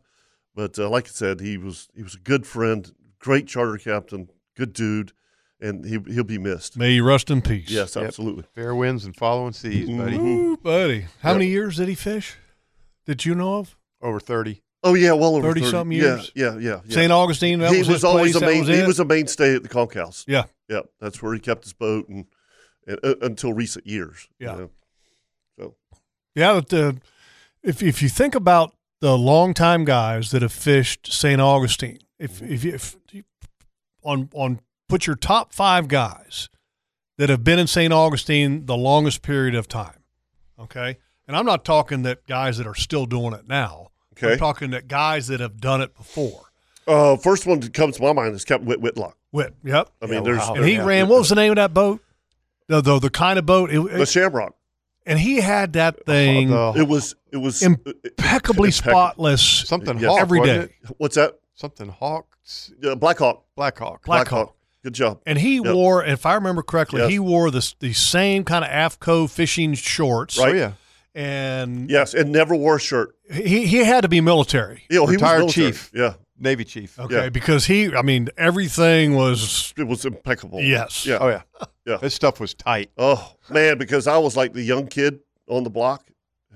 Speaker 1: But uh, like I said, he was he was a good friend, great charter captain, good dude, and he he'll be missed.
Speaker 4: May you rest in peace.
Speaker 1: Yes, absolutely.
Speaker 5: fair winds and following seas, buddy.
Speaker 4: Ooh, buddy. How many years did he fish? Did you know of?
Speaker 5: Over thirty.
Speaker 1: Oh yeah, well over
Speaker 4: 30
Speaker 1: thirty
Speaker 4: something
Speaker 1: Yeah,
Speaker 4: years?
Speaker 1: yeah, yeah. yeah.
Speaker 4: St. Augustine. That
Speaker 1: he
Speaker 4: was,
Speaker 1: was,
Speaker 4: his
Speaker 1: always
Speaker 4: place,
Speaker 1: a
Speaker 4: that
Speaker 1: main.
Speaker 4: was
Speaker 1: he
Speaker 4: it?
Speaker 1: was a mainstay at the Conk House.
Speaker 4: Yeah.
Speaker 1: Yep, that's where he kept his boat and, and uh, until recent years. you
Speaker 4: Yeah.
Speaker 1: know. So
Speaker 4: Yeah, but uh, if if you think about the longtime guys that have fished St. Augustine, if
Speaker 1: Mm-hmm.
Speaker 4: if you if you on on put your top five guys that have been in St. Augustine the longest period of time, okay, and I'm not talking that guys that are still doing it now.
Speaker 1: Okay.
Speaker 4: I'm talking that guys that have done it before.
Speaker 1: uh, first one that comes to my mind is Captain Whit Whitlock.
Speaker 4: Whit, yep.
Speaker 1: I mean, there's
Speaker 4: And he
Speaker 1: there's-
Speaker 4: ran. What was the name of that boat? The the, the kind of boat. It,
Speaker 1: the
Speaker 4: it-
Speaker 1: Shamrock.
Speaker 4: and he had that thing
Speaker 5: Uh, the-
Speaker 1: It was it was uh,
Speaker 4: impeccably
Speaker 1: impeccable.
Speaker 4: spotless.
Speaker 5: Something
Speaker 1: Yes.
Speaker 5: hawk
Speaker 4: Every
Speaker 5: wasn't
Speaker 4: day.
Speaker 5: it?
Speaker 1: What's that?
Speaker 5: Something hawk, s-
Speaker 1: Uh, Black Hawk.
Speaker 5: black hawk.
Speaker 4: Black
Speaker 1: Hawk. Good job.
Speaker 4: And he
Speaker 1: Yep.
Speaker 4: wore, if I remember correctly,
Speaker 1: Yes.
Speaker 4: he wore this the same kind of AFCO fishing shorts.
Speaker 5: Oh
Speaker 1: Right.
Speaker 5: yeah,
Speaker 4: And
Speaker 1: Yes, and never wore a shirt.
Speaker 4: he, he had to be military.
Speaker 1: You know, he
Speaker 5: Retired
Speaker 1: was military.
Speaker 5: chief.
Speaker 1: Yeah,
Speaker 5: Navy chief.
Speaker 4: Okay.
Speaker 1: Yeah.
Speaker 4: Because he, I mean, everything was,
Speaker 1: it was impeccable.
Speaker 4: Yes.
Speaker 1: Yeah.
Speaker 5: Oh yeah,
Speaker 1: Yeah.
Speaker 5: This stuff was tight.
Speaker 1: Oh man, because I was like the young kid on the block.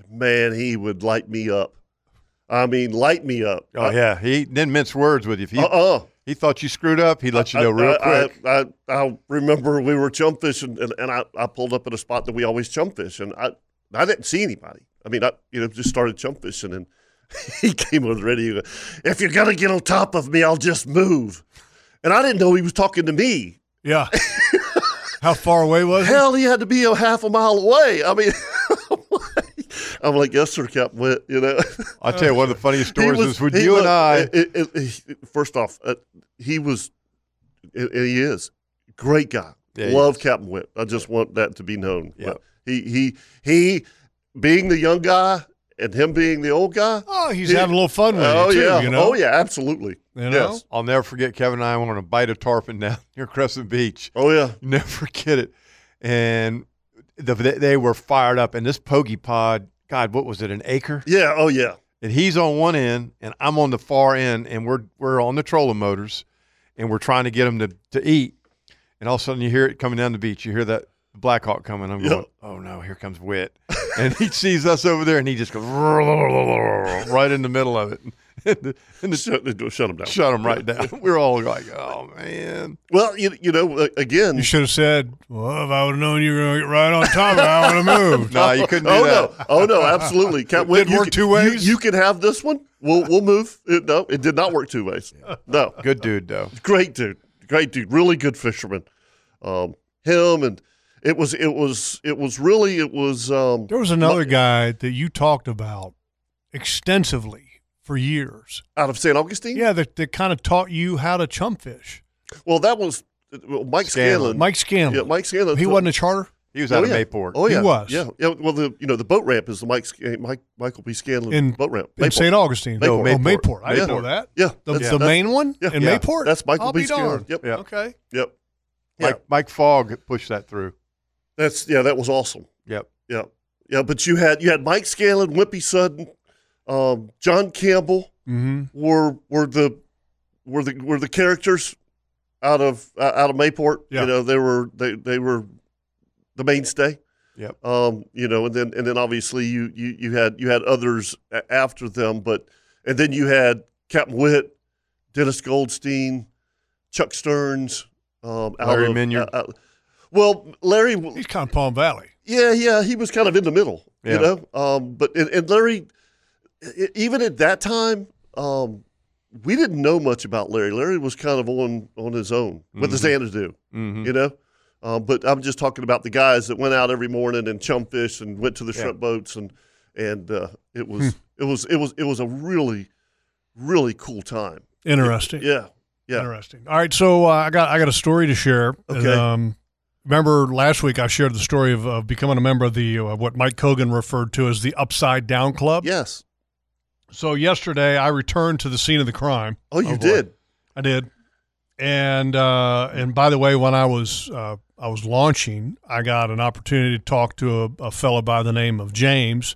Speaker 1: Man, he would light me up. I mean, light me up.
Speaker 5: Oh yeah, he didn't mince words with you. If he,
Speaker 1: Uh uh
Speaker 5: he thought you screwed up, he let you know real
Speaker 1: I,
Speaker 5: quick.
Speaker 1: I, I, I remember we were chum fishing, and, and I, I pulled up at a spot that we always chum fish, and I I didn't see anybody. I mean, I you know just started chum fishing, and he came over the radio. If you're gonna get on top of me, I'll just move. And I didn't know he was talking to me.
Speaker 4: yeah. How far away was it?
Speaker 1: Hell, he had to be a half a mile away. I mean, I'm like- I'm like, yes, sir, Captain Witt. You know.
Speaker 5: I'll tell you one of the funniest
Speaker 1: He
Speaker 5: stories
Speaker 1: was-
Speaker 5: is with
Speaker 1: he
Speaker 5: you
Speaker 1: was-
Speaker 5: and I.
Speaker 1: it- it- it- first off, uh, he was, and and he is, great guy.
Speaker 5: Yeah, he
Speaker 1: Love
Speaker 5: is.
Speaker 1: Captain Whit. I just want that to be known.
Speaker 5: Yeah.
Speaker 1: But He he he, being the young guy and him being the old guy.
Speaker 4: Oh, he's
Speaker 1: He-
Speaker 4: having a little fun with
Speaker 1: oh
Speaker 4: it, too,
Speaker 1: yeah.
Speaker 4: you know?
Speaker 1: Oh yeah. Absolutely.
Speaker 4: You know?
Speaker 1: Yes.
Speaker 5: I'll never forget Kevin and I went on a bite of tarpon down near Crescent Beach.
Speaker 1: Oh yeah.
Speaker 5: Never forget it. And the, they they were fired up. And this pogey pod, God, what was it? An acre?
Speaker 1: Yeah. Oh yeah.
Speaker 5: and he's on one end and I'm on the far end and we're we're on the trolling motors and we're trying to get him to, to eat. And all of a sudden you hear it coming down the beach. You hear that Black Hawk coming. I'm
Speaker 1: Yeah.
Speaker 5: going, oh no, here comes Wit. and he sees us over there and he just goes right in the middle of it. and the, and the
Speaker 1: Shut, shut him down.
Speaker 5: shut him right down. We're all like, oh man.
Speaker 1: Well, you you know uh, again.
Speaker 4: You should have said, well, if I would have known you were going to get right on top of it, I would have moved.
Speaker 5: No, you couldn't do
Speaker 1: oh
Speaker 5: that.
Speaker 1: no! Oh no! Absolutely, Captain Witt.
Speaker 4: didn't
Speaker 1: you
Speaker 4: work
Speaker 1: can-
Speaker 4: two
Speaker 1: you-
Speaker 4: ways?
Speaker 1: You, can have this one. We'll we'll move. It, no, it did not work two ways. No,
Speaker 5: Good dude though.
Speaker 1: great dude, great dude, really good fisherman. Um, him and it was it was it was really it was um,
Speaker 4: There was another guy that you talked about extensively for years.
Speaker 1: out of St. Augustine.
Speaker 4: Yeah, that, that kind of taught you how to chum fish.
Speaker 1: Well, that was well, Mike Scanlon.
Speaker 5: Scanlon.
Speaker 4: Mike Scanlon.
Speaker 1: Yeah, Mike Scanlon.
Speaker 4: He wasn't a charter.
Speaker 5: He was
Speaker 1: Oh,
Speaker 5: out
Speaker 1: yeah.
Speaker 5: of Mayport.
Speaker 1: Oh
Speaker 4: He
Speaker 1: yeah,
Speaker 4: was.
Speaker 1: Yeah, yeah. Well, the you know the boat ramp is the Mike Sc- Mike Michael P. Scanlon
Speaker 4: In-
Speaker 1: boat ramp.
Speaker 4: In
Speaker 1: Mayport.
Speaker 4: St. Augustine.
Speaker 1: No,
Speaker 4: Oh,
Speaker 5: Mayport.
Speaker 4: Mayport. I didn't know
Speaker 5: Mayport.
Speaker 4: that.
Speaker 1: Yeah,
Speaker 4: The,
Speaker 1: that's-
Speaker 4: the
Speaker 1: that's-
Speaker 4: main one
Speaker 1: yeah,
Speaker 4: in
Speaker 1: yeah.
Speaker 4: Mayport?
Speaker 1: That's Michael
Speaker 4: I'll
Speaker 1: B.
Speaker 4: be
Speaker 1: Scanlon.
Speaker 4: darned.
Speaker 1: Yep.
Speaker 5: Yeah.
Speaker 4: Okay.
Speaker 1: Yep.
Speaker 5: Mike Mike Fogg pushed that through.
Speaker 1: That's yeah, that was awesome.
Speaker 5: Yep.
Speaker 1: Yeah. Yeah, but you had you had Mike Scanlon, Wimpy Sudden, um, John Campbell
Speaker 4: Mm-hmm.
Speaker 1: were were the were the were the characters out of uh, out of Mayport.
Speaker 4: Yeah.
Speaker 1: You know, they were they they were the mainstay.
Speaker 5: Yep.
Speaker 1: Um, you know, and then and then obviously you you you had you had others a- after them, but and then you had Captain Witt, Dennis Goldstein, Chuck Stearns, Um, out
Speaker 5: Larry
Speaker 1: of-
Speaker 5: Minyard?
Speaker 1: uh, uh, well, Larry,
Speaker 4: He's kind of Palm Valley.
Speaker 1: yeah, yeah, he was kind of in the middle,
Speaker 5: Yeah.
Speaker 1: you know. Um, but and, and Larry, e- even at that time, um, we didn't know much about Larry. Larry was kind of on on his own with the Xanadu,
Speaker 5: Mhm.
Speaker 1: you know. Um, but I'm just talking about the guys that went out every morning and chum fish and went to the shrimp boats and and uh, it was it was it was it was a really really cool time.
Speaker 4: Interesting.
Speaker 1: Yeah, yeah.
Speaker 4: Interesting. All right, so uh, I got I got a story to share.
Speaker 1: Okay.
Speaker 4: Um, remember last week I shared the story of, of becoming a member of the uh, what Mike Kogan referred to as the Upside Down Club.
Speaker 1: Yes.
Speaker 4: So yesterday I returned to the scene of the crime.
Speaker 1: Oh, you
Speaker 4: boy.
Speaker 1: did.
Speaker 4: I did. And uh, and by the way, when I was uh, I was launching, I got an opportunity to talk to a, a fellow by the name of James,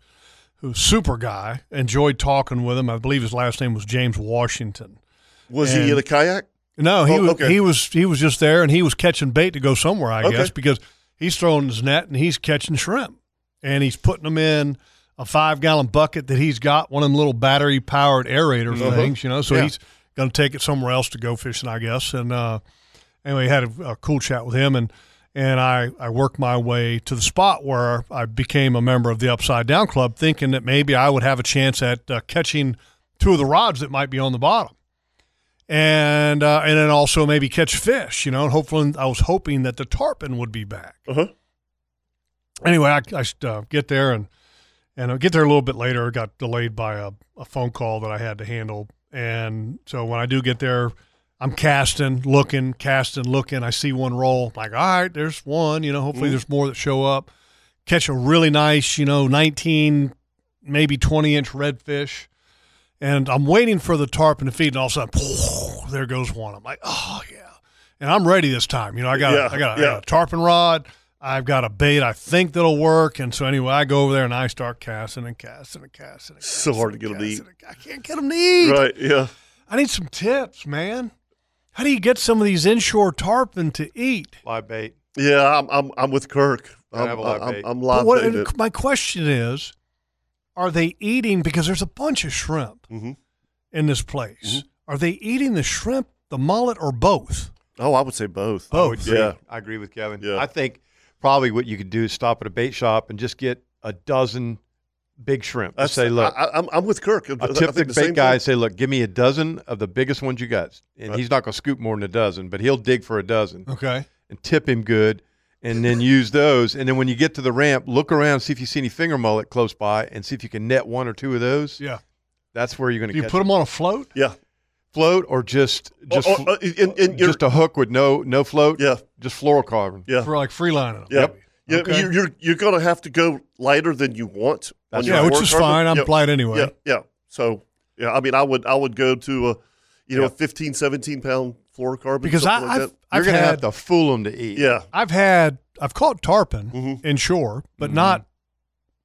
Speaker 4: who's super guy. Enjoyed talking with him. I believe his last name was James Washington.
Speaker 1: Was
Speaker 4: And-
Speaker 1: he in a kayak?
Speaker 4: No, he
Speaker 1: Oh,
Speaker 4: was
Speaker 1: okay.
Speaker 4: he was he was just there, and he was catching bait to go somewhere, I
Speaker 1: Okay.
Speaker 4: guess, because he's throwing his net and he's catching shrimp, and he's putting them in a five gallon bucket that he's got one of them little battery powered aerator things, you know. So
Speaker 1: Mm-hmm. Yeah.
Speaker 4: he's going to take it somewhere else to go fishing, I guess. And uh, anyway, had a, a cool chat with him, and and I I worked my way to the spot where I became a member of the Upside Down Club, thinking that maybe I would have a chance at uh, catching two of the rods that might be on the bottom and uh, and then also maybe catch fish, you know. And hopefully, I was hoping that the tarpon would be back.
Speaker 1: Uh-huh.
Speaker 4: Anyway, I, I uh, get there and and I get there a little bit later. Got delayed by a, a phone call that I had to handle, and so when I do get there, I'm casting, looking, casting, looking. I see one roll, like all right, there's one. You know, hopefully there's more that show up. Catch a really nice, you know, 19, maybe 20 inch redfish and I'm waiting for the tarpon to feed, and all of a sudden, there goes one. I'm like, oh yeah, and I'm ready this time. You know, I got,
Speaker 1: Yeah,
Speaker 4: a, I, got a, I
Speaker 1: yeah.
Speaker 4: got a tarpon rod. I've got a bait I think that'll work, and so anyway, I go over there and I start casting and casting and casting. And
Speaker 1: So
Speaker 4: casting
Speaker 1: hard to
Speaker 4: and
Speaker 1: get 'em to
Speaker 4: casting and- I can't get them to eat.
Speaker 1: Right. Yeah.
Speaker 4: I need some tips, man. How do you get some of these inshore tarpon to eat?
Speaker 5: Live bait.
Speaker 1: Yeah. I'm I'm, I'm with Kirk.
Speaker 5: Gotta
Speaker 1: I'm,
Speaker 5: have a live
Speaker 1: I'm,
Speaker 5: bait.
Speaker 1: I'm
Speaker 4: But
Speaker 1: live
Speaker 4: what-
Speaker 1: baited.
Speaker 4: my question is, are they eating because there's a bunch of shrimp
Speaker 1: Mhm.
Speaker 4: in this place?
Speaker 1: Mm-hmm.
Speaker 4: Are they eating the shrimp, the mullet, or both?
Speaker 1: Oh, I would say both.
Speaker 4: Both. I would
Speaker 5: agree.
Speaker 1: Yeah.
Speaker 5: I agree with Kevin.
Speaker 1: Yeah.
Speaker 5: I think probably what you could do is stop at a bait shop and just get a dozen big shrimp.
Speaker 1: I
Speaker 5: Just say, look,
Speaker 1: I, am I'm with Kirk. I,
Speaker 5: I
Speaker 1: I
Speaker 5: tip the
Speaker 1: think the
Speaker 5: bait
Speaker 1: same
Speaker 5: guy and
Speaker 1: thing.
Speaker 5: say, look, give me a dozen of the biggest ones you got. And
Speaker 1: Right.
Speaker 5: he's not going to scoop more than a dozen, but he'll dig for a dozen
Speaker 4: Okay.
Speaker 5: and tip him good and then use those. And then when you get to the ramp, look around, see if you see any finger mullet close by and see if you can net one or two of those.
Speaker 4: Yeah.
Speaker 5: That's where you're going
Speaker 4: Do
Speaker 5: to
Speaker 4: you
Speaker 5: catch
Speaker 4: put them on a float?
Speaker 1: Yeah. Oh, uh,
Speaker 5: float or just just
Speaker 1: Or- or- and- and you're-
Speaker 5: just a hook with no no float.
Speaker 1: Yeah.
Speaker 5: Just fluorocarbon.
Speaker 1: Yeah.
Speaker 4: For like freelining them.
Speaker 1: Yep. Yeah,
Speaker 4: Okay.
Speaker 1: you, you're you're gonna have to go lighter than you want.
Speaker 5: That's
Speaker 1: your
Speaker 4: Yeah, which
Speaker 1: forward
Speaker 4: is
Speaker 1: target.
Speaker 4: fine. I'm
Speaker 1: yeah,
Speaker 4: flight anyway.
Speaker 1: yeah, yeah. So yeah, I mean, I would I would go to a you know
Speaker 5: Yeah.
Speaker 1: a 15, 17 pound fluorocarbon
Speaker 4: Because
Speaker 1: something
Speaker 4: I,
Speaker 1: like
Speaker 4: I've,
Speaker 1: that.
Speaker 5: You're
Speaker 4: I've
Speaker 5: going to have
Speaker 4: had,
Speaker 5: to fool them to eat.
Speaker 1: yeah
Speaker 4: I've had, I've caught tarpon
Speaker 1: Mhm.
Speaker 4: inshore, but
Speaker 5: Mhm.
Speaker 4: not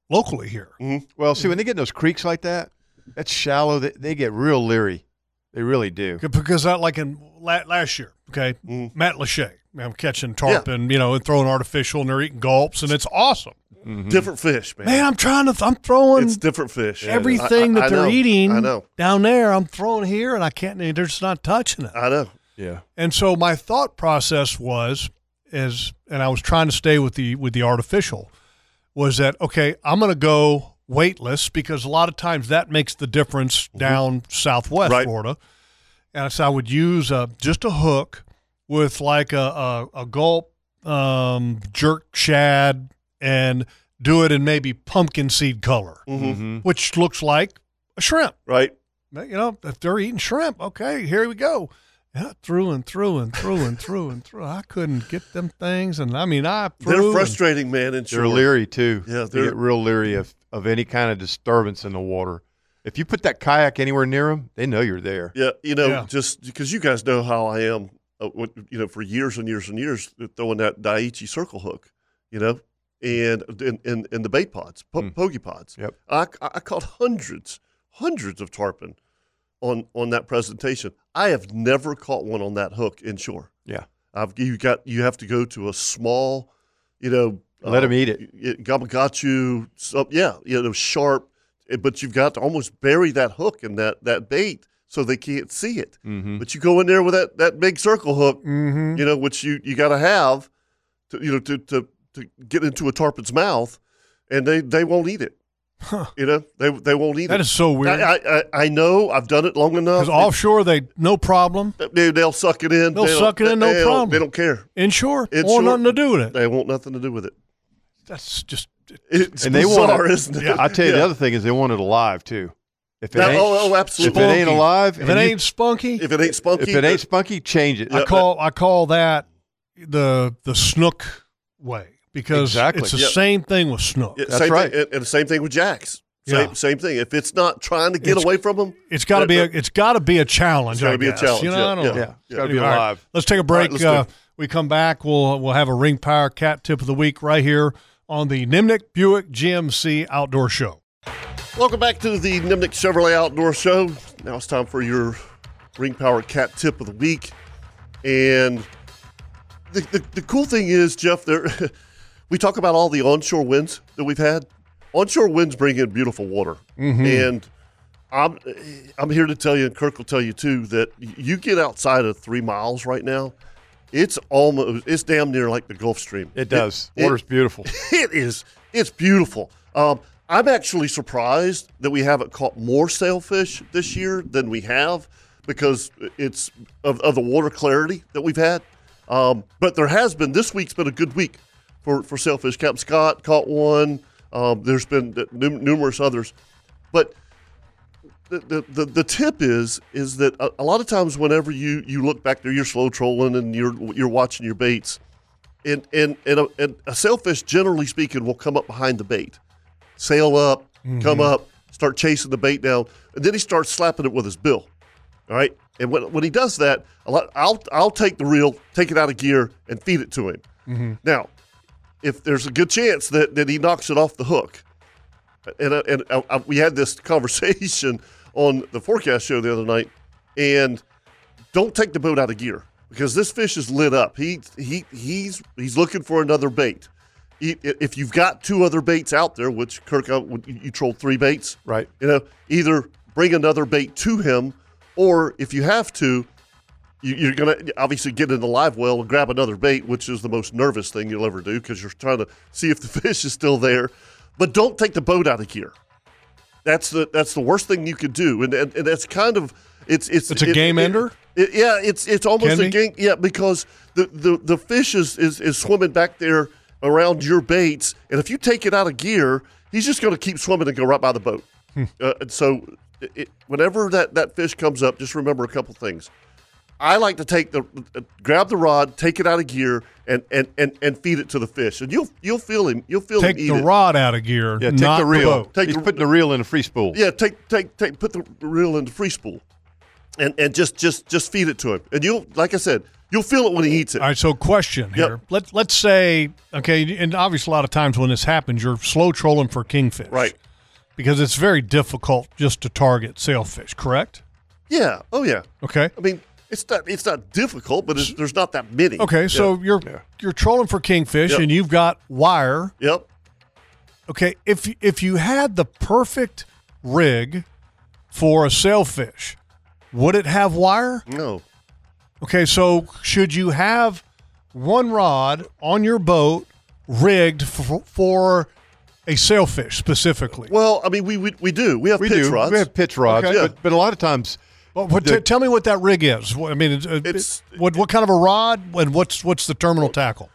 Speaker 4: locally here.
Speaker 1: Mm-hmm.
Speaker 5: Well, see, when they get in those creeks like that, that's shallow. They, they get real leery. They really do.
Speaker 4: Because I, like in la- last year, okay,
Speaker 1: Mhm.
Speaker 4: Matt Lachey, I'm catching tarpon, you know, and throwing artificial, and they're eating gulps, and it's awesome.
Speaker 1: Mm-hmm. different fish, man.
Speaker 4: Man, I'm trying to, I'm throwing
Speaker 1: it's different fish. I-
Speaker 4: everything
Speaker 1: I-
Speaker 4: that
Speaker 1: I
Speaker 4: they're
Speaker 1: know.
Speaker 4: eating
Speaker 1: I know.
Speaker 4: down there. I'm throwing here, and I can't. They're just not touching it.
Speaker 1: I know.
Speaker 5: Yeah.
Speaker 4: And so my thought process was is and I was trying to stay with the with the artificial was that okay, I'm going to go weightless because a lot of times that makes the difference down
Speaker 1: Mm-hmm.
Speaker 4: southwest
Speaker 1: Right.
Speaker 4: Florida. And so I would use a, just a hook with like a a, a gulp um, jerk shad and do it in maybe pumpkin seed color,
Speaker 5: Mm-hmm.
Speaker 4: which looks like a shrimp.
Speaker 1: Right.
Speaker 4: Ma- you know, if they're eating shrimp, okay, here we go. Yeah, through and through and through and through and through. I couldn't get them things, and I mean, I threw.
Speaker 1: They're
Speaker 4: and-
Speaker 1: frustrating, man. And
Speaker 5: They're
Speaker 1: sure.
Speaker 5: leery too.
Speaker 1: Yeah,
Speaker 5: They
Speaker 1: they're-
Speaker 5: get real leery of, of any kind of disturbance in the water. If you put that kayak anywhere near them, they know you're there.
Speaker 1: Yeah, you know,
Speaker 4: Yeah.
Speaker 1: just because you guys know how I am, uh, what, you know, for years and years and years throwing that Daiichi circle hook, you know, and and and, and the bait pods, po- pokey pods.
Speaker 5: Mm. Yep.
Speaker 1: I, I caught hundreds, hundreds of tarpon on on that presentation. I have never caught one on that hook inshore.
Speaker 5: Yeah.
Speaker 1: I've you got you have to go to a small, you know,
Speaker 5: Let 'em eat it.
Speaker 1: it. Gabagachu, so, yeah, you know, sharp, eh, but you've got to almost bury that hook and that that bait so they can't see it. But you go in there with that, that big circle hook,
Speaker 4: Mm-hmm.
Speaker 1: you know, which you, you got to have, to, you know, to, to, to get into a tarpon's mouth, and they, they won't eat it. You know, they they won't eat it.
Speaker 4: That is so weird.
Speaker 1: I, I, I, I know. I've done it long enough.
Speaker 4: Because offshore, they no problem.
Speaker 1: Dude, they'll suck it in.
Speaker 4: They'll
Speaker 1: don't-
Speaker 4: suck it in, no
Speaker 1: they don't-
Speaker 4: problem.
Speaker 1: They don't care.
Speaker 4: Inshore,
Speaker 1: It's
Speaker 4: want
Speaker 1: short-
Speaker 4: nothing to do with it.
Speaker 1: They want nothing to do with it.
Speaker 4: That's just
Speaker 1: It's
Speaker 5: and they
Speaker 1: bizarre,
Speaker 5: want it,
Speaker 1: isn't it?
Speaker 5: Yeah, I tell you,
Speaker 1: Yeah.
Speaker 5: the other thing is they want it alive too. If it
Speaker 1: That-
Speaker 5: ain't,
Speaker 1: oh, oh, absolutely.
Speaker 5: If it ain't
Speaker 4: Spunky.
Speaker 5: alive,
Speaker 4: If it
Speaker 5: and you-
Speaker 4: ain't spunky,
Speaker 1: If it ain't spunky, uh,
Speaker 5: if it ain't spunky, change it.
Speaker 4: I call I call that the the snook way because
Speaker 5: Exactly.
Speaker 4: it's the
Speaker 5: Yeah.
Speaker 4: same thing with snook.
Speaker 1: Yeah,
Speaker 5: That's
Speaker 1: same
Speaker 5: right.
Speaker 1: Thing, and, and the same thing with jacks. Same,
Speaker 4: Yeah.
Speaker 1: same thing. If it's not trying to get
Speaker 4: It's-
Speaker 1: away from them,
Speaker 4: It's got to be a it's got to be a challenge.
Speaker 1: It's gotta
Speaker 4: I
Speaker 1: be a
Speaker 4: guess.
Speaker 1: challenge,
Speaker 4: You know,
Speaker 1: yeah,
Speaker 4: I don't
Speaker 1: yeah.
Speaker 4: know.
Speaker 5: Yeah, it's got to be
Speaker 4: All right,
Speaker 5: alive.
Speaker 4: let's take a
Speaker 1: right,
Speaker 4: break.
Speaker 1: let's do
Speaker 4: uh,
Speaker 1: it.
Speaker 4: we come back. We'll we'll have a Ring Power Cat Tip of the Week right here on the Nimnik Buick GMC Outdoor Show.
Speaker 1: Welcome back to the Nimnik Chevrolet Outdoor Show. Now it's time for your Ring Power Cat Tip of the Week. And the, the, the cool thing is, Jeff, there, we talk about all the onshore winds that we've had. Onshore winds bring in beautiful water. And I'm, I'm here to tell you, and Kirk will tell you too, that you get outside of three miles right now. It's almost, it's damn near like the Gulf Stream.
Speaker 5: It does.
Speaker 1: it-
Speaker 5: Water's beautiful.
Speaker 1: it is it's beautiful um, i'm actually surprised that we haven't caught more sailfish this year than we have because it's of, of the water clarity that we've had um, but there has been this week's been a good week for, for sailfish captain scott caught one um, there's been num- numerous others but the, the, the, the tip is is that a, a lot of times whenever you, you look back there you're slow trolling and you're you're watching your baits and and and a, and a sailfish, generally speaking, will come up behind the bait, sail up, come up, start chasing the bait down, and then he starts slapping it with his bill. All right, and when, when he does that, a lot, I'll I'll take the reel, take it out of gear, and feed it to him. Now, if there's a good chance that that he knocks it off the hook, and I- and I, I, we had this conversation on the forecast show the other night, and don't take the boat out of gear because this fish is lit up. He he he's he's looking for another bait. He- If you've got two other baits out there, which Kirk, uh, would- you you trolled three baits,
Speaker 5: Right.
Speaker 1: You know, either bring another bait to him, or if you have to, you, you're gonna obviously get in the live well and grab another bait, which is the most nervous thing you'll ever do because you're trying to see if the fish is still there. But don't take the boat out of gear. That's the that's the worst thing you could do, and and, and that's kind of it's it's
Speaker 4: It's a game ender?
Speaker 1: it- yeah, it's it's almost
Speaker 4: Can
Speaker 1: a
Speaker 4: be?
Speaker 1: game. Yeah, because the the the fish is, is is swimming back there around your baits, and if you take it out of gear, he's just going to keep swimming and go right by the boat.
Speaker 4: Hmm.
Speaker 1: Uh, and so, it, it- whenever that that fish comes up, just remember a couple things. I like to take the uh, grab the rod, take it out of gear, and and and and feed it to the fish, and you'll you'll feel him. You'll feel
Speaker 4: Take
Speaker 1: him eat
Speaker 4: the
Speaker 1: it.
Speaker 4: rod out of gear,
Speaker 5: Yeah, take
Speaker 4: not
Speaker 5: the reel.
Speaker 4: boat.
Speaker 1: Take
Speaker 5: He's
Speaker 1: the-
Speaker 5: putting the reel in a free spool.
Speaker 1: Yeah, take take take put the reel in the free spool, and and just just just feed it to him, and you'll like I said, you'll feel it when he eats it.
Speaker 4: All right, so question here. Let let's say okay, and obviously a lot of times when this happens, you're slow trolling for kingfish,
Speaker 1: Right.
Speaker 4: Because it's very difficult just to target sailfish, correct?
Speaker 1: Yeah. Oh yeah.
Speaker 4: Okay.
Speaker 1: I mean, it's not it's not difficult, but it's, there's not that many.
Speaker 4: Okay, so you're you're trolling for kingfish
Speaker 1: Yep.
Speaker 4: and you've got wire.
Speaker 1: Yep.
Speaker 4: Okay, if if you had the perfect rig for a sailfish, would it have wire?
Speaker 1: No.
Speaker 4: Okay, so should you have one rod on your boat rigged f- for a sailfish specifically?
Speaker 1: Well, I mean, we we, we do. We have
Speaker 5: we
Speaker 1: pitch
Speaker 5: do.
Speaker 1: rods.
Speaker 5: We have pitch rods,
Speaker 1: Okay.
Speaker 5: but, but a lot of times
Speaker 4: Well, what,
Speaker 5: the-
Speaker 4: t- tell me what that rig is. What- I mean, it's, uh,
Speaker 1: It's-
Speaker 4: what what kind of a rod and what's what's the terminal tackle?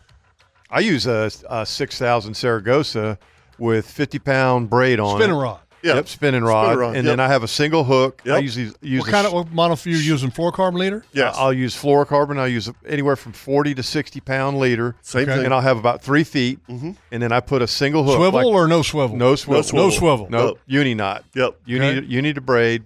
Speaker 5: I use a, a six thousand Saragossa with fifty pound braid on
Speaker 4: Spinner
Speaker 5: it.
Speaker 4: rod.
Speaker 1: Yeah.
Speaker 5: Yep, spinning rod,
Speaker 1: Spinner rod,
Speaker 5: and
Speaker 1: yep.
Speaker 5: then I have a single hook. I
Speaker 1: Yep.
Speaker 5: usually use.
Speaker 4: What
Speaker 5: a
Speaker 4: kind
Speaker 5: s-
Speaker 4: of what model are you using? Four carbon leader.
Speaker 1: Yes.
Speaker 5: I'll use fluorocarbon. I'll use anywhere from forty to sixty pound leader.
Speaker 1: Same thing. Mm-hmm.
Speaker 5: And I'll have about three feet, and then I put a single hook.
Speaker 4: Swivel
Speaker 5: like-
Speaker 4: or no swivel?
Speaker 5: Oh, no swivel,
Speaker 1: swivel.
Speaker 4: No swivel.
Speaker 5: no
Speaker 1: Nope.
Speaker 5: uni knot.
Speaker 1: Yep.
Speaker 5: You
Speaker 4: Okay.
Speaker 5: need you need a braid,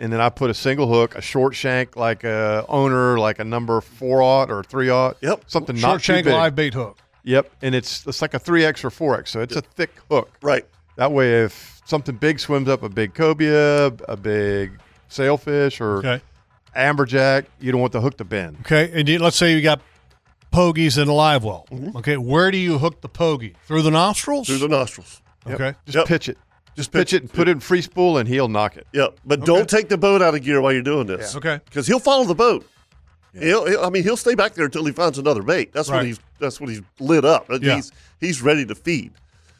Speaker 5: and then I put a single hook, a short shank like a owner, like a number four aught or three aught.
Speaker 1: Yep.
Speaker 5: Something not
Speaker 4: Short
Speaker 5: too
Speaker 4: shank
Speaker 5: big.
Speaker 4: live bait hook.
Speaker 5: Yep, and it's it's like a three X or four X, so it's a thick hook.
Speaker 1: right.
Speaker 5: That way, if something big swims up, a big cobia, a big sailfish, or
Speaker 4: Okay.
Speaker 5: amberjack, you don't want the hook to bend.
Speaker 4: Okay, and you, let's say you got pogies in a live well. Okay, where do you hook the pogie? Through the nostrils?
Speaker 1: Mm-hmm. Through the nostrils.
Speaker 5: Yep.
Speaker 4: okay.
Speaker 5: Just
Speaker 1: Yep.
Speaker 5: pitch it. Just pitch it and put it in free spool, and he'll knock it.
Speaker 1: Yeah, but don't take the boat out of gear while you're doing this.
Speaker 5: Yeah.
Speaker 4: Okay.
Speaker 1: Because he'll follow the boat. He'll, he'll- I mean, he'll stay back there until he finds another bait. That's
Speaker 4: Right.
Speaker 1: what he's. That's what he's lit up.
Speaker 4: Yeah.
Speaker 1: He's he's ready to feed.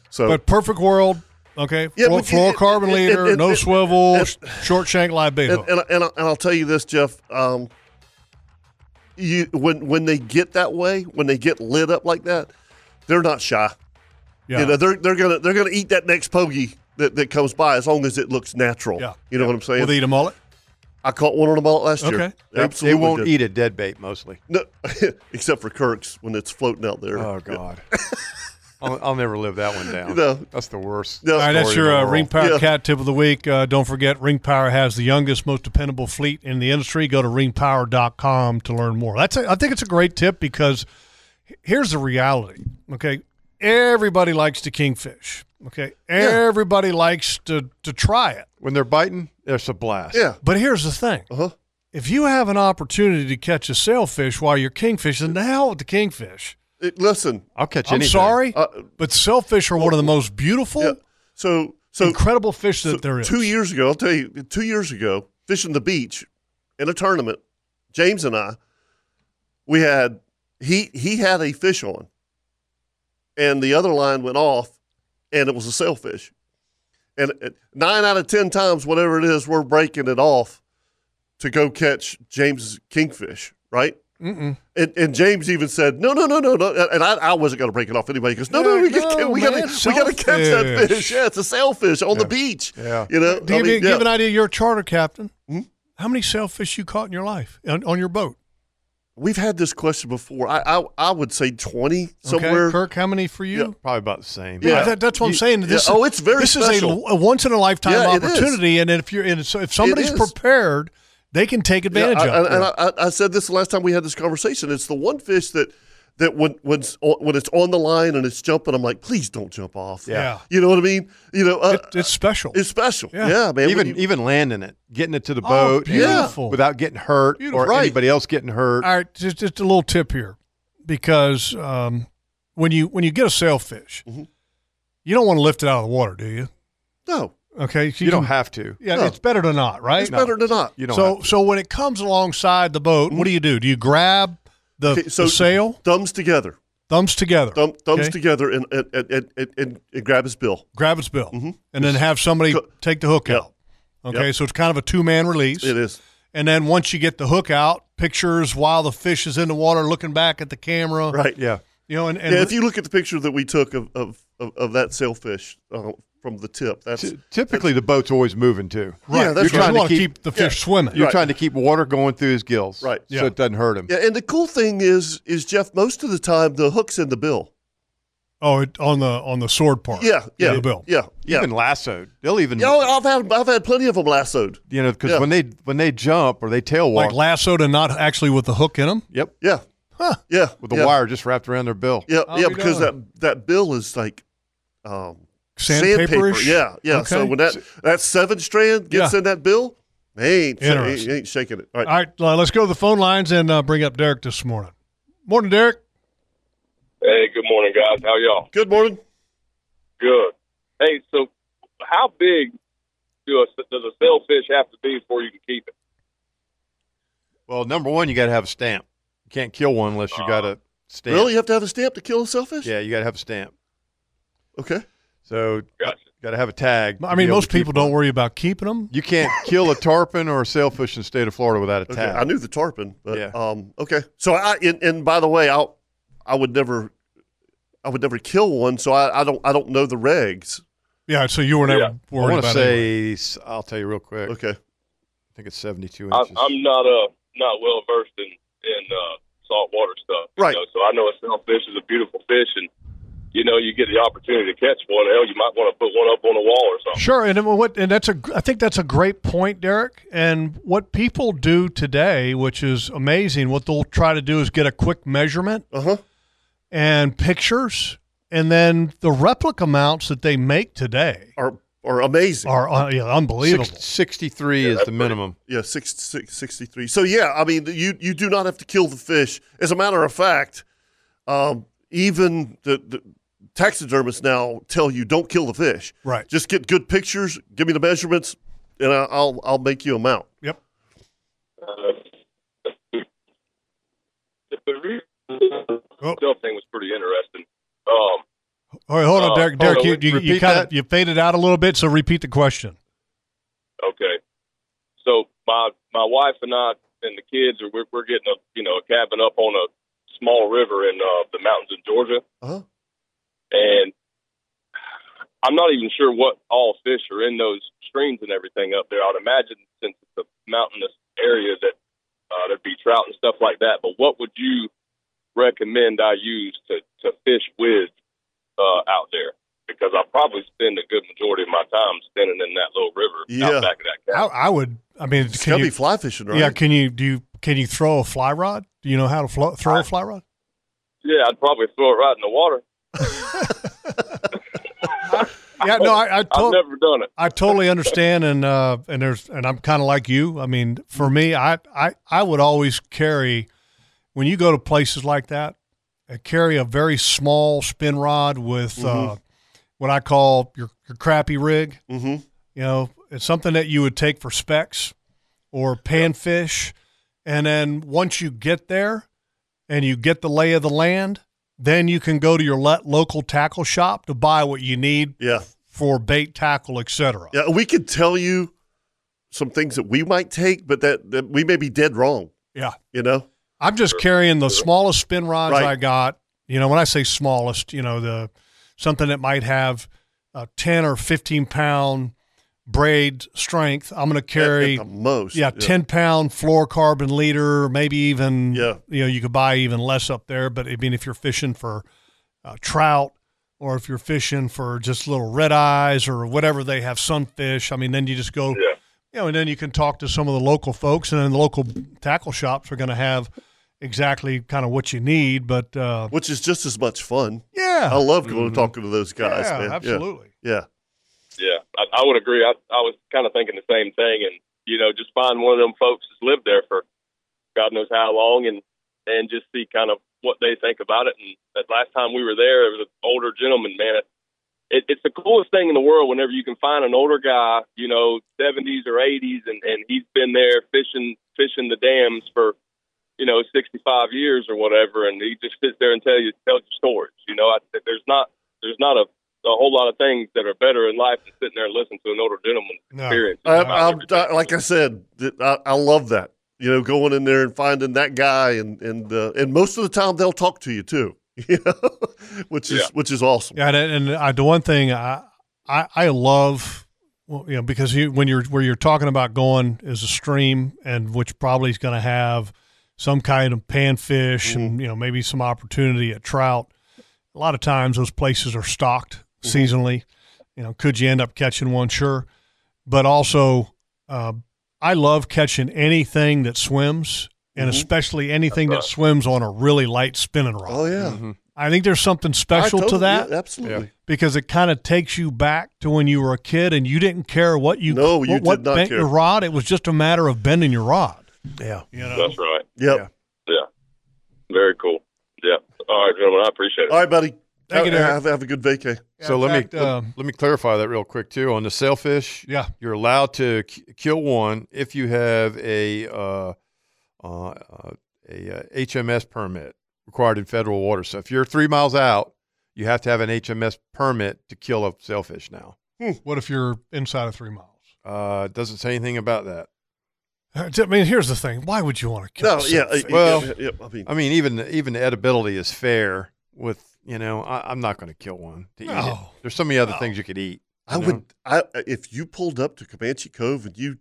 Speaker 1: So
Speaker 4: But perfect world. Okay.
Speaker 1: Yeah,
Speaker 4: Fluor-
Speaker 1: but you-
Speaker 4: fluorocarbon
Speaker 1: it- it-
Speaker 4: leader,
Speaker 1: it-
Speaker 4: no
Speaker 1: it-
Speaker 4: swivel,
Speaker 1: it-
Speaker 4: sh- short shank live bait
Speaker 1: and
Speaker 4: hook.
Speaker 1: and, I- and, I, and I'll tell you this, Jeff. Um, you when when they get that way, when they get lit up like that, they're not shy.
Speaker 4: yeah.
Speaker 1: You know, they're they're gonna they're gonna eat that next pogie that, that comes by as long as it looks natural.
Speaker 4: Yeah.
Speaker 1: You know what I'm saying?
Speaker 4: Will they eat a mullet?
Speaker 1: I caught one on a mullet last year.
Speaker 4: Okay.
Speaker 5: They, they
Speaker 1: Absolutely
Speaker 5: won't
Speaker 1: did.
Speaker 5: eat a dead bait mostly.
Speaker 1: No, except for Kirk's when it's floating out there.
Speaker 5: Oh God, I'll, I'll never live that one down.
Speaker 1: No.
Speaker 5: That's the worst.
Speaker 1: No.
Speaker 4: All right, that's
Speaker 5: story in
Speaker 4: your
Speaker 5: the
Speaker 4: uh,
Speaker 5: world.
Speaker 4: Ring Power
Speaker 1: Yeah.
Speaker 4: Cat tip of the week. Uh, don't forget, Ring Power has the youngest, most dependable fleet in the industry. Go to ringpower.com to learn more. That's a, I think it's a great tip because h- here's the reality. Okay, everybody likes to kingfish. Okay, everybody likes to to try it.
Speaker 5: When they're biting, it's a blast.
Speaker 1: Yeah.
Speaker 4: But here's the thing:
Speaker 1: Uh-huh.
Speaker 4: if you have an opportunity to catch a sailfish while you're kingfishing, the hell with the kingfish.
Speaker 1: It- listen.
Speaker 5: I'll catch
Speaker 4: I'm
Speaker 5: anything.
Speaker 4: sorry,
Speaker 1: Uh,
Speaker 4: but sailfish are one of the most beautiful,
Speaker 1: yeah. So so
Speaker 4: incredible fish that
Speaker 1: So
Speaker 4: there is.
Speaker 1: Two years ago, I'll tell you, two years ago, fishing the beach in a tournament, James and I, we had he he had a fish on, and the other line went off, and it was a sailfish, and it- nine out of ten times, whatever it is, we're breaking it off to go catch James's kingfish, right?
Speaker 4: Mm-mm.
Speaker 1: And, and James even said, "No, no, no, no, no." And I, I wasn't going to break it off anyway. He goes, "No, no, we,
Speaker 4: Yeah,
Speaker 1: gotta-
Speaker 4: no,
Speaker 1: we got
Speaker 4: man,
Speaker 1: to we got to catch that
Speaker 4: sailfish.
Speaker 1: fish. Yeah, it's a sailfish on the beach.
Speaker 5: Yeah.
Speaker 1: you know.
Speaker 4: To give, you,
Speaker 1: uh, mean, yeah. Hmm?
Speaker 4: give an idea, you're a charter captain. How many sailfish you caught in your life on, on your boat?
Speaker 1: We've had this question before. I I, I would say twenty somewhere.
Speaker 4: Okay, Kirk, how many for you?
Speaker 5: Probably about the same.
Speaker 1: Yeah.
Speaker 4: I- that- that's what I'm
Speaker 1: You-
Speaker 4: saying. This
Speaker 1: yeah,
Speaker 4: is,
Speaker 1: oh, it's very
Speaker 4: This
Speaker 1: special.
Speaker 4: is a, once in a lifetime
Speaker 1: Yeah, it is.
Speaker 4: opportunity, and if you're and so if somebody's
Speaker 1: is.
Speaker 4: prepared, they can take
Speaker 1: Yeah,
Speaker 4: advantage
Speaker 1: I,
Speaker 4: of it.
Speaker 1: and I, I- I said this the last time we had this conversation. It's the one fish that that when when it's on, when it's on the line and it's jumping, I'm like, please don't jump off.
Speaker 4: Yeah.
Speaker 1: you know what I mean. You know, uh,
Speaker 4: It- it's special.
Speaker 1: it's special.
Speaker 4: Yeah.
Speaker 1: Yeah, man.
Speaker 5: Even
Speaker 1: When you-
Speaker 5: even landing it, getting it to the
Speaker 4: Oh,
Speaker 5: boat, and
Speaker 4: beautiful.
Speaker 5: without getting hurt
Speaker 1: Beautiful.
Speaker 5: or
Speaker 1: Right.
Speaker 5: anybody else getting hurt.
Speaker 4: All right, just, just a little tip here, because um, when you when you get a sailfish,
Speaker 1: Mm-hmm.
Speaker 4: you don't want to lift it out of the water, do you?
Speaker 1: no,
Speaker 4: Okay, so
Speaker 5: you don't
Speaker 4: can-
Speaker 5: have to.
Speaker 4: Yeah,
Speaker 1: no.
Speaker 4: it's better to not, right?
Speaker 1: it's better than not.
Speaker 5: You don't.
Speaker 4: so
Speaker 5: have
Speaker 4: so when it comes alongside the boat, what do you do? Do you grab the,
Speaker 1: Okay, so
Speaker 4: the sail,
Speaker 1: thumbs together,
Speaker 4: thumbs together,
Speaker 1: thumb, thumbs
Speaker 4: Okay.
Speaker 1: together, and and, and, and, and and grab his bill.
Speaker 4: grab its bill,
Speaker 1: Mm-hmm.
Speaker 4: and then have somebody
Speaker 1: Co-
Speaker 4: take the hook
Speaker 1: Yeah.
Speaker 4: out? Okay, so it's kind of a two man release,
Speaker 1: It is.
Speaker 4: and then once you get the hook out, pictures while the fish is in the water, looking back at the camera,
Speaker 1: Right.
Speaker 5: to. Yeah.
Speaker 4: You know, and, and
Speaker 1: Yeah, if you look at the picture that we took of of, of, of that sailfish uh, from the tip, that's
Speaker 5: Ty- typically, the boat's always moving too.
Speaker 4: right,
Speaker 1: yeah, that's
Speaker 4: you're
Speaker 1: right.
Speaker 4: trying
Speaker 5: You
Speaker 4: to
Speaker 5: wanna
Speaker 4: keep,
Speaker 5: keep-
Speaker 4: the fish swimming.
Speaker 5: You're
Speaker 1: Right.
Speaker 5: trying to keep water going through his gills,
Speaker 1: Right.
Speaker 5: So
Speaker 4: Yeah.
Speaker 5: it doesn't hurt him.
Speaker 1: Yeah, and the cool thing is, is Jeff. Most of the time, the hook's in the bill.
Speaker 4: Oh, it, on the on the sword part.
Speaker 1: Yeah, yeah,
Speaker 4: the bill.
Speaker 1: Yeah, yeah.
Speaker 5: Even lassoed, they'll even
Speaker 1: You know, I've had I've had plenty of them lassoed.
Speaker 5: you know because
Speaker 1: Yeah.
Speaker 5: when they when they jump or they tail walk,
Speaker 4: Like lassoed and not actually with the hook in them.
Speaker 5: yep,
Speaker 1: Yeah,
Speaker 4: Huh.
Speaker 1: yeah,
Speaker 5: with the
Speaker 1: yeah.
Speaker 5: wire just wrapped around their bill.
Speaker 1: Yeah,
Speaker 4: I'll
Speaker 1: yeah,
Speaker 4: be
Speaker 1: because
Speaker 4: darned.
Speaker 1: that that bill is like um,
Speaker 4: Sandpaperish.
Speaker 1: Yeah, yeah. So
Speaker 4: Okay.
Speaker 1: when that that seven strand gets
Speaker 4: Yeah.
Speaker 1: in that bill, they ain't they ain't,
Speaker 4: Interesting.
Speaker 1: they ain't shaking it. All right.
Speaker 4: All right, uh, let's go to the phone lines and uh, bring up Derek this morning. Morning, Derek.
Speaker 11: Hey, good morning, guys. How y'all?
Speaker 1: Good morning.
Speaker 11: Good. Hey, so how big do a, does a sailfish have to be before you can keep it?
Speaker 5: Well, number one, you got to have a stamp. You can't kill one unless you got a stamp.
Speaker 1: Really, you have to have a stamp to kill a sailfish?
Speaker 5: Yeah, you got to have a stamp.
Speaker 1: Okay.
Speaker 5: So
Speaker 11: Gotcha.
Speaker 5: got to have a tag. to
Speaker 4: I
Speaker 5: be
Speaker 4: mean,
Speaker 5: able
Speaker 4: most
Speaker 5: to keep
Speaker 4: people don't
Speaker 5: one.
Speaker 4: worry about keeping them.
Speaker 5: You can't kill a tarpon or a sailfish in the state of Florida without a
Speaker 1: Okay.
Speaker 5: tag.
Speaker 1: I knew the tarpon, but
Speaker 5: Yeah.
Speaker 1: um, okay. So I and, and by the way, I I would never I would never kill one, so I, I don't I don't know the regs.
Speaker 4: Yeah, so you were never
Speaker 11: Yeah.
Speaker 5: I
Speaker 4: worried
Speaker 5: want to
Speaker 4: about
Speaker 5: say
Speaker 4: it.
Speaker 5: s- I'll tell you real quick.
Speaker 1: Okay.
Speaker 5: I think it's seventy-two
Speaker 11: I,
Speaker 5: inches.
Speaker 11: I'm not uh not well versed in in uh, saltwater stuff, you
Speaker 1: Right.
Speaker 11: know, so I know a sailfish is a beautiful fish, and you know you get the opportunity to catch one. Hell, you might want to put one up on a wall or something.
Speaker 4: Sure, and then what? And that's a. gr- I think that's a great point, Derek. And what people do today, which is amazing, what they'll try to do is get a quick measurement
Speaker 1: Uh
Speaker 5: Uh-huh.
Speaker 1: huh.
Speaker 4: and pictures, and then the replica mounts that they make today
Speaker 1: Are are amazing.
Speaker 4: are uh, yeah, unbelievable.
Speaker 5: Six- Sixty-three is the minimum.
Speaker 1: Yeah, six, six, 63. So yeah, I mean, you you do not have to kill the fish. As a matter of fact, um, even the, the taxidermists now tell you don't kill the fish.
Speaker 4: Right.
Speaker 1: Just get good pictures, give me the measurements, and I- I'll I'll make you a mount.
Speaker 11: the reason the self thing was pretty interesting. Um,
Speaker 4: All right, hold on,
Speaker 11: Uh,
Speaker 4: Derek.
Speaker 11: hold
Speaker 4: Derek,
Speaker 11: on,
Speaker 4: you,
Speaker 11: wait,
Speaker 4: you, you
Speaker 11: repeat
Speaker 4: kind of
Speaker 11: that?
Speaker 4: you faded out a little bit, so repeat the question.
Speaker 11: Okay. So my my wife and I and the kids are we're, we're getting a you know a cabin up on a small river in uh, the mountains in Georgia,
Speaker 1: Uh-huh.
Speaker 11: and I'm not even sure what all fish are in those streams and everything up there. I'd imagine since it's a mountainous area that uh, there'd be trout and stuff like that. But what would you recommend I use to to fish with uh, out there? Because I probably spend a good majority of my time standing in that little river
Speaker 1: Yeah.
Speaker 11: out back of that cabin.
Speaker 4: I, I would. I mean,
Speaker 1: It's
Speaker 4: can
Speaker 1: gotta
Speaker 4: you?
Speaker 1: be fly fishing, right?
Speaker 4: Yeah. Can you do? You, can you throw a fly rod? Do you know how to flo- throw a fly rod?
Speaker 11: Yeah, I'd probably throw it right in the water.
Speaker 4: Yeah. No, I, I
Speaker 11: I've
Speaker 4: told.
Speaker 11: never done it.
Speaker 4: I totally understand, and uh, and there's and I'm kind of like you. I mean, for me, I, I I would always carry when you go to places like that, I carry a very small spin rod with uh, what I call your your crappy rig.
Speaker 1: Mm-hmm.
Speaker 4: You know, it's something that you would take for specks or panfish, and then once you get there and you get the lay of the land, then you can go to your let local tackle shop to buy what you need
Speaker 1: Yeah.
Speaker 4: for bait, tackle, etc.
Speaker 1: Yeah. We could tell you some things that we might take, but that, that we may be dead wrong.
Speaker 4: Yeah.
Speaker 1: You know?
Speaker 4: I'm just carrying the smallest spin rods
Speaker 1: Right.
Speaker 4: I got. You know, when I say smallest, you know, the something that might have a 10 or 15 pound braid strength. I'm going to
Speaker 1: At- at
Speaker 4: carry,
Speaker 1: the most.
Speaker 4: yeah, 10 pound fluorocarbon leader, maybe even,
Speaker 1: Yeah.
Speaker 4: you know, you could buy even less up there. But I mean, if you're fishing for uh, trout or if you're fishing for just little red eyes or whatever they have, sunfish, I mean, then you just go
Speaker 11: Yeah.
Speaker 4: you know, and then you can talk to some of the local folks, and then the local tackle shops are going to have exactly kind of what you need. But uh,
Speaker 1: Which is just as much fun. I
Speaker 4: yeah, Mm-hmm.
Speaker 1: love going talking to those guys,
Speaker 4: yeah,
Speaker 1: man. Yeah.
Speaker 4: absolutely.
Speaker 1: Yeah.
Speaker 11: Yeah, I, I would agree. I, I was kind of thinking the same thing, and you know, just find one of them folks that's lived there for God knows how long, and and just see kind of what they think about it. And that last time we were there, there was an older gentleman, man. It, it, it's the coolest thing in the world whenever you can find an older guy, you know, seventies or eighties, and and he's been there fishing fishing the dams for you know sixty five years or whatever, and he just sits there and tell you tells you stories. You know, I, there's not there's not a a whole lot of things that are better in life than sitting there and listening to an older gentleman's
Speaker 4: No.
Speaker 11: experience.
Speaker 1: I,
Speaker 11: about
Speaker 1: I'm,
Speaker 11: everything.
Speaker 1: I, like I said, th- I, I love that. You know, going in there and finding that guy, and and uh, and most of the time they'll talk to you too. You know, which is
Speaker 11: Yeah.
Speaker 1: which is awesome.
Speaker 4: Yeah, and, and I, the one thing I I, I love, well, you know, because you, when you're where you're talking about going is a stream, and which probably is going to have some kind of panfish,
Speaker 1: Mm-hmm.
Speaker 4: and you know maybe some opportunity at trout. A lot of times those places are stocked
Speaker 1: Mm-hmm.
Speaker 4: seasonally. You know, could you end up catching one? Sure, but also uh, I love catching anything that swims, and
Speaker 1: Mm-hmm.
Speaker 4: especially anything that swims on a really light spinning rod.
Speaker 1: Oh yeah,
Speaker 4: I think there's something
Speaker 1: I
Speaker 4: Mm-hmm. special to
Speaker 1: totally-
Speaker 4: that
Speaker 1: yeah, absolutely.
Speaker 4: because it kind of takes you back to when you were a kid and you didn't care what you
Speaker 1: No,
Speaker 4: what,
Speaker 1: you
Speaker 4: what
Speaker 1: did not
Speaker 4: bent
Speaker 1: care.
Speaker 4: your rod. It was just a matter of bending your rod.
Speaker 1: Yeah.
Speaker 4: You know,
Speaker 11: That's right.
Speaker 1: Yep.
Speaker 11: Yeah. Very cool. Yeah. All right, gentlemen. I appreciate it.
Speaker 1: All right, buddy.
Speaker 4: Thank you,
Speaker 1: have,
Speaker 4: Derek.
Speaker 1: have, have a good vacay.
Speaker 5: so
Speaker 4: in
Speaker 5: let
Speaker 4: fact,
Speaker 5: me let-
Speaker 4: um,
Speaker 5: let, me clarify that real quick too. On the sailfish,
Speaker 4: Yeah.
Speaker 5: you're allowed to k- kill one if you have a uh, uh, uh, a uh, HMS permit required in federal waters. So if you're three miles out, you have to have an HMS permit to kill a sailfish. Now,
Speaker 4: Hmm, what if you're inside of three miles?
Speaker 5: uh, it doesn't say anything about that.
Speaker 4: I mean, here's the thing. Why would you want to kill?
Speaker 1: No,
Speaker 4: a
Speaker 1: yeah, uh,
Speaker 4: sunfish?
Speaker 1: yeah,
Speaker 5: Well-
Speaker 1: yeah, yeah, I mean,
Speaker 5: I mean, even even edibility is fair. With you know, I, I'm not going to kill one to eat it.
Speaker 4: No.
Speaker 5: There's so many other things you could eat.
Speaker 1: I
Speaker 5: you know?
Speaker 1: would. I uh, if you pulled up to Comanche Cove and you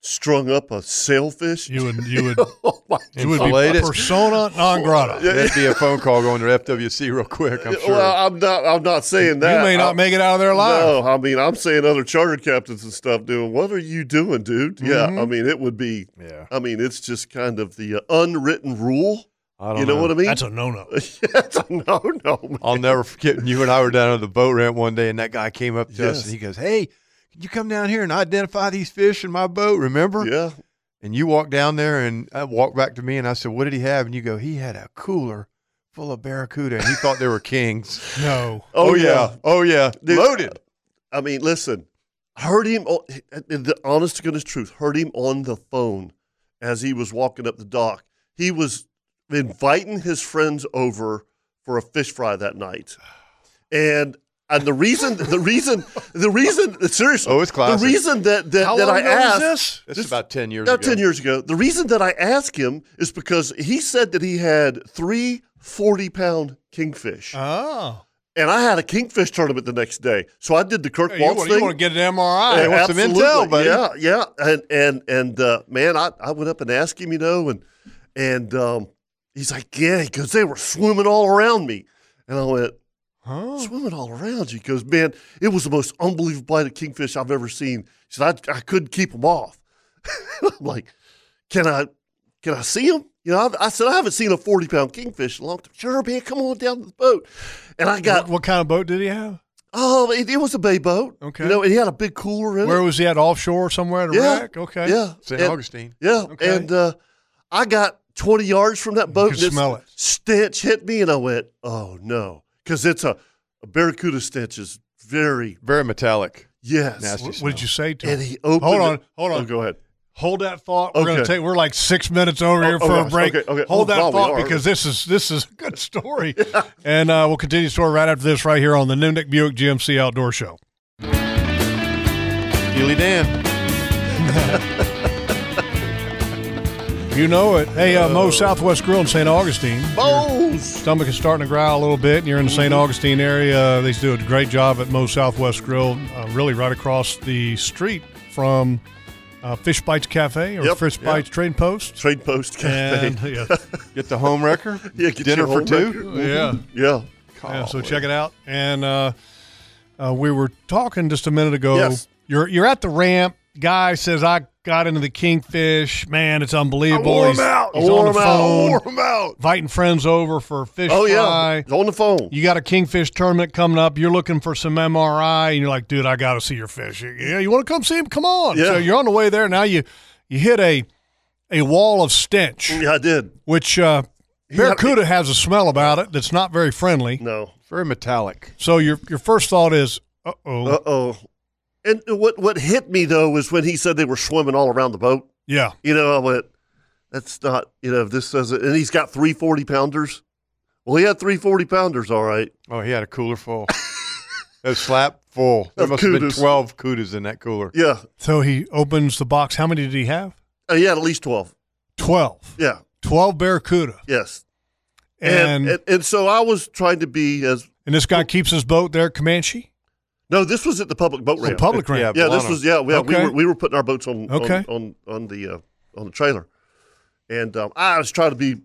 Speaker 1: strung up a sailfish,
Speaker 4: you would you would
Speaker 1: oh my
Speaker 4: you would
Speaker 5: Inflate
Speaker 4: be
Speaker 5: it.
Speaker 4: persona non grata.
Speaker 5: That'd be a phone call going to FWC real quick. I'm sure.
Speaker 1: Well, I'm not. I'm not saying that.
Speaker 4: you may not
Speaker 1: I'm-
Speaker 4: make it out of there alive.
Speaker 1: No, I mean I'm saying other charter captains and stuff doing. What are you doing, dude?
Speaker 4: Mm-hmm.
Speaker 1: Yeah, I mean it would be.
Speaker 5: yeah,
Speaker 1: I mean it's just kind of the uh, unwritten rule.
Speaker 5: I don't
Speaker 1: You know, what I mean?
Speaker 4: That's a no no.
Speaker 1: That's a no, no. man.
Speaker 5: I'll never forget. when You and I were down on the boat ramp one day, and that guy came up to
Speaker 1: Yes.
Speaker 5: us and he goes, "Hey, can you come down here and identify these fish in my boat? Remember?"
Speaker 1: Yeah,
Speaker 5: And you walked down there, and I walked back to me, and I said, "What did he have?" And you go, "He had a cooler full of barracuda. And he thought they were kings.
Speaker 4: No.
Speaker 5: Oh, yeah. Oh yeah.
Speaker 1: Dude,
Speaker 5: Loaded.
Speaker 1: I mean, listen, heard him. On, the honest to goodness truth, heard him on the phone as he was walking up the dock. He was inviting his friends over for a fish fry that night, and and the reason, the reason, the reason, seriously,
Speaker 5: Oh, it's classic.
Speaker 1: The reason that that,
Speaker 5: How
Speaker 1: that
Speaker 5: long
Speaker 1: I
Speaker 5: ago was
Speaker 1: asked
Speaker 5: this? This is about 10 years
Speaker 1: about
Speaker 5: ago.
Speaker 1: ten years ago. The reason that I asked him is because he said that he had three 40 pound kingfish.
Speaker 4: Oh.
Speaker 1: And I had a kingfish tournament the next day. So I did the Kirk
Speaker 4: Hey, you
Speaker 1: Waltz
Speaker 4: want
Speaker 1: thing.
Speaker 4: to get an MRI?
Speaker 1: Yeah,
Speaker 5: want some
Speaker 1: absolutely.
Speaker 5: intel, buddy.
Speaker 1: Yeah, yeah. And and and uh, man, I, I went up and asked him, you know, and and um, he's like, yeah, he goes, they were swimming all around me, and I went,
Speaker 4: Huh?
Speaker 1: swimming all around you. He goes, man, it was the most unbelievable bite of kingfish I've ever seen. He said, I, I couldn't keep them off. I'm like, can I can I see him? You know, I've, I said I haven't seen a forty pound kingfish in a long time. Sure, man, come on down to the boat. And I got
Speaker 4: What, what kind of boat did he have?
Speaker 1: oh, it, it was a bay boat.
Speaker 4: Okay.
Speaker 1: you know, and he had a big cooler in it.
Speaker 4: Where was he at? Offshore somewhere at a
Speaker 1: Yeah.
Speaker 4: wreck? Okay.
Speaker 1: Yeah.
Speaker 5: St.
Speaker 1: And-
Speaker 5: Augustine.
Speaker 1: Yeah.
Speaker 4: Okay.
Speaker 1: And uh, I got 20 yards from that boat.
Speaker 4: could
Speaker 1: and this
Speaker 4: smell it.
Speaker 1: Stench hit me, and I went, oh no. Because it's a, a barracuda stench, is very,
Speaker 5: Very metallic.
Speaker 1: yes.
Speaker 5: Nasty.
Speaker 4: What did you say to him?
Speaker 1: And he opened
Speaker 4: Hold
Speaker 1: it-
Speaker 4: on, hold on.
Speaker 1: Oh, go ahead.
Speaker 4: Hold that thought. We're gonna
Speaker 1: Okay.
Speaker 4: take. We're like six minutes over
Speaker 1: Oh,
Speaker 4: here
Speaker 1: oh
Speaker 4: for a
Speaker 1: gosh.
Speaker 4: break.
Speaker 1: Okay, okay.
Speaker 4: Hold
Speaker 1: Oh,
Speaker 4: that
Speaker 1: wow, we
Speaker 4: thought
Speaker 1: are.
Speaker 4: because this is this is a good story, and uh, we'll continue the story right after this right here on the Nimnik Buick GMC Outdoor Show.
Speaker 5: Steely Dan.
Speaker 4: You know it. Hey, uh, Mo Southwest Grill in St. Augustine.
Speaker 1: Bones!
Speaker 4: Stomach is starting to growl a little bit, and you're in the St. Augustine area. Uh, They do a great job at Mo Southwest Grill, uh, really right across the street from uh, Fish Bites Cafe or
Speaker 1: Yep,
Speaker 4: Fish
Speaker 1: yep.
Speaker 4: Bites Train Post.
Speaker 1: Trade post cafe.
Speaker 4: And, yeah,
Speaker 5: Get the home wrecker.
Speaker 1: Yeah, get
Speaker 5: Dinner
Speaker 1: your
Speaker 5: for
Speaker 1: home
Speaker 5: two.
Speaker 4: yeah.
Speaker 1: yeah.
Speaker 4: Yeah, so check it out. And uh, uh, we were talking just a minute ago.
Speaker 1: Yes.
Speaker 4: You're you're at the ramp. Guy says I got into the kingfish. Man, it's unbelievable.
Speaker 5: wore 'em
Speaker 4: he's
Speaker 5: out. I
Speaker 4: he's on
Speaker 1: wore
Speaker 4: the
Speaker 1: 'em out. I
Speaker 4: phone,
Speaker 1: wore
Speaker 5: Pour 'em out.
Speaker 4: inviting Oh. friends over for a fish
Speaker 1: Oh, yeah.
Speaker 4: fry.
Speaker 1: It's on the phone.
Speaker 4: You got a kingfish tournament coming up. You're looking for some MRI, and you're like, dude, I got to see your fish. Yeah, you want to come see him? Come on.
Speaker 1: Yeah.
Speaker 4: So you're on the way there. Now you you hit a a wall of stench,
Speaker 1: yeah, I did.
Speaker 4: which uh,
Speaker 1: had-
Speaker 4: barracuda has a smell about it that's not very friendly.
Speaker 1: No.
Speaker 5: Very metallic.
Speaker 4: So your your first thought is, uh
Speaker 1: Uh
Speaker 4: oh,
Speaker 1: oh. And what, what hit me, though, was when he said they were swimming all around the boat.
Speaker 4: yeah,
Speaker 1: You know, I went, that's not, you know, this doesn't, and he's got three 40 pounders. Well, he had three 40 pounders, all right.
Speaker 5: Oh, he had a cooler full. a slap full. There
Speaker 1: Of
Speaker 5: must have been
Speaker 1: kudos.
Speaker 5: 12 kudas in that cooler.
Speaker 1: Yeah.
Speaker 4: so he opens the box. How many did he have?
Speaker 1: Uh, he had at least 12.
Speaker 4: Twelve.
Speaker 1: Yeah.
Speaker 4: Twelve barracuda,
Speaker 1: Yes.
Speaker 4: and
Speaker 1: And,
Speaker 4: and,
Speaker 1: and, and so I was trying to be as,
Speaker 4: this guy keeps his boat there, at Comanche,
Speaker 1: no, this was at the public boat
Speaker 4: oh,
Speaker 1: ramp.
Speaker 4: public
Speaker 5: Yeah,
Speaker 4: ramp.
Speaker 1: yeah, this
Speaker 5: Volano.
Speaker 1: was, yeah, yeah we,
Speaker 4: Okay.
Speaker 1: were, we were putting our boats on,
Speaker 4: Okay.
Speaker 1: on, on, on the, uh, on the trailer. And um, I was trying to be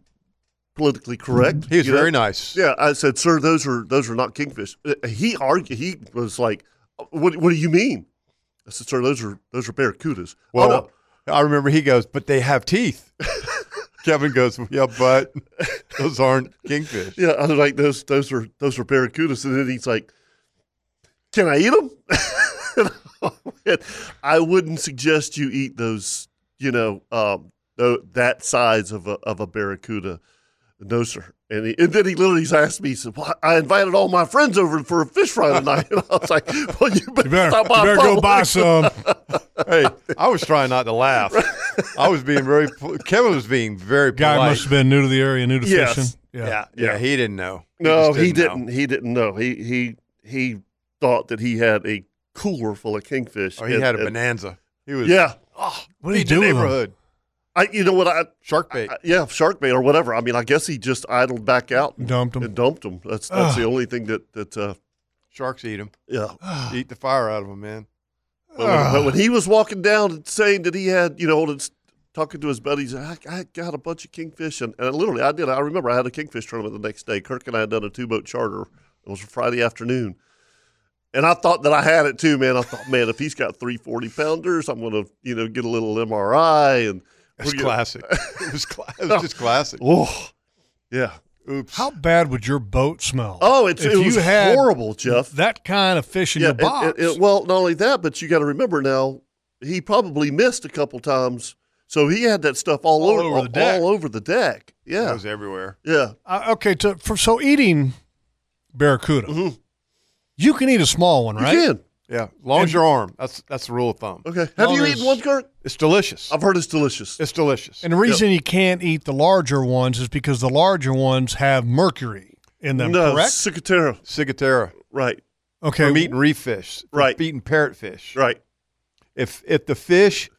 Speaker 1: politically correct.
Speaker 5: Mm-hmm. He was
Speaker 1: you know?
Speaker 5: very nice.
Speaker 1: Yeah, I said, sir, those are those are not kingfish. Uh, He argued. He was like, "Uh, what, what do you mean? I said, sir, those are those are barracudas.
Speaker 5: Well,
Speaker 1: oh, no.
Speaker 5: I remember he goes, but they have teeth. Kevin goes, yeah, but those aren't kingfish.
Speaker 1: yeah, I was like, those those are those are barracudas. And then he's like, can I eat them? I wouldn't suggest you eat those. You know, um, tho- that size of a of a barracuda. No, sir. And, he, and then he literally asked me, he said, well, I invited all my friends over for a fish fry tonight. And I was like, well, you better,
Speaker 4: You better,
Speaker 1: stop
Speaker 4: you
Speaker 1: by
Speaker 4: better go
Speaker 1: Publix."
Speaker 4: buy some.
Speaker 5: Hey, I was trying not to laugh. I was being very, pol- Kevin was being very
Speaker 4: Guy
Speaker 5: polite.
Speaker 4: must have been new to the area, new to
Speaker 1: Yes.
Speaker 4: fishing.
Speaker 5: yeah,
Speaker 4: Yeah.
Speaker 5: yeah, he didn't know.
Speaker 1: No,
Speaker 5: just
Speaker 1: he
Speaker 5: know.
Speaker 1: didn't. He didn't know. He he he thought that he had a cooler full of kingfish.
Speaker 5: Oh, he
Speaker 1: and-
Speaker 5: had a
Speaker 1: and-
Speaker 5: bonanza. He was,
Speaker 1: Yeah,
Speaker 5: oh,
Speaker 4: What did he
Speaker 5: beat the
Speaker 4: do with 'em?
Speaker 5: Neighborhood.
Speaker 1: I you know what I,
Speaker 5: Shark bait.
Speaker 1: I- yeah shark bait or whatever. I mean, I guess he just idled back out and
Speaker 4: Dumped him.
Speaker 1: and dumped him. That's that's the only thing that that uh,
Speaker 5: Sharks eat him.
Speaker 1: yeah.
Speaker 5: Eat the fire out of him, man.
Speaker 1: But when,
Speaker 5: Ah.
Speaker 1: but when he was walking down and saying that he had you know and it's- talking to his buddies, I, I got a bunch of kingfish and, and literally I did. I remember I had a kingfish tournament the next day. Kirk and I had done a two boat charter. It was a Friday afternoon. And I thought that I had it too, man. I thought, man, if he's got three 40 pounders, I'm going to, you know, get a little MRI. And
Speaker 5: It's
Speaker 1: gonna-
Speaker 5: classic. it was, cla- it was just classic.
Speaker 1: oh, yeah.
Speaker 5: Oops.
Speaker 4: How bad would your boat smell?
Speaker 1: Oh, it's,
Speaker 4: If
Speaker 1: it was
Speaker 4: you had
Speaker 1: horrible, Jeff.
Speaker 4: That kind of fish in your
Speaker 1: and-
Speaker 4: box.
Speaker 1: and- and- well, not only that, but you got to remember now, he probably missed a couple times. So he had that stuff all,
Speaker 5: All
Speaker 1: over,
Speaker 5: over the
Speaker 1: all,
Speaker 5: deck.
Speaker 1: all over the deck. Yeah,
Speaker 5: It was everywhere.
Speaker 1: yeah.
Speaker 4: Uh, okay, to, for, so eating barracuda, you can eat a small one, right?
Speaker 1: Mm-hmm. You can.
Speaker 5: Yeah, long as your arm. That's that's the rule of thumb.
Speaker 1: Okay. Have
Speaker 4: Long
Speaker 1: you
Speaker 4: as-
Speaker 1: eaten one, Kurt?
Speaker 5: It's delicious.
Speaker 1: I've heard it's delicious.
Speaker 5: It's delicious.
Speaker 4: And the reason you can't eat the larger ones is because the larger ones have mercury in them,
Speaker 1: no,
Speaker 4: correct?
Speaker 1: cicatera.
Speaker 5: Cigatera
Speaker 1: Right,
Speaker 4: okay.
Speaker 5: from eating reef fish, from
Speaker 1: Right.
Speaker 5: Eating parrot fish.
Speaker 1: right.
Speaker 5: If if the fish,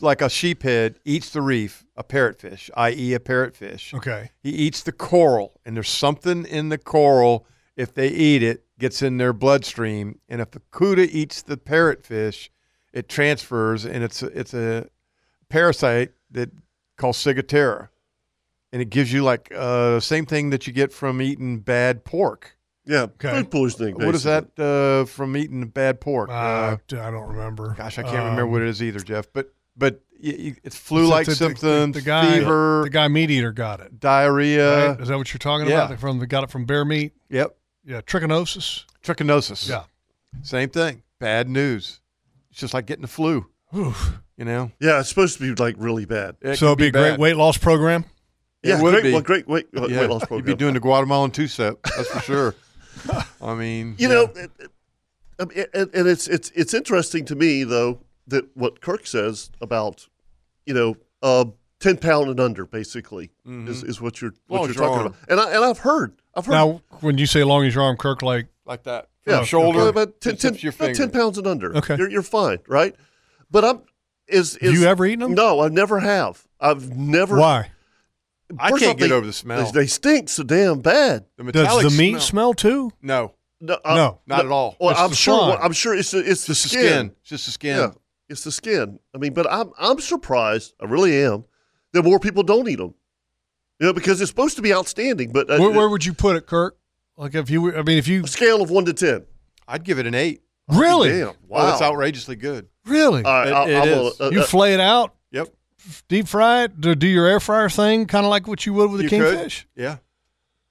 Speaker 5: like a sheephead, eats the reef, a parrot fish, i.e., a parrot fish,
Speaker 4: Okay.
Speaker 5: he eats the coral, and there's something in the coral. If they eat it, gets in their bloodstream, and if the cuda eats the parrot fish, it transfers, and it's a, it's a parasite that called cigatera, and it gives you like uh, same thing that you get from eating bad pork.
Speaker 1: Yeah,
Speaker 4: Okay.
Speaker 1: food poisoning.
Speaker 5: What is
Speaker 1: basically.
Speaker 5: that uh, from eating bad pork?
Speaker 4: Uh,
Speaker 5: Uh,
Speaker 4: d- I don't remember.
Speaker 5: gosh, I can't remember what it is either, Jeff. But but y- y- it's flu-like
Speaker 4: It's the- the- the-
Speaker 5: symptoms,
Speaker 4: the guy-
Speaker 5: fever,
Speaker 4: The guy meat eater got it.
Speaker 5: diarrhea.
Speaker 4: right? Is that what you're talking
Speaker 5: yeah.
Speaker 4: about? From got it from bear meat.
Speaker 5: Yep,
Speaker 4: Yeah, trichinosis.
Speaker 5: trichinosis.
Speaker 4: Yeah.
Speaker 5: same thing. Bad news. It's just like getting the flu.
Speaker 4: Whew.
Speaker 5: You know.
Speaker 1: Yeah, it's supposed to be like really bad.
Speaker 5: It can
Speaker 4: so it'd be, a
Speaker 5: bad.
Speaker 4: great weight loss program.
Speaker 5: It
Speaker 1: yeah,
Speaker 5: would
Speaker 1: great,
Speaker 5: be.
Speaker 1: well, great weight, uh,
Speaker 5: Yeah.
Speaker 1: weight loss
Speaker 5: You'd
Speaker 1: program.
Speaker 5: be doing the Guatemalan two-step. That's for sure. I mean,
Speaker 1: you know, it, it, I mean, and, and it's it's it's interesting to me though that what Kirk says about, you know, uh, ten pound and under basically is, is what you're what
Speaker 5: Long
Speaker 1: you're
Speaker 5: as your
Speaker 1: talking
Speaker 5: arm.
Speaker 1: about. And I and I've heard I've heard
Speaker 4: Mm-hmm. Now, when you say long as your arm, Kirk, like uh,
Speaker 5: like that.
Speaker 1: yeah,
Speaker 5: shoulder.
Speaker 1: about 10, 10,
Speaker 5: tips your
Speaker 1: about 10
Speaker 5: finger.
Speaker 1: pounds and under.
Speaker 4: Okay.
Speaker 1: you're, you're fine, right? But I'm is,
Speaker 4: Have
Speaker 1: is
Speaker 4: you ever eaten 'em?
Speaker 1: No, I never have. I've never.
Speaker 4: why
Speaker 5: I
Speaker 1: First
Speaker 5: can't
Speaker 1: off,
Speaker 5: get
Speaker 1: they-
Speaker 5: over the smell.
Speaker 1: They, they stink so damn bad.
Speaker 5: the
Speaker 4: does
Speaker 5: metallic
Speaker 4: the meat smell, too?
Speaker 5: No,
Speaker 1: No, I-
Speaker 4: No.
Speaker 5: not at all.
Speaker 1: Well,
Speaker 4: It's
Speaker 1: I'm
Speaker 4: the
Speaker 1: sure.
Speaker 4: fly.
Speaker 1: I'm sure it's the, it's the
Speaker 5: It's the
Speaker 1: skin.
Speaker 5: skin. It's just the skin.
Speaker 1: Yeah, it's the skin. I mean, but I'm I'm surprised. I really am that more people don't eat them. You know, because it's supposed to be outstanding, but uh,
Speaker 4: Where, where would you put it, Kirk? Like if you, were- I mean, if you
Speaker 1: a scale of one to ten.
Speaker 5: I'd give it an eight.
Speaker 4: really,
Speaker 1: Damn!
Speaker 5: Wow,
Speaker 1: Wow.
Speaker 5: that's outrageously good.
Speaker 4: really,
Speaker 1: All right,
Speaker 5: It-
Speaker 1: I'll-
Speaker 5: it
Speaker 1: I'll,
Speaker 5: is.
Speaker 1: uh, uh,
Speaker 4: you flay it out,
Speaker 5: Yep.
Speaker 4: deep fry it, do do your air fryer thing, kind of like what you would with a
Speaker 5: You could.
Speaker 4: kingfish.
Speaker 5: Yeah.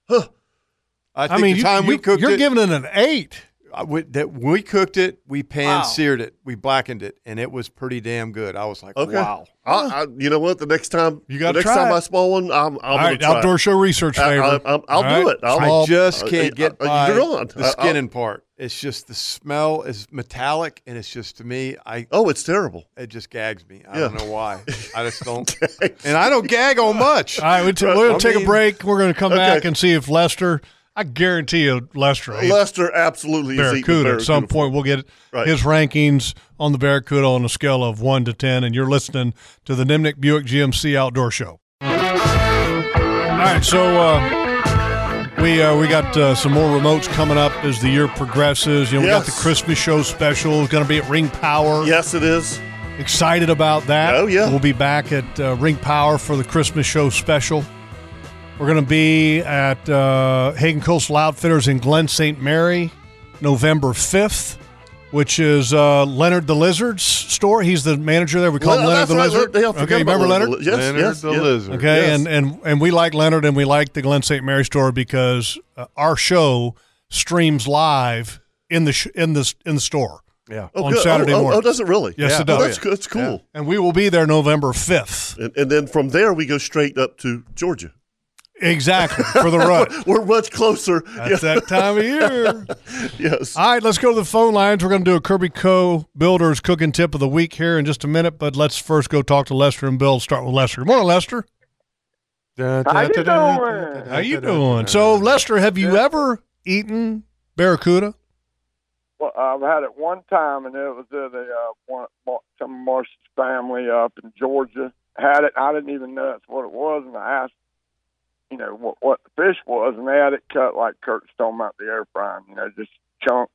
Speaker 1: Huh.
Speaker 5: I think
Speaker 4: mean,
Speaker 5: the
Speaker 4: you-
Speaker 5: time
Speaker 4: you,
Speaker 5: we cooked
Speaker 4: you're
Speaker 5: it,
Speaker 4: giving it an eight.
Speaker 5: I would- that we cooked it, we pan seared it, we blackened it, and it was pretty damn good. I was like,
Speaker 1: Okay.
Speaker 5: wow.
Speaker 1: I, I, you know what? The next time, the
Speaker 4: You gotta
Speaker 1: next
Speaker 4: try
Speaker 1: time
Speaker 4: it.
Speaker 1: I smell one, I'm, I'm
Speaker 4: All
Speaker 1: gonna
Speaker 4: right,
Speaker 1: try
Speaker 4: outdoor
Speaker 1: it.
Speaker 4: show research
Speaker 1: I,
Speaker 4: favor.
Speaker 1: will do
Speaker 4: All
Speaker 1: it. I'll,
Speaker 5: I just
Speaker 1: uh,
Speaker 5: can't
Speaker 1: uh,
Speaker 5: get
Speaker 1: uh,
Speaker 5: by
Speaker 1: you're on.
Speaker 5: the
Speaker 1: I- I'll-
Speaker 5: skinning part. It's just the smell is metallic, and it's just to me, I
Speaker 1: oh, it's terrible.
Speaker 5: it just gags me. I
Speaker 1: Yeah.
Speaker 5: don't know why. I just don't, and I don't gag on much.
Speaker 4: All right, we'll, t- we'll
Speaker 5: I
Speaker 4: take a
Speaker 5: mean-
Speaker 4: break. We're going to come
Speaker 1: Okay.
Speaker 4: back and see if Lester. I guarantee you, Lester. ate
Speaker 1: Lester absolutely is eating
Speaker 4: Barracuda. At some
Speaker 1: barracuda.
Speaker 4: point, we'll get
Speaker 1: Right.
Speaker 4: his rankings on the Barracuda on a scale of one to ten. And you're listening to the Nimnik Buick GMC Outdoor Show. All right, so uh, we uh, we got uh, some more remotes coming up as the year progresses. You know, we got
Speaker 1: Yes.
Speaker 4: the Christmas show special. It's going to be at Ring Power.
Speaker 1: Yes, it is.
Speaker 4: Excited about that.
Speaker 1: Oh, yeah.
Speaker 4: We'll be back at uh, Ring Power for the Christmas show special. We're going to be at uh, Hagen Coastal Outfitters in Glen St. Mary November 5th, which is uh, Leonard the Lizard's store. He's the manager there. We call him
Speaker 1: Well,
Speaker 4: Leonard
Speaker 1: that's
Speaker 4: the
Speaker 1: right.
Speaker 4: Lizard.
Speaker 1: Yeah, I forgot
Speaker 4: okay, you
Speaker 1: about
Speaker 4: remember Leonard?
Speaker 1: the- Yes,
Speaker 5: Leonard
Speaker 1: yes,
Speaker 5: the
Speaker 1: yes.
Speaker 5: lizard.
Speaker 4: Okay,
Speaker 1: Yes.
Speaker 4: and, and, and we like Leonard and we like the Glen St. Mary store because uh, our show streams live in the sh- in the s- in the store.
Speaker 5: Yeah.
Speaker 1: Oh,
Speaker 4: on
Speaker 1: good.
Speaker 4: Saturday
Speaker 1: oh, oh,
Speaker 4: morning.
Speaker 1: Oh, does it really?
Speaker 4: Yes,
Speaker 5: Yeah.
Speaker 4: it
Speaker 1: Oh,
Speaker 4: does.
Speaker 1: that's good. That's cool.
Speaker 4: And we will be there November 5th.
Speaker 1: And, and then from there we go straight up to Georgia.
Speaker 4: Exactly, for the run.
Speaker 1: We're much closer.
Speaker 4: That's that time of year.
Speaker 1: Yes.
Speaker 4: All right, let's go to the phone lines. We're going to do a Kirby Co. Builders cooking tip of the week here in just a minute, but let's first go talk to Lester and Bill. Start with Lester. Good morning, Lester.
Speaker 5: How
Speaker 7: you doing?
Speaker 4: How you doing? So, Lester, have you ever eaten barracuda?
Speaker 7: Well, I've had it one time, and it was at a uh, one, Mar- some Marsh's family up in Georgia. Had it, I didn't even know that's what it was, and I asked, you know, what, what the fish was, and they had it cut like Kurt's talking about the air frying, you know, just chunks.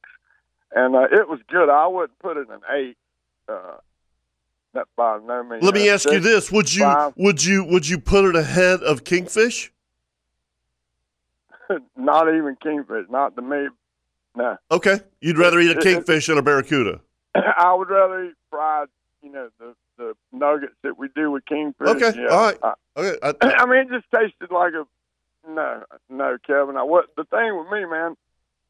Speaker 7: And uh, it was good. I wouldn't put it in eight. Uh, that by no means.
Speaker 1: Let me ask you this: Would you
Speaker 7: Five.
Speaker 1: would you would you put it ahead of kingfish?
Speaker 7: Not even kingfish, not to me. No.
Speaker 1: Okay, you'd rather eat a
Speaker 7: It- it-
Speaker 1: kingfish than a barracuda.
Speaker 7: I would rather eat fried, you know, the the nuggets that we do with kingfish.
Speaker 1: Okay,
Speaker 7: yeah.
Speaker 1: all right.
Speaker 7: I,
Speaker 1: Okay, I,
Speaker 7: I mean, it just tasted like a no, no, Kevin. I what the thing with me, man,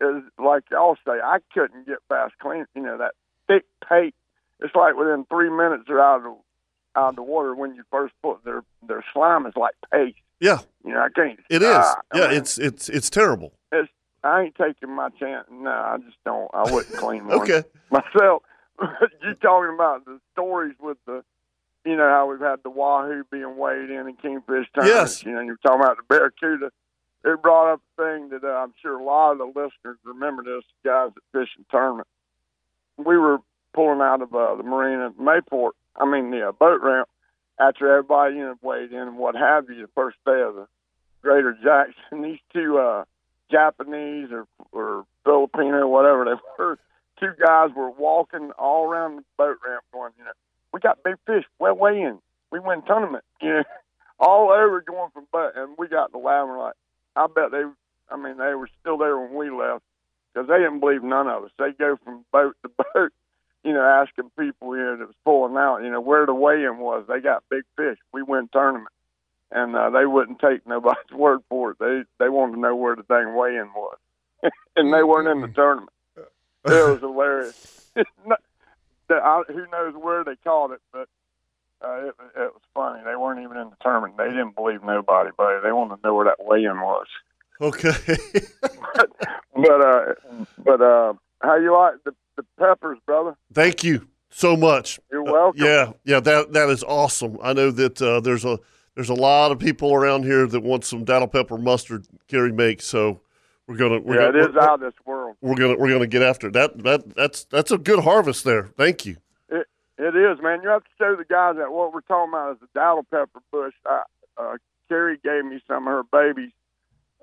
Speaker 7: is like y'all say, I couldn't get past clean. You know that thick pate. It's like within three minutes they're out of
Speaker 12: out of the water when you first put their their slime is like paste.
Speaker 1: Yeah,
Speaker 12: You know, I can't.
Speaker 1: it is.
Speaker 12: ah, I
Speaker 1: yeah,
Speaker 12: mean,
Speaker 1: it's it's it's terrible.
Speaker 12: it's. I ain't taking my chance. No, I just don't. I wouldn't clean one
Speaker 1: Okay.
Speaker 12: myself. you talking about the stories with the, you know how we've had the wahoo being weighed in and kingfish tournaments.
Speaker 1: Yes.
Speaker 12: You know you're talking about the barracuda. It brought up a thing that uh, I'm sure a lot of the listeners remember this. Guys at fishing tournament, we were pulling out of uh, the marina at Mayport. I mean the uh, boat ramp. After everybody you know weighed in and what have you, the first day of the Greater Jackson, these two uh, Japanese or or Filipino, whatever they were, two guys were walking all around the boat ramp going, you know, we got big fish, we're weighing, we win tournament, you know, all over going from boat, and we got the loud, we're like, I bet they, I mean, they were still there when we left because they didn't believe none of us. They go from boat to boat, you know, asking people, you know, that was pulling out, you know, where the weigh-in was. They got big fish, we win tournament. And uh, they wouldn't take nobody's word for it. They they wanted to know where the dang weigh-in was, and they weren't in the tournament. It was hilarious. No- the- I- Who knows where they caught it, but uh, it, it was funny. They weren't even in the tournament. They didn't believe nobody, but they wanted to know where that weigh-in was.
Speaker 1: Okay.
Speaker 12: But uh, but uh, how you like the, the peppers, brother?
Speaker 1: Thank you so much.
Speaker 12: You're welcome.
Speaker 1: Uh, yeah, yeah, that that is awesome. I know that uh, there's a there's a lot of people around here that want some dattle pepper mustard Gary makes. So we're gonna we're
Speaker 12: yeah, it
Speaker 1: gonna,
Speaker 12: is
Speaker 1: we're,
Speaker 12: out of this world.
Speaker 1: we're gonna we're gonna get after it. that. That that's that's a good harvest there. Thank you.
Speaker 12: It it is, man. You have to show the guys that what we're talking about is the dowdle pepper bush. I, uh, Carrie gave me some of her babies.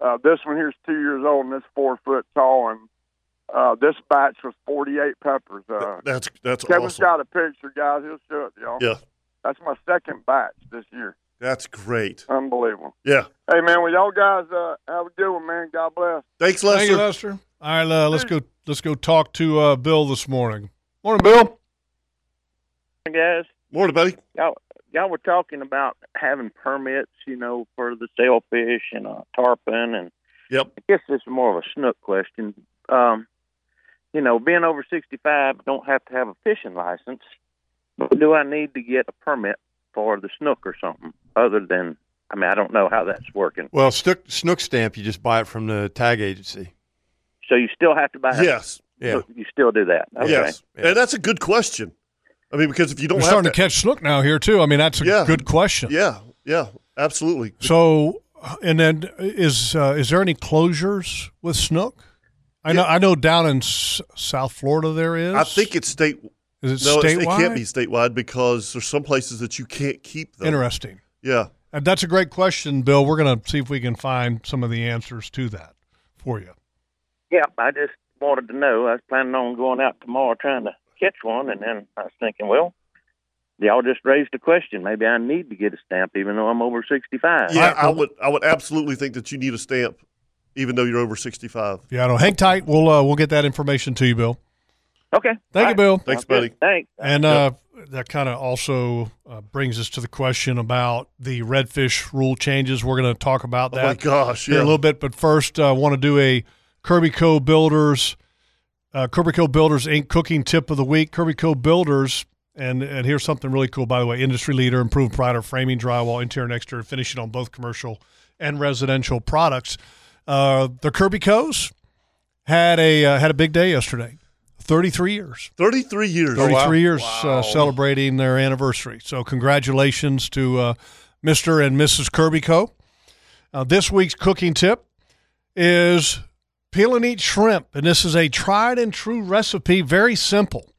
Speaker 12: Uh, this one here's two years old and it's four foot tall, and uh, this batch was 48 peppers. Uh,
Speaker 1: That's that's
Speaker 12: Kevin's
Speaker 1: awesome.
Speaker 12: got a picture, guys. He'll show it to y'all.
Speaker 1: Yeah,
Speaker 12: That's my second batch this year.
Speaker 1: that's great.
Speaker 12: Oh. Unbelievable.
Speaker 1: Yeah,
Speaker 12: Hey, man, well, y'all guys uh, have a good one, man. God bless.
Speaker 1: thanks, Lester.
Speaker 4: Thank you, Lester. All right, uh, let's go. Let's go talk to uh, Bill this morning. Morning, Bill.
Speaker 13: guys.
Speaker 1: Morning, buddy.
Speaker 13: Y'all, y'all were talking about having permits, you know, for the sailfish and uh, tarpon, and
Speaker 1: yep.
Speaker 13: I guess this is more of a snook question. Um, you know, being over sixty-five, don't have to have a fishing license, but do I need to get a permit for the snook or something other than? I mean, I don't know how that's working.
Speaker 5: Well, snook, snook stamp, you just buy it from the tag agency.
Speaker 13: So you still have to buy. a-
Speaker 1: Yes.
Speaker 5: Yeah.
Speaker 13: You still do that. Okay.
Speaker 1: Yes, and that's a good question. I mean, because if you don't
Speaker 4: We're
Speaker 1: have
Speaker 4: starting to
Speaker 1: that-
Speaker 4: catch snook now here too. I mean, that's a
Speaker 1: Yeah.
Speaker 4: good question.
Speaker 1: yeah, yeah, absolutely.
Speaker 4: So, and then is uh, is there any closures with snook? I know. I know down in s- South Florida there is.
Speaker 1: I think it's state.
Speaker 4: Is it
Speaker 1: no, it's- It
Speaker 4: statewide?
Speaker 1: can't be statewide because there's some places that you can't keep them.
Speaker 4: Interesting.
Speaker 1: Yeah.
Speaker 4: And that's a great question, Bill. We're going to see if we can find some of the answers to that for you.
Speaker 13: Yeah, I just wanted to know. I was planning on going out tomorrow trying to catch one, and then I was thinking, well, y'all just raised a question. Maybe I need to get a stamp, even though I'm over 65.
Speaker 1: Yeah, I, would. I would absolutely think that you need a stamp, even though you're over 65.
Speaker 4: Yeah, I know. Hang tight. We'll uh, we'll get that information to you, Bill.
Speaker 13: Okay.
Speaker 4: Thank you, Bill.
Speaker 1: Thanks, buddy.
Speaker 13: Thanks.
Speaker 4: And uh, that kind of also uh, brings us to the question about the redfish rule changes. We're going to talk about
Speaker 1: Oh
Speaker 4: that.
Speaker 1: my gosh,
Speaker 4: here in
Speaker 1: yeah.
Speaker 4: a little bit, but first I want to do a Kirby Co. Builders, uh, Kirby Co. Builders Inc. cooking tip of the week. Kirby Co. Builders, and and here's something really cool by the way, industry leader, improved provider of framing, drywall, interior, and exterior finishing on both commercial and residential products. Uh, the Kirby Co's had a uh, had a big day yesterday. Thirty three years.
Speaker 1: 33 years.
Speaker 4: 33 years uh, celebrating their anniversary. So, congratulations to uh, Mr. and Mrs. Kirby Co. Uh, this week's cooking tip is peel and eat shrimp. And this is a tried and true recipe, very simple.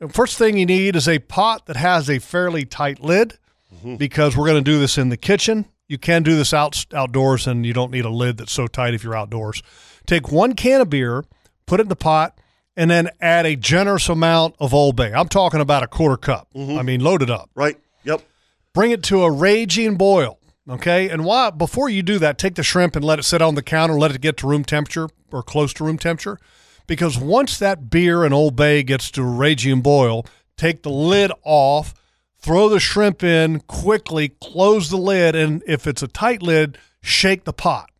Speaker 4: And first thing you need is a pot that has a fairly tight lid
Speaker 1: Mm-hmm.
Speaker 4: because we're going to do this in the kitchen. You can do this out, outdoors and you don't need a lid that's so tight if you're outdoors. Take one can of beer, put it in the pot, and then add a generous amount of Old Bay. I'm talking about a quarter cup. I mean, load it up.
Speaker 1: Mm-hmm. Right. Yep.
Speaker 4: Bring it to a raging boil. Okay. And why, before you do that, take the shrimp and let it sit on the counter, let it get to room temperature or close to room temperature. Because once that beer and Old Bay gets to a raging boil, take the lid off, throw the shrimp in quickly, close the lid. And if it's a tight lid, shake the pot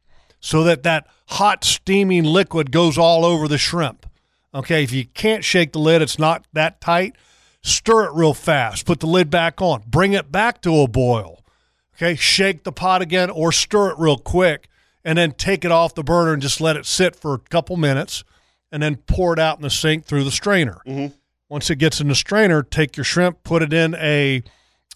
Speaker 4: so that that hot steaming liquid goes all over the shrimp. Okay, if you can't shake the lid, it's not that tight. stir it real fast, put the lid back on, bring it back to a boil. Okay, shake the pot again or stir it real quick, and then take it off the burner and just let it sit for a couple minutes, and then pour it out in the sink through the strainer. Once it gets in the strainer, take your shrimp, put it in a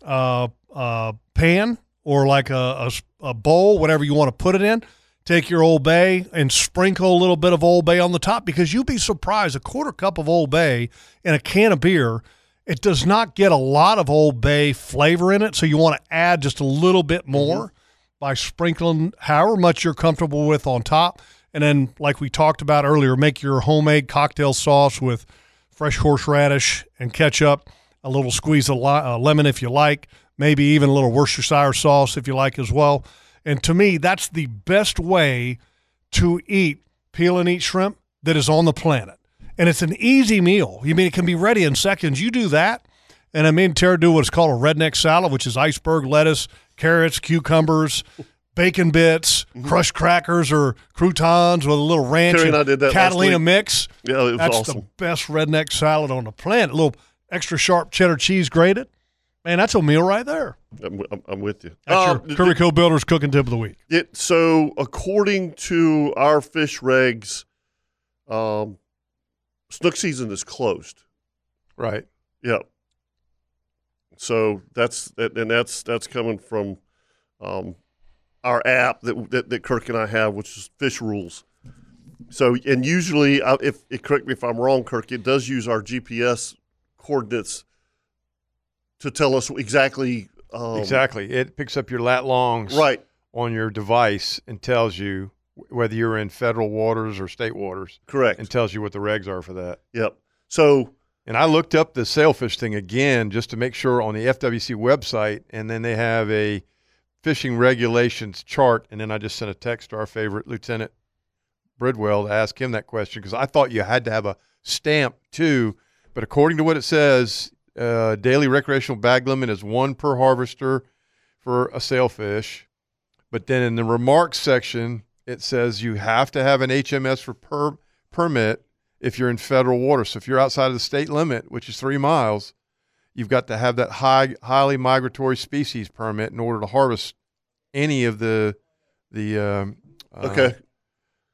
Speaker 4: uh, uh, pan or like a, a s- a bowl, whatever you want to put it in. Take your Old Bay and sprinkle a little bit of Old Bay on the top because you'd be surprised. A quarter cup of Old Bay in a can of beer, it does not get a lot of Old Bay flavor in it. So you want to add just a little bit more by sprinkling however much you're comfortable with on top. And then, like we talked about earlier, make your homemade cocktail sauce with fresh horseradish and ketchup, a little squeeze of li- uh, lemon if you like, maybe even a little Worcestershire sauce if you like as well. And to me, that's the best way to eat peel and eat shrimp that is on the planet. And it's an easy meal. You mean it can be ready in seconds. You do that, and I mean Tara do what's called a redneck salad, which is iceberg lettuce, carrots, cucumbers, bacon bits, crushed crackers or croutons with a little
Speaker 1: Mm-hmm.
Speaker 4: ranch
Speaker 1: Terry and I did that last
Speaker 4: Catalina
Speaker 1: week.
Speaker 4: mix.
Speaker 1: Yeah, it was
Speaker 4: That's
Speaker 1: awesome.
Speaker 4: the best redneck salad on the planet. A little extra sharp cheddar cheese grated. Man, that's a meal right there.
Speaker 1: I'm, I'm, I'm with you.
Speaker 4: That's
Speaker 1: Um,
Speaker 4: your Curry Co. Builders cooking tip of the week.
Speaker 1: It, so, according to our fish regs, um, snook season is closed.
Speaker 5: Right.
Speaker 1: Yep. So that's that, and that's that's coming from um, our app that, that that Kirk and I have, which is Fish Rules. So, and usually, I- if it, correct me if I'm wrong, Kirk, it does use our GPS coordinates to tell us exactly um,
Speaker 5: exactly. It picks up your lat longs
Speaker 1: Right.
Speaker 5: on your device and tells you wh- whether you're in federal waters or state waters.
Speaker 1: Correct.
Speaker 5: And tells you what the regs are for that.
Speaker 1: Yep. So
Speaker 5: and I looked up the sailfish thing again just to make sure on the FWC website and then they have a fishing regulations chart and then I just sent a text to our favorite lieutenant Bridwell to ask him that question because I thought you had to have a stamp too. But according to what it says, uh, daily recreational bag limit is one per harvester for a sailfish. But then in the remarks section, it says you have to have an HMS for per- permit if you're in federal water. So if you're outside of the state limit, which is three miles, you've got to have that high, highly migratory species permit in order to harvest any of the the um, uh,
Speaker 1: Okay.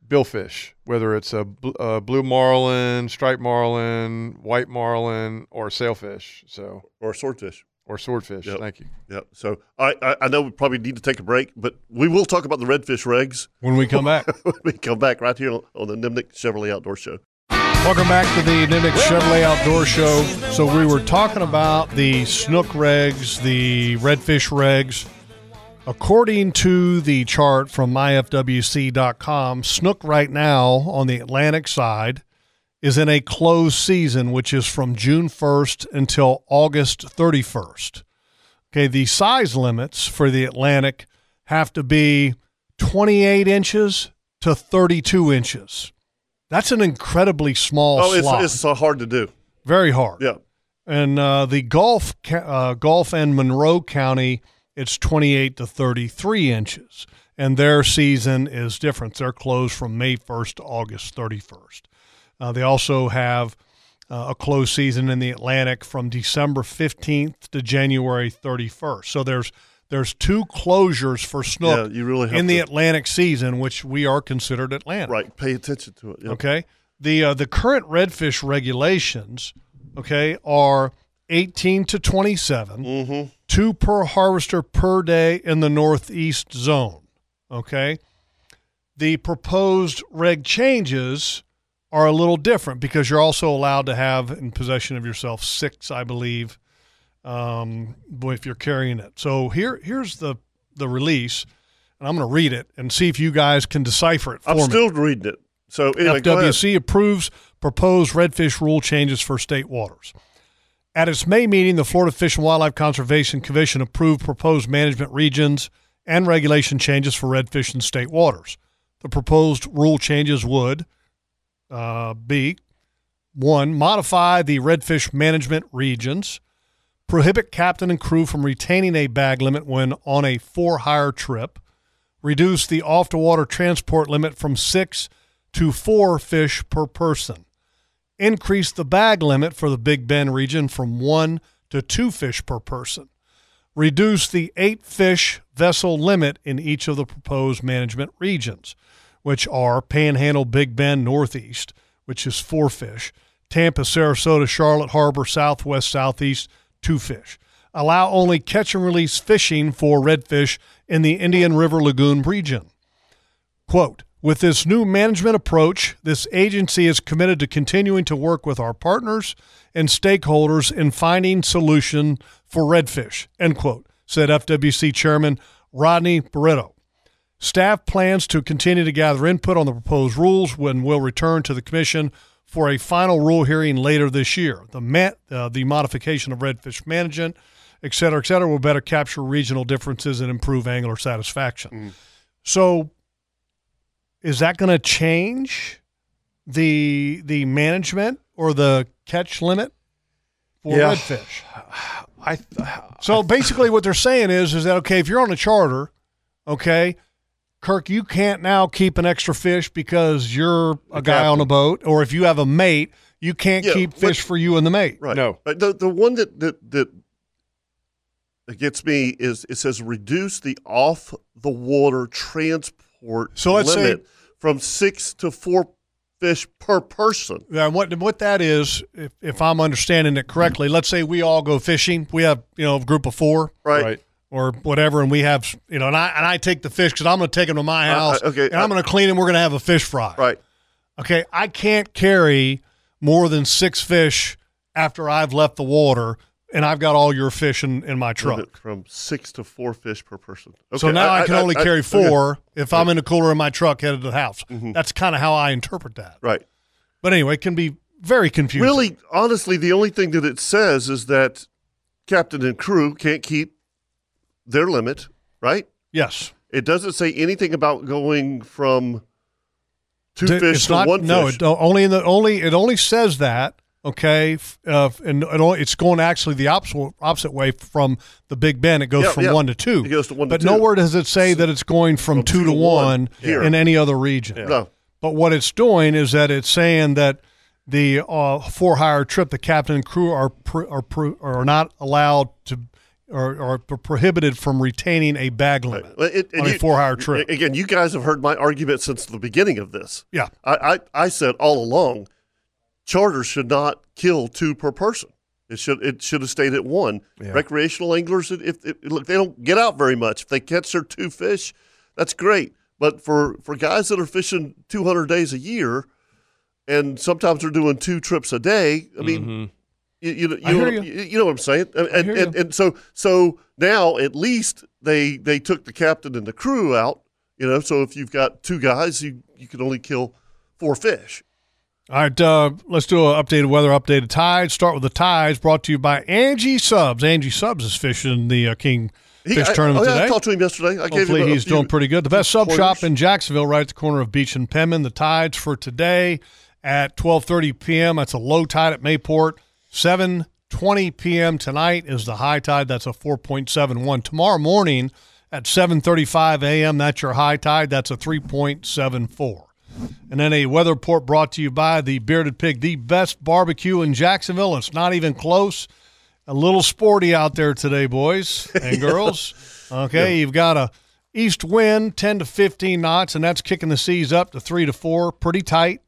Speaker 5: billfish, whether it's a, bl- a blue marlin, striped marlin, white marlin, or sailfish. So
Speaker 1: or swordfish
Speaker 5: or swordfish. Thank you.
Speaker 1: Yep. So I, I I know we probably need to take a break, but we will talk about the redfish regs
Speaker 4: when we come back.
Speaker 1: when we come back, right here on, on the Nimnik Chevrolet Outdoor Show.
Speaker 4: Welcome back to the Nimnik Chevrolet Outdoor Show. So we were talking about the snook regs, the redfish regs. According to the chart from myfwc.com, snook right now on the Atlantic side is in a closed season, which is from June 1st until August 31st. Okay, the size limits for the Atlantic have to be 28 inches to 32 inches. That's an incredibly small
Speaker 1: oh, it's,
Speaker 4: slot.
Speaker 1: it's so hard to do.
Speaker 4: Very hard.
Speaker 1: Yeah.
Speaker 4: And uh, the Gulf, Ca- uh, Gulf and Monroe County, it's 28 to 33 inches, and their season is different. They're closed from May 1st to August 31st. Uh, they also have uh, a closed season in the Atlantic from December 15th to January 31st. So there's there's two closures for snook
Speaker 1: Yeah, you really have
Speaker 4: in the
Speaker 1: to-
Speaker 4: Atlantic season, which we are considered Atlantic.
Speaker 1: Right. Pay attention to it. Yep.
Speaker 4: Okay. The uh, the current redfish regulations, okay, are 18 to 27,
Speaker 1: Mm-hmm.
Speaker 4: two per harvester per day in the northeast zone. Okay. The proposed reg changes are a little different because you're also allowed to have in possession of yourself six, I believe, um, if you're carrying it. So here here's the the release, and I'm going to read it and see if you guys can decipher it for
Speaker 1: I'm
Speaker 4: me.
Speaker 1: still reading it. So anyway, go ahead.
Speaker 4: FWC approves proposed redfish rule changes for state waters. At its May meeting, the Florida Fish and Wildlife Conservation Commission approved proposed management regions and regulation changes for redfish in state waters. The proposed rule changes would uh, be one, modify the redfish management regions, prohibit captain and crew from retaining a bag limit when on a four hire trip, reduce the off to water transport limit from six to four fish per person increased the bag limit for the Big Bend region from one to two fish per person, reduced the eight fish vessel limit in each of the proposed management regions, which are Panhandle, Big Bend, Northeast, which is four fish, Tampa, Sarasota, Charlotte Harbor, Southwest, Southeast, two fish. Allow only catch and release fishing for redfish in the Indian River Lagoon region. Quote With this new management approach, this agency is committed to continuing to work with our partners and stakeholders in finding solution for redfish, end quote, said FWC Chairman Rodney Barreto. Staff plans to continue to gather input on the proposed rules when we'll return to the Commission for a final rule hearing later this year. The, ma- uh, the modification of redfish management, et cetera, et cetera, will better capture regional differences and improve angler satisfaction. So is that going to change the the management or the catch limit for
Speaker 5: Yeah.
Speaker 4: redfish?
Speaker 5: I
Speaker 4: so basically what they're saying is is that okay if you're on a charter, okay, Kirk, you can't now keep an extra fish because you're a guy on a boat, or if you have a mate, you can't
Speaker 1: Yeah,
Speaker 4: keep
Speaker 1: what-
Speaker 4: fish for you and the mate.
Speaker 1: Right. No. The the one that that that that gets me is it says reduce the off the water transport
Speaker 4: So let's say-
Speaker 1: limit from six to four fish per person.
Speaker 4: Yeah, and what what that is, if, if I'm understanding it correctly, let's say we all go fishing. We have you know a group of four,
Speaker 1: Right. Right.
Speaker 4: or whatever, and we have you know, and I and I take the fish because I'm going to take them to my
Speaker 1: Uh, uh,
Speaker 4: house,
Speaker 1: okay,
Speaker 4: and I'm
Speaker 1: uh,
Speaker 4: going to clean them. We're going to have a fish fry,
Speaker 1: right?
Speaker 4: Okay, I can't carry more than six fish after I've left the water, and I've got all your fish in, in my truck.
Speaker 1: Limit From six to four fish per person. Mm-hmm.
Speaker 4: So
Speaker 1: Okay,
Speaker 4: now I, can only
Speaker 1: I-
Speaker 4: carry
Speaker 1: okay. Mm-hmm.
Speaker 4: four if I'm in the cooler in my truck headed to the house. That's kind of how I interpret that.
Speaker 1: Right.
Speaker 4: But anyway, it can be very confusing.
Speaker 1: Really, honestly, the only thing that it says is that captain and crew can't keep their limit, right?
Speaker 4: Yes.
Speaker 1: It doesn't say anything about going from two
Speaker 4: Dude,
Speaker 1: fish
Speaker 4: it's
Speaker 1: to
Speaker 4: not-
Speaker 1: one
Speaker 4: no,
Speaker 1: fish.
Speaker 4: it don't- only in the only it only says that. Okay, f- uh, f- and it only, it's going actually the opposite opposite way from the Big Bend. It goes
Speaker 1: Yeah,
Speaker 4: from
Speaker 1: yeah.
Speaker 4: one to two.
Speaker 1: It goes to one to
Speaker 4: But
Speaker 1: two.
Speaker 4: nowhere does it say that it's going from, two, to one
Speaker 1: here.
Speaker 4: in any other region.
Speaker 1: Yeah. No.
Speaker 4: But what it's doing is that it's saying that the uh, for hire trip, the captain and crew are pr- are pr- are not allowed to. Or, or prohibited from retaining a bag limit
Speaker 1: Well, it-
Speaker 4: on
Speaker 1: and
Speaker 4: a
Speaker 1: you-
Speaker 4: four-hour trip.
Speaker 1: Again, you guys have heard my argument since the beginning of this.
Speaker 4: Yeah.
Speaker 1: I, I, I said all along, charters should not kill two per person. It should it should have stayed at one. Recreational anglers, if, if look, they don't get out very much. If they catch their two fish, that's great. But for for guys that are fishing 200 days a year, and sometimes they're doing two trips a day. I mean, you, you, know-
Speaker 4: Mm-hmm. I
Speaker 1: you, know,
Speaker 4: hear you.
Speaker 1: you- you know what I'm saying? And, and, and, and so so now at least they they took the captain and the crew out. You know, so if you've got two guys, you you can only kill four fish.
Speaker 4: All right, uh, let's do an updated weather, updated tides. Start with the tides, brought to you by Angie Subs. Angie Subs is fishing the uh, King
Speaker 1: He-
Speaker 4: Fish
Speaker 1: I-
Speaker 4: Tournament
Speaker 1: oh, yeah, I
Speaker 4: today.
Speaker 1: talked to him yesterday. I gave
Speaker 4: Hopefully,
Speaker 1: him a
Speaker 4: he's
Speaker 1: few-
Speaker 4: doing pretty good. The best sub
Speaker 1: pointers.
Speaker 4: shop in Jacksonville, right at the corner of Beach and Penman. The tides for today at 12:30 p.m. That's a low tide at Mayport. 7:20 p.m. tonight is the high tide. That's a 4.71. Tomorrow morning at 7:35 a.m. That's your high tide. That's a 3.74. And then a weather report brought to you by the Bearded Pig, the best barbecue in Jacksonville. It's not even close. A little sporty out there today, boys and girls. Okay, you've got a east wind, 10 to 15 knots, and that's kicking the seas up to 3 to 4, pretty tight.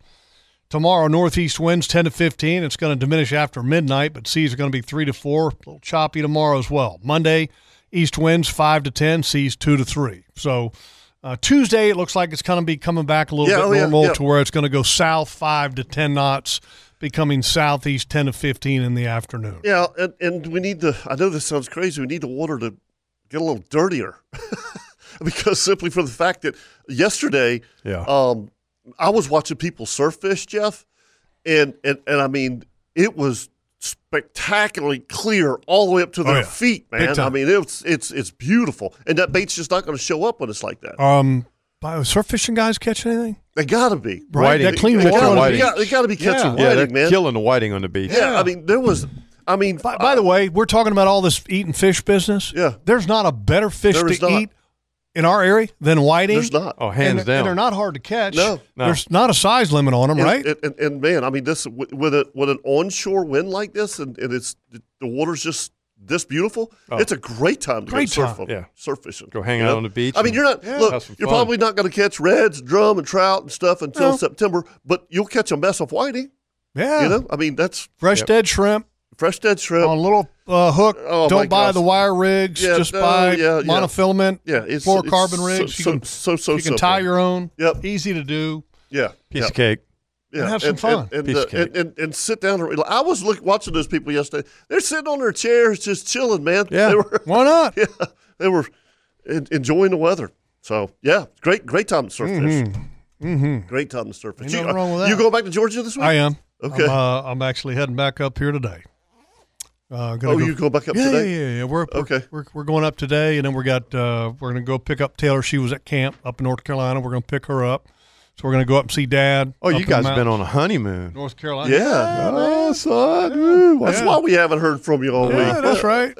Speaker 4: Tomorrow, northeast winds 10 to 15. It's going to diminish after midnight, but seas are going to be 3 to 4. A little choppy tomorrow as well. Monday, east winds 5 to 10, seas 2 to 3. So uh, Tuesday, it looks like it's going to be coming back a little
Speaker 1: Yeah,
Speaker 4: bit
Speaker 1: oh, yeah,
Speaker 4: normal
Speaker 1: yeah.
Speaker 4: to where it's going to go south 5 to 10 knots, becoming southeast 10 to 15 in the afternoon.
Speaker 1: Yeah, and, and we need the. I know this sounds crazy. We need the water to get a little dirtier because simply for the fact that yesterday,
Speaker 5: Yeah.
Speaker 1: um, I was watching people surf fish, Jeff, and and and I mean it was spectacularly clear all the way up to
Speaker 4: Oh,
Speaker 1: their
Speaker 4: yeah.
Speaker 1: feet,
Speaker 4: Big
Speaker 1: man. I
Speaker 4: time.
Speaker 1: mean it's it's it's beautiful, and that bait's just not going to show up when it's like that.
Speaker 4: Um, by, surf fishing guys catching anything?
Speaker 1: They gotta be
Speaker 4: Right, that clean
Speaker 1: They
Speaker 4: water.
Speaker 1: gotta-
Speaker 4: on the
Speaker 1: They
Speaker 4: beach.
Speaker 1: gotta, they gotta be catching
Speaker 5: yeah,
Speaker 1: whiting,
Speaker 5: they're
Speaker 1: man.
Speaker 5: killing the whiting on the beach.
Speaker 1: yeah, I mean there was. I mean,
Speaker 4: Uh, by, by the way, we're talking about all this eating fish business. Yeah, there's not a better fish
Speaker 1: There
Speaker 4: to
Speaker 1: is not.
Speaker 4: eat in our area than whiting.
Speaker 1: There's not.
Speaker 5: Oh,
Speaker 4: hands And- and down. they're not hard to catch.
Speaker 1: No,
Speaker 4: There's not a size limit on them,
Speaker 1: And-
Speaker 4: right?
Speaker 1: And, and, and man, I mean, this with with a with an onshore wind like this, and, and it's the water's just this beautiful.
Speaker 5: Oh.
Speaker 1: It's a great time to
Speaker 5: Great
Speaker 1: go surf,
Speaker 5: time. Yeah.
Speaker 1: surf fishing.
Speaker 5: Go hang
Speaker 1: you
Speaker 5: out
Speaker 1: know?
Speaker 5: on the beach
Speaker 1: I mean,
Speaker 5: and
Speaker 1: you're not
Speaker 5: Yeah.
Speaker 1: look.
Speaker 5: have some
Speaker 1: You're
Speaker 5: fun.
Speaker 1: probably not going to catch reds, drum, and trout and stuff until
Speaker 4: No.
Speaker 1: September, but you'll catch a mess of whiting.
Speaker 4: Yeah.
Speaker 1: you know, I mean, that's
Speaker 4: Fresh dead shrimp.
Speaker 1: Fresh dead shrimp
Speaker 4: on a little uh, hook.
Speaker 1: Oh, my
Speaker 4: Don't buy
Speaker 1: gosh.
Speaker 4: the wire rigs.
Speaker 1: Yeah,
Speaker 4: just
Speaker 1: no,
Speaker 4: buy
Speaker 1: yeah, yeah.
Speaker 4: monofilament.
Speaker 1: Yeah, it's- it's so-
Speaker 4: fluorocarbon rigs.
Speaker 1: so-
Speaker 4: you can,
Speaker 1: so- so
Speaker 4: you can
Speaker 1: simple.
Speaker 4: tie your own.
Speaker 1: Yep.
Speaker 4: Easy to do.
Speaker 1: Yeah,
Speaker 5: Piece
Speaker 1: yeah.
Speaker 5: of cake.
Speaker 1: Yeah,
Speaker 4: And have some fun.
Speaker 1: And,
Speaker 4: Piece
Speaker 1: uh,
Speaker 4: of cake.
Speaker 1: And, and, and sit down. And, I was look, watching those people yesterday. They're sitting on their chairs, just chilling, man.
Speaker 4: Yeah,
Speaker 1: They were,
Speaker 4: why not?
Speaker 1: Yeah, they were en- enjoying the weather. So yeah, great, great time to surf fish.
Speaker 4: Mm-hmm.
Speaker 1: Great time to surf fish.
Speaker 4: Ain't
Speaker 1: You- uh,
Speaker 4: nothing wrong with
Speaker 1: You
Speaker 4: that.
Speaker 1: go back to Georgia this week?
Speaker 4: I am.
Speaker 1: Okay.
Speaker 4: I'm, uh, I'm actually heading back up here today. Uh, gonna
Speaker 1: Oh, you go back up
Speaker 4: yeah,
Speaker 1: today?
Speaker 4: Yeah, yeah, yeah. We're,
Speaker 1: Okay.
Speaker 4: We're, we're, we're going up today, and then we got uh, we're gonna go pick up Taylor. She was at camp up in North Carolina. We're gonna pick her up, so we're gonna go up and see Dad.
Speaker 5: Oh,
Speaker 4: up
Speaker 5: you
Speaker 4: in the
Speaker 5: guys have been
Speaker 4: mountains.
Speaker 5: on a honeymoon.
Speaker 4: North Carolina.
Speaker 1: yeah.
Speaker 5: Oh, son. Ooh,
Speaker 1: That's
Speaker 5: wow.
Speaker 1: why we haven't heard from you all
Speaker 4: Yeah,
Speaker 1: week.
Speaker 4: that's right.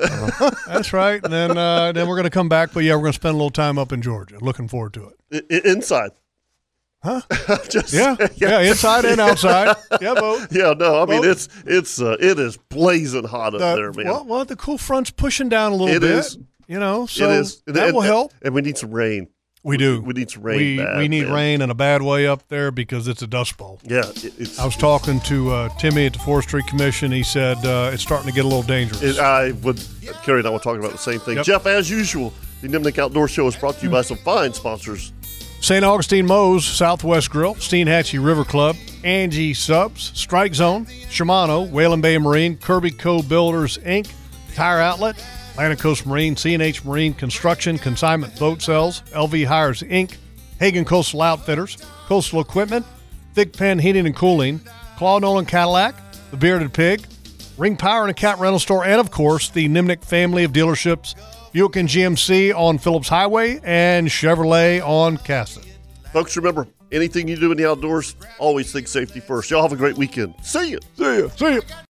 Speaker 4: that's right. And then uh, then we're gonna come back, but yeah, we're gonna spend a little time up in Georgia. Looking forward to it.
Speaker 1: I- I- inside. Huh? Just
Speaker 4: Yeah, yeah, inside and outside. Yeah, boat.
Speaker 1: Yeah, no, I mean
Speaker 4: Boat.
Speaker 1: it's it's uh, it is blazing hot up
Speaker 4: Uh,
Speaker 1: there, man.
Speaker 4: Well, well, the cool front's pushing down a little
Speaker 1: It
Speaker 4: bit.
Speaker 1: is.
Speaker 4: You know, so
Speaker 1: it is
Speaker 4: that
Speaker 1: and-
Speaker 4: will help.
Speaker 1: and we need some rain.
Speaker 4: We do.
Speaker 1: We need some rain.
Speaker 4: we,
Speaker 1: bad,
Speaker 4: we need
Speaker 1: man.
Speaker 4: rain in a bad way up there because it's a dust bowl.
Speaker 1: Yeah, it, it's.
Speaker 4: I was talking to uh, Timmy at the Forestry Commission. He said uh, it's starting to get a little dangerous.
Speaker 1: It, I would, Carrie and I were talking about the same thing.
Speaker 4: Yep.
Speaker 1: Jeff, as usual, the Nimnik Outdoor Show is brought to you by some fine sponsors.
Speaker 4: St. Augustine Moe's Southwest Grill, Steenhatchee River Club, Angie Subs, Strike Zone, Shimano, Whalen Bay Marine, Kirby Co. Builders Inc., Tire Outlet, Atlantic Coast Marine, CNH Marine Construction, Consignment Boat Sales, LV Hires Inc., Hagen Coastal Outfitters, Coastal Equipment, Thick Pen Heating and Cooling, Claw Nolan Cadillac, The Bearded Pig, Ring Power and a Cat Rental Store, and of course, the Nimnik family of dealerships, Buick and GMC on Phillips Highway and Chevrolet on Cassett.
Speaker 1: Folks, remember, anything you do in the outdoors, always think safety first. Y'all have a great weekend. See ya.
Speaker 5: See ya.
Speaker 4: See ya.